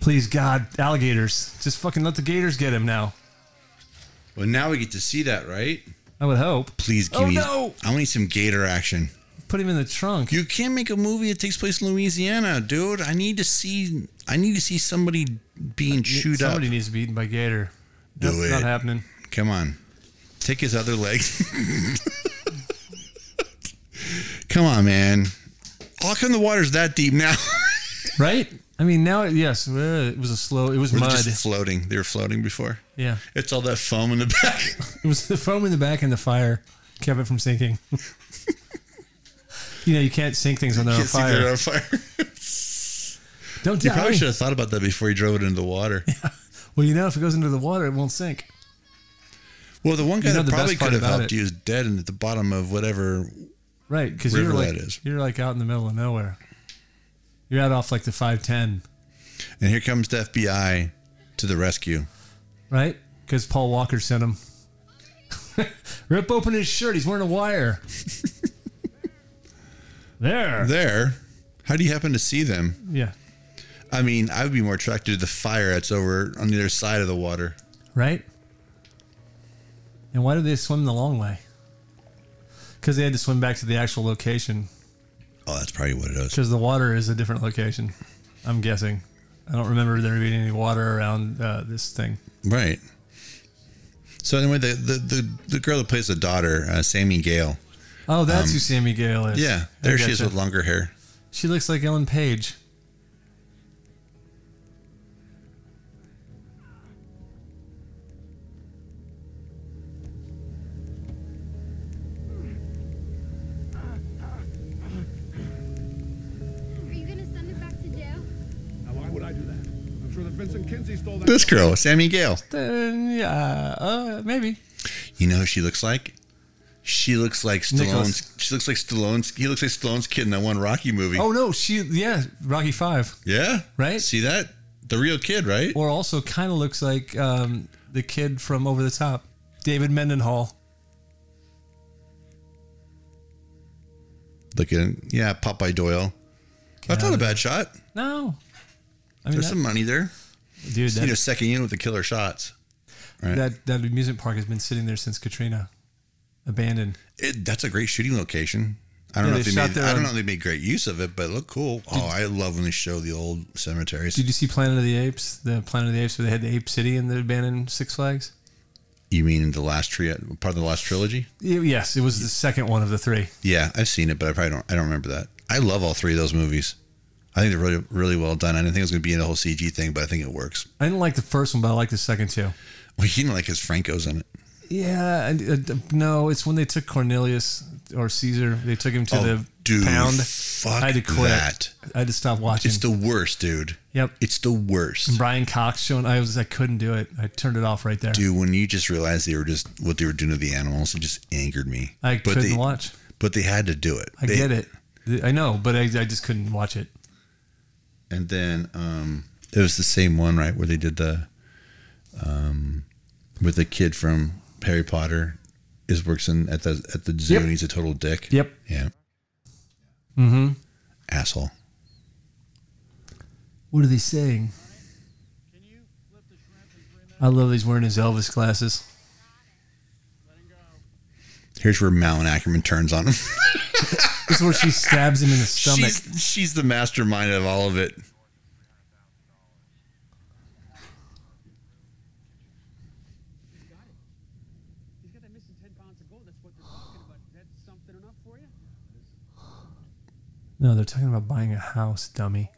Speaker 2: Please, God, alligators. Just fucking let the gators get him now.
Speaker 1: Well, now we get to see that, right?
Speaker 2: I would hope.
Speaker 1: Please give
Speaker 2: Oh,
Speaker 1: me.
Speaker 2: no!
Speaker 1: I need some gator action.
Speaker 2: Put him in the trunk.
Speaker 1: You can't make a movie that takes place in Louisiana, dude. I need to see. I need to see somebody being chewed
Speaker 2: Somebody
Speaker 1: up.
Speaker 2: needs to be eaten by gator.
Speaker 1: Do
Speaker 2: Nope,
Speaker 1: it.
Speaker 2: Not happening.
Speaker 1: Come on, take his other leg. Come on, man. How come the water's that deep now?
Speaker 2: Right? I mean, now, yes, uh, it was a slow, it was
Speaker 1: Were they
Speaker 2: mud.
Speaker 1: just floating? They were floating before.
Speaker 2: yeah.
Speaker 1: It's all that foam in the back.
Speaker 2: It was the foam in the back and the fire kept it from sinking. You know, you can't sink things when they're on
Speaker 1: Can't see that they're
Speaker 2: fire.
Speaker 1: on fire.
Speaker 2: Don't
Speaker 1: You
Speaker 2: die.
Speaker 1: probably should have thought about that before you drove it into the water.
Speaker 2: Well, you know, if it goes into the water, it won't sink.
Speaker 1: Well, the one guy
Speaker 2: You know
Speaker 1: that
Speaker 2: the best
Speaker 1: probably
Speaker 2: part
Speaker 1: could have
Speaker 2: about
Speaker 1: helped
Speaker 2: it-
Speaker 1: you is dead and at the bottom of whatever.
Speaker 2: Right, because you're
Speaker 1: River
Speaker 2: like
Speaker 1: that is.
Speaker 2: you're like out in the middle of nowhere. You're out off like the five ten,
Speaker 1: And here comes the FBI to the rescue.
Speaker 2: right? Because Paul Walker sent him. Rip open his shirt. He's wearing a wire. there.
Speaker 1: There, how do you happen to see them?
Speaker 2: Yeah.
Speaker 1: I mean, I would be more attracted to the fire that's over on the other side of the water.
Speaker 2: Right. And why did they swim the long way? Because they had to swim back to the actual location.
Speaker 1: Oh, that's probably what it is.
Speaker 2: Because the water is a different location. I'm guessing. I don't remember there being any water around uh, this thing.
Speaker 1: Right. So anyway, the the the, the girl that plays the daughter, uh, Sammy Gale.
Speaker 2: Oh, that's who Sammy Gale is.
Speaker 1: Um, Yeah,
Speaker 2: I
Speaker 1: there she is
Speaker 2: gotcha.
Speaker 1: with longer hair.
Speaker 2: She looks like Ellen Page.
Speaker 5: Are you gonna send it back to jail?
Speaker 9: Now, why would I do that? I'm sure that Vincent Kinsey stole that.
Speaker 1: This girl, Sammy Gale.
Speaker 2: Then, yeah, uh, maybe.
Speaker 1: You know who she looks like? She looks like Stallone's.
Speaker 2: Nicholas.
Speaker 1: She looks like Stallone's. He looks like Stallone's kid in that one Rocky movie.
Speaker 2: Oh no, she yeah, Rocky Five,
Speaker 1: yeah,
Speaker 2: Right?
Speaker 1: See that? The real kid, right?
Speaker 2: or also kind of looks like um, the kid from Over the Top, David Mendenhall.
Speaker 1: Look at yeah, Popeye Doyle. That's not a bad shot.
Speaker 2: No, I mean,
Speaker 1: There's
Speaker 2: that,
Speaker 1: some money there.
Speaker 2: dude,
Speaker 1: You know,
Speaker 2: that,
Speaker 1: second in with the killer shots. Right.
Speaker 2: that that amusement park has been sitting there since Katrina, abandoned.
Speaker 1: It, that's a great shooting location. I don't
Speaker 2: Yeah,
Speaker 1: know if
Speaker 2: they
Speaker 1: they
Speaker 2: shot
Speaker 1: made.
Speaker 2: there
Speaker 1: I don't
Speaker 2: on-
Speaker 1: know if they made great use of it, but it looked cool. oh, I love when they show the old cemeteries.
Speaker 2: Did you see Planet of the Apes? The Planet of the Apes where they had the Ape City in the abandoned Six Flags.
Speaker 1: You mean the last tri- part of the last trilogy?
Speaker 2: Y- Yes, it was the second one of the three.
Speaker 1: Yeah, I've seen it, but I probably don't. I don't remember that. I love all three of those movies. I think they're really, really well done. I didn't think it was going to be in the whole CG thing, but I think it works.
Speaker 2: I didn't like the first one, but I like the second two.
Speaker 1: Well, you know, like his Franco's in it.
Speaker 2: Yeah, and uh, no, it's when they took Cornelius or Caesar. They took him to
Speaker 1: Oh,
Speaker 2: the
Speaker 1: dude,
Speaker 2: pound.
Speaker 1: fuck
Speaker 2: I had to quit.
Speaker 1: that.
Speaker 2: I had to stop watching.
Speaker 1: It's the worst, dude.
Speaker 2: yep.
Speaker 1: It's the worst,
Speaker 2: Brian Cox showing. I was. I couldn't do it. I turned it off right there.
Speaker 1: dude. When you just realize they were just what they were doing to the animals, it just angered me.
Speaker 2: I
Speaker 1: but
Speaker 2: couldn't
Speaker 1: they,
Speaker 2: watch.
Speaker 1: But they had to do it.
Speaker 2: I
Speaker 1: They-
Speaker 2: get it. I know, but I, I just couldn't watch it.
Speaker 1: And then um, it was the same one, right, where they did the um, with the kid from Harry Potter is works in at the at the zoo
Speaker 2: Yep.
Speaker 1: and he's a total dick.
Speaker 2: Yep.
Speaker 1: Yeah.
Speaker 2: Mm-hmm.
Speaker 1: Asshole.
Speaker 2: What are they saying?
Speaker 3: Can you lift the shrimp and bring that
Speaker 2: I love these wearing his Elvis glasses.
Speaker 3: Let him go.
Speaker 1: Here's where Malin Ackerman turns on him.
Speaker 2: This is where she stabs him in the stomach.
Speaker 1: she's she's the mastermind of all of it.
Speaker 9: He's got it. He's got that missing 10 pounds of gold. That's what they're talking about. That's something enough for you?
Speaker 2: No, they're talking about buying a house, dummy.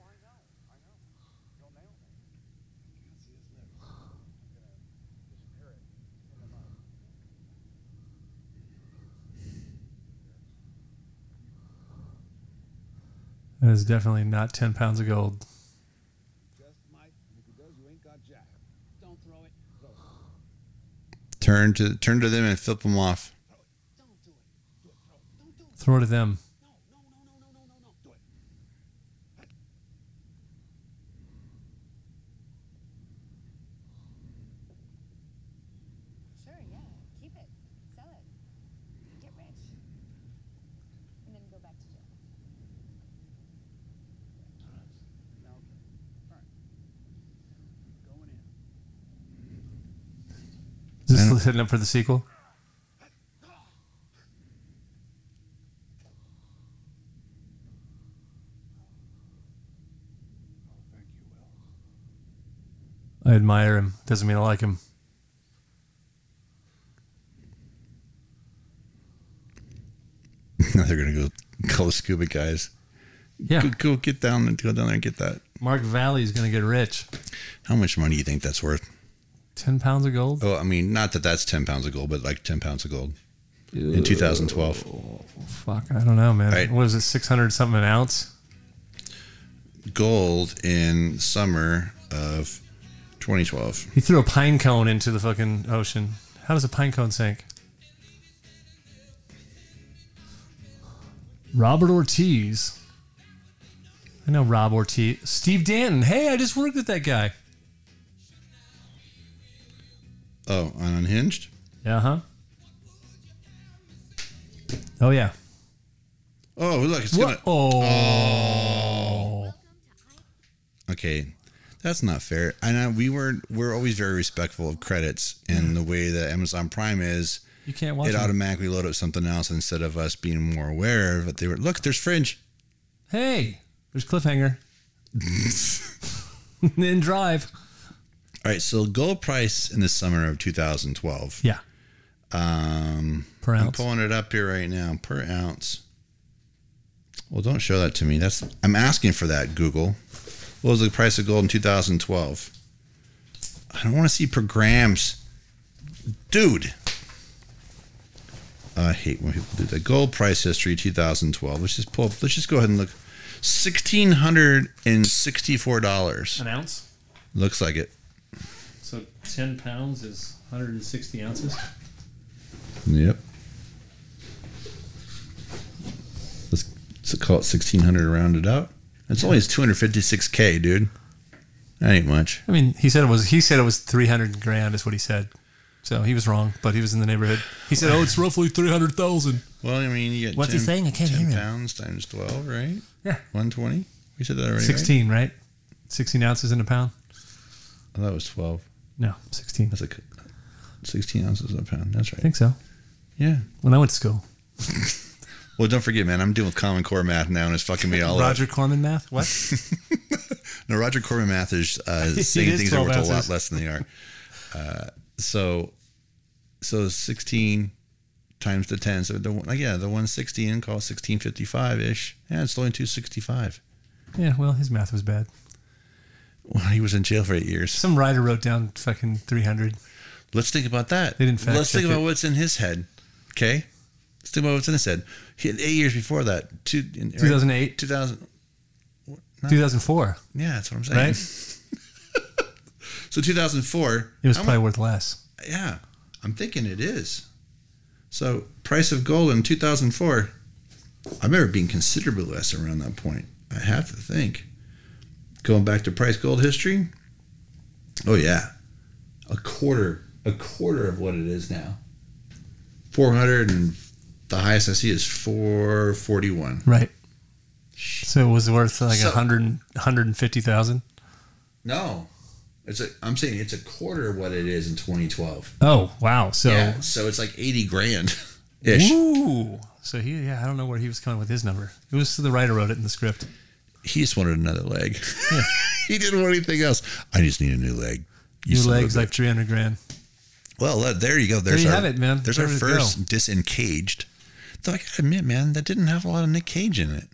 Speaker 2: That is definitely not 10 pounds of gold.
Speaker 9: Just might. If it does, you ain't got jack. Don't throw it.
Speaker 1: Turn to turn to them and flip them off.
Speaker 9: Don't do it. Do it. Throw it. Don't do it.
Speaker 2: Throw it at them.
Speaker 9: No, no, no, no, no, no, no, no. Do it.
Speaker 5: Sure, yeah. Keep it. Sell it. Get rich. And then go back to jail.
Speaker 9: Now, okay. All right. Going in.
Speaker 2: Is
Speaker 1: I don't-
Speaker 2: this setting up for the sequel?
Speaker 9: Thank you, Will.
Speaker 2: I admire him. Doesn't mean I like him.
Speaker 1: now they're gonna go call the scuba guys.
Speaker 2: Yeah.
Speaker 1: Go, go get down and go down there and get that.
Speaker 2: Mark Valley is going to get rich.
Speaker 1: How much money do you think that's worth?
Speaker 2: 10 pounds of gold?
Speaker 1: Oh, I mean, not that that's ten pounds of gold, but like ten pounds of gold. in 2012.
Speaker 2: Fuck, I don't know, man.
Speaker 1: Oh. Right.
Speaker 2: What is it, 600 something an ounce?
Speaker 1: Gold in summer of 2012.
Speaker 2: He threw a pine cone into the fucking ocean. How does a pine cone sink? Robert Ortiz. I know Rob Ortiz. Steve Danton. Hey, I just worked with that guy.
Speaker 1: Oh, on Unhinged?
Speaker 2: Uh huh. Oh, yeah.
Speaker 1: Oh, look, it's
Speaker 2: What?
Speaker 1: gonna. Uh,
Speaker 2: Oh.
Speaker 1: Okay, that's not fair. I know we were we're always very respectful of credits and the way that Amazon Prime is.
Speaker 2: You can't watch
Speaker 1: it
Speaker 2: it.
Speaker 1: automatically loaded up something else instead of us being more aware of it. They were look, there's Fringe.
Speaker 2: Hey, there's Cliffhanger. then Drive.
Speaker 1: All right, so gold price in the summer of 2012.
Speaker 2: Yeah.
Speaker 1: Um,
Speaker 2: Per
Speaker 1: I'm
Speaker 2: ounce.
Speaker 1: pulling it up here right now per ounce. Well, don't show that to me. That's I'm asking for that Google. What was the price of gold in 2012? I don't want to see per grams, dude. I hate when people do that. Gold price history 2012. Let's just pull up. Let's just go ahead and look. Sixteen hundred and sixty-four dollars.
Speaker 2: An ounce?
Speaker 1: Looks like it.
Speaker 2: So 10 pounds is 160 ounces.
Speaker 1: Yep. Let's, let's call it sixteen hundred rounded out. It's only two hundred fifty six k, dude. That ain't much.
Speaker 2: I mean, he said it was. He said it was three hundred grand, is what he said. So he was wrong, but he was in the neighborhood. He said, "Oh, it's roughly three hundred thousand.
Speaker 1: Well, I mean, you get
Speaker 2: What's
Speaker 1: 10,
Speaker 2: he saying? I can't
Speaker 1: 10
Speaker 2: hear him.
Speaker 1: pounds times twelve, right?
Speaker 2: Yeah.
Speaker 1: one twenty. We said that already. right?
Speaker 2: Sixteen, right? Sixteen ounces in a pound?
Speaker 1: I thought it was twelve.
Speaker 2: No, sixteen.
Speaker 1: That's like sixteen ounces a pound. That's
Speaker 2: I
Speaker 1: right.
Speaker 2: think so.
Speaker 1: Yeah.
Speaker 2: When I went to school,
Speaker 1: Well, don't forget, man. I'm dealing with Common Core math now, and it's fucking me all up.
Speaker 2: Roger Corman math. What?
Speaker 1: No, Roger Corman math is uh,
Speaker 2: It
Speaker 1: saying
Speaker 2: is
Speaker 1: things are
Speaker 2: 12
Speaker 1: worth a lot
Speaker 2: ounces.
Speaker 1: less than they are. Uh, so, so sixteen times the ten. So the one- like, yeah, the one sixteen call sixteen fifty five ish. Yeah, it's only two sixty five.
Speaker 2: yeah. Well, his math was bad.
Speaker 1: Well, he was in jail for eight years.
Speaker 2: Some writer wrote down fucking three hundred.
Speaker 1: Let's think about that.
Speaker 2: They didn't fact
Speaker 1: Let's think
Speaker 2: check
Speaker 1: about
Speaker 2: it.
Speaker 1: what's in his head. Okay, let's think about what's in his head. He had eight years before that. Two two
Speaker 2: 2008?
Speaker 1: Two thousand.
Speaker 2: Two thousand four,
Speaker 1: Yeah, that's what I'm saying.
Speaker 2: right?
Speaker 1: So two thousand four.
Speaker 2: It was probably worth less.
Speaker 1: Yeah, I'm thinking it is. So price of gold in 2004, I remember being considerably less around that point. I have to think. Going back to price gold history, oh yeah, a quarter, a quarter of what it is now. 400 and the highest I see is 441.
Speaker 2: Right. So it was worth like
Speaker 1: So-
Speaker 2: a hundred, hundred and fifty thousand.
Speaker 1: No, it's a, I'm saying it's a quarter of what it is in 2012.
Speaker 2: Oh wow! So
Speaker 1: yeah, so it's like 80 grand ish.
Speaker 2: Ooh. So he, yeah, I don't know where he was coming with his number. It was the writer wrote it in the script.
Speaker 1: he just wanted another leg. he didn't want anything else. I just need a new leg. You
Speaker 2: New
Speaker 1: son of a
Speaker 2: legs, like
Speaker 1: bitch.
Speaker 2: three hundred grand.
Speaker 1: well, uh, there you go. There's
Speaker 2: you
Speaker 1: our,
Speaker 2: have it, man.
Speaker 1: There's
Speaker 2: There
Speaker 1: our
Speaker 2: we go.
Speaker 1: first disengaged. Though I gotta admit, man, that didn't have a lot of Nick Cage in it.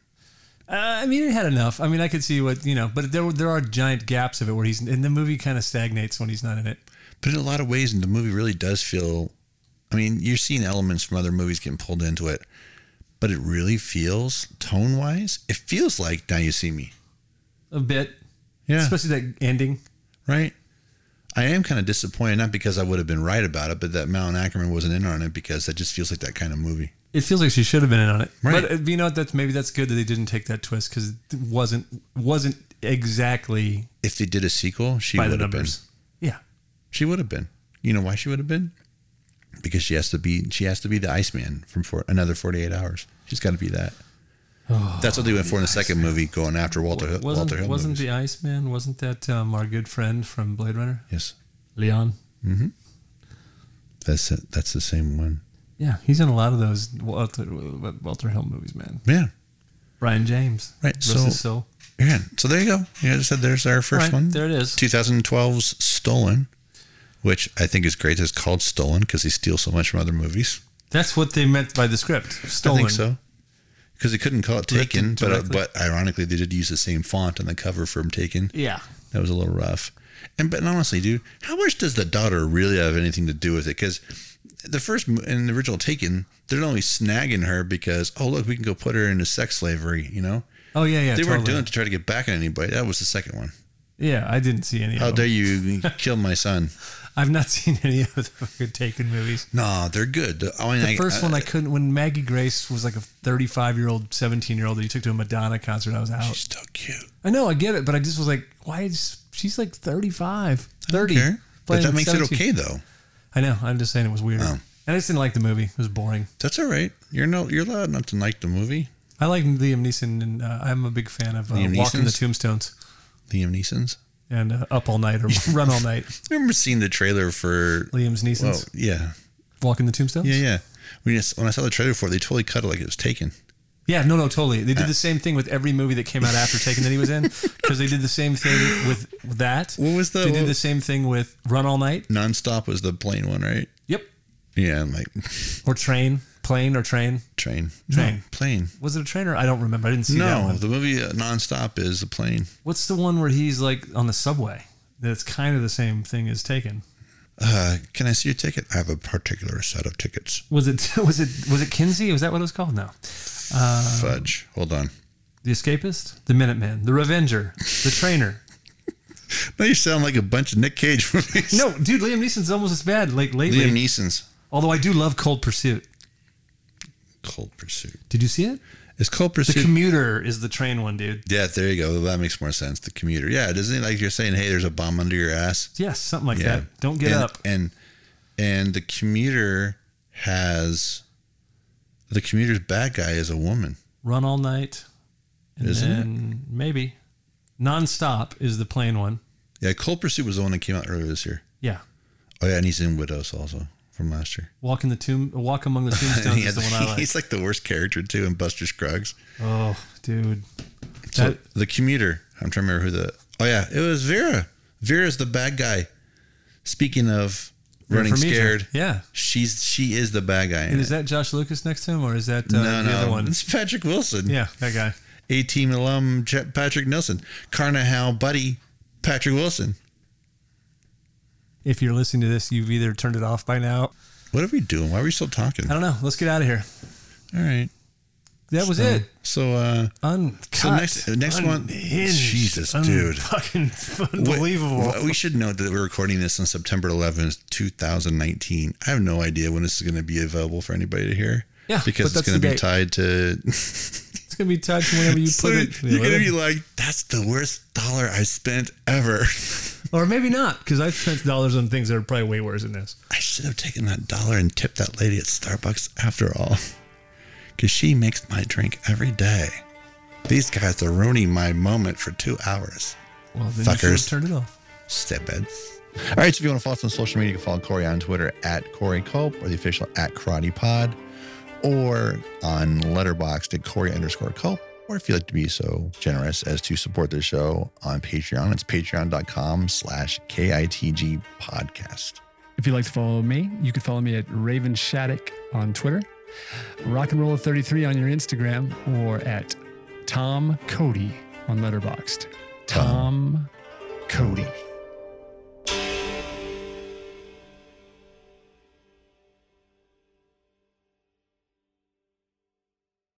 Speaker 2: Uh, I mean, it had enough. I mean, I could see what you know, but there there are giant gaps of it where he's and the movie kind of stagnates when he's not in it.
Speaker 1: But in a lot of ways, and the movie really does feel. I mean, you're seeing elements from other movies getting pulled into it, but it really feels tone wise. It feels like Now You See Me.
Speaker 2: A bit, especially that ending.
Speaker 1: right? I am kind of disappointed, not because I would have been right about it, but that Malin Ackerman wasn't in on it because that just feels like that kind of movie.
Speaker 2: It feels like she should have been in on it.
Speaker 1: Right.
Speaker 2: But uh, you know what? That's maybe that's good that they didn't take that twist because it wasn't wasn't exactly
Speaker 1: if they did a sequel, she
Speaker 2: by the
Speaker 1: would have been.
Speaker 2: numbers. Yeah.
Speaker 1: She would have been. You know why she would have been? Because she has to be. She has to be the Iceman from for another forty-eight hours. She's got to be that.
Speaker 2: Oh,
Speaker 1: That's what they went for in the second movie, going after Walter Hill.
Speaker 2: Wasn't
Speaker 1: Walter Hill
Speaker 2: wasn't
Speaker 1: movies.
Speaker 2: the Iceman? Wasn't that um, our good friend from Blade Runner,
Speaker 1: yes,
Speaker 2: Leon?
Speaker 1: that's it. That's the same one.
Speaker 2: Yeah, he's in a lot of those Walter, Walter Hill movies, man.
Speaker 1: Yeah,
Speaker 2: Brian James.
Speaker 1: Right,
Speaker 2: Rest
Speaker 1: so-
Speaker 2: his soul.
Speaker 1: yeah. So there you go. Yeah, I said there's our first
Speaker 2: Right,
Speaker 1: one.
Speaker 2: there it is.
Speaker 1: 2012's Stolen, which I think is great. It's called Stolen because he steals so much from other movies.
Speaker 2: That's what they meant by the script. Stolen.
Speaker 1: I think so. Because they couldn't call it
Speaker 2: Directed
Speaker 1: Taken, but uh,
Speaker 2: directly.
Speaker 1: but ironically they did use the same font on the cover from Taken.
Speaker 2: Yeah.
Speaker 1: That was a little rough. And but honestly, dude, how much does the daughter really have anything to do with it? Because the first m- in the original Taken, they're only snagging her because oh look, we can go put her into sex slavery. You know,
Speaker 2: Oh yeah, yeah.
Speaker 1: they weren't
Speaker 2: totally.
Speaker 1: doing it to try to get back at anybody. That was the second one.
Speaker 2: Yeah, I didn't see any.
Speaker 1: How
Speaker 2: of
Speaker 1: dare
Speaker 2: them.
Speaker 1: you kill my son?
Speaker 2: I've not seen any of the fucking Taken movies.
Speaker 1: Nah, they're good. The, I uh, mean,
Speaker 2: The first one I couldn't. When Maggie Grace was like a 35 year old, 17 year old that you took to a Madonna concert, I was out.
Speaker 1: She's still cute.
Speaker 2: I know, I get it, but I just was like, why is she's like 35, 30?
Speaker 1: Okay. But
Speaker 2: playing
Speaker 1: that makes
Speaker 2: 17.
Speaker 1: it okay though.
Speaker 2: I know. I'm just saying it was weird.
Speaker 1: Oh.
Speaker 2: And I just didn't like the movie. It was boring.
Speaker 1: That's all right. You're no, you're allowed not to like the movie.
Speaker 2: I like Liam Neeson, and uh, I'm a big fan of uh,
Speaker 1: Liam
Speaker 2: Walking the
Speaker 1: Neeson's?
Speaker 2: Tombstones
Speaker 1: Liam Neeson's.
Speaker 2: and uh, Up All Night or Run All Night.
Speaker 1: I remember seeing the trailer for.
Speaker 2: Liam's
Speaker 1: Well,
Speaker 2: Neeson's
Speaker 1: yeah,
Speaker 2: Walking the Tombstones.
Speaker 1: yeah, yeah. When, you, when I saw the trailer for it, they totally cut it like it was taken.
Speaker 2: Yeah, no, no, totally. They did the same thing with every movie that came out after Taken that he was in, because they did the same thing with that.
Speaker 1: What was the-
Speaker 2: They did
Speaker 1: what-
Speaker 2: the same thing with Run All Night.
Speaker 1: Nonstop was the plane one, right?
Speaker 2: Yep.
Speaker 1: Yeah, I'm like
Speaker 2: Or Train, Plane, or Train.
Speaker 1: train,
Speaker 2: Train.
Speaker 1: no, plane.
Speaker 2: Was it a train or I don't remember. I didn't see that
Speaker 1: No,
Speaker 2: one.
Speaker 1: the movie uh, Nonstop is the plane.
Speaker 2: What's the one where he's like on the subway? That's kind of the same thing as Taken.
Speaker 1: Uh, can I see your ticket? I have a particular set of tickets.
Speaker 2: Was it was it was it Kinsey? Was that what it was called? No,
Speaker 1: Um, Fudge. Hold on.
Speaker 2: The Escapist, The Minuteman, The Revenger, The Trainer.
Speaker 1: Now you sound like a bunch of Nick Cage movies.
Speaker 2: No, dude, Liam Neeson's almost as bad. Like lately,
Speaker 1: Liam Neeson's
Speaker 2: although I do love Cold Pursuit.
Speaker 1: Cold Pursuit.
Speaker 2: Did you see it?
Speaker 1: Is Cold
Speaker 2: The
Speaker 1: Pursuit?
Speaker 2: commuter is the train one, dude.
Speaker 1: yeah, there you go. That makes more sense. The commuter. Yeah, doesn't it like you're saying? Hey, there's a bomb under your ass.
Speaker 2: Yes, something like
Speaker 1: Yeah.
Speaker 2: that. Don't get
Speaker 1: and,
Speaker 2: up.
Speaker 1: And and the commuter has the commuter's bad guy is a woman.
Speaker 2: Run all night. And
Speaker 1: Isn't it?
Speaker 2: then maybe. Nonstop is the plain one.
Speaker 1: Yeah, Cold Pursuit was the one that came out earlier this year.
Speaker 2: Yeah.
Speaker 1: Oh yeah, and he's in Widows also from last year.
Speaker 2: Walk in the tomb walk among the
Speaker 1: And
Speaker 2: tombstones
Speaker 1: he
Speaker 2: is
Speaker 1: had-
Speaker 2: the one I like.
Speaker 1: he's like the worst character too in Buster Scruggs.
Speaker 2: Oh, dude.
Speaker 1: So
Speaker 2: That,
Speaker 1: the commuter. I'm trying to remember who the. Oh yeah, it was Vera. Vera's the bad guy. Speaking of running
Speaker 2: Euphemism.
Speaker 1: scared,
Speaker 2: Yeah.
Speaker 1: she's she is the bad guy. in
Speaker 2: And
Speaker 1: it.
Speaker 2: is that Josh Lucas next to him or is that uh,
Speaker 1: no,
Speaker 2: the
Speaker 1: no,
Speaker 2: other one?
Speaker 1: it's Patrick Wilson.
Speaker 2: Yeah, that guy.
Speaker 1: A team alum J- Patrick Nelson, Carnahan buddy Patrick Wilson.
Speaker 2: If you're listening to this, you've either turned it off by now.
Speaker 1: What are we doing? Why are we still talking?
Speaker 2: I
Speaker 1: All
Speaker 2: don't know. Let's get out of here.
Speaker 1: right.
Speaker 2: That was
Speaker 1: so,
Speaker 2: it.
Speaker 1: So uh
Speaker 2: Uncut.
Speaker 1: So next- next one-
Speaker 2: Unhinged.
Speaker 1: Jesus, dude.
Speaker 2: Fucking
Speaker 1: we-
Speaker 2: unbelievable.
Speaker 1: we should note that we're recording this on September 11th, 2019. I have no idea when this is going to be available for anybody to hear.
Speaker 2: Yeah, but
Speaker 1: because it's
Speaker 2: that's
Speaker 1: going
Speaker 2: the
Speaker 1: to be
Speaker 2: date.
Speaker 1: tied to.
Speaker 2: It's gonna be tied to whenever you
Speaker 1: So
Speaker 2: put it.
Speaker 1: you're going to be like, "That's the worst dollar I spent ever."
Speaker 2: or maybe not, because I spent dollars on things that are probably way worse than this.
Speaker 1: I should have taken that dollar and tipped that lady at Starbucks after all. Because she makes my drink every day. These guys are ruining my moment for two hours.
Speaker 2: Well, then you should have
Speaker 1: Fuckers.
Speaker 2: turned it off.
Speaker 1: Stepbeds. All right, so if you want to follow us on social media, you can follow Corey on Twitter at Corey Cope or the official at Karate Pod or on Letterboxd at Corey underscore Cope. Or if you'd like to be so generous as to support the show on Patreon, it's patreon.com slash KITG podcast.
Speaker 10: If you'd like to follow me, you can follow me at Raven Shattuck on Twitter, Rock and Roll 33 on your Instagram, or at Tom Cody on Letterboxd. Tom Cody.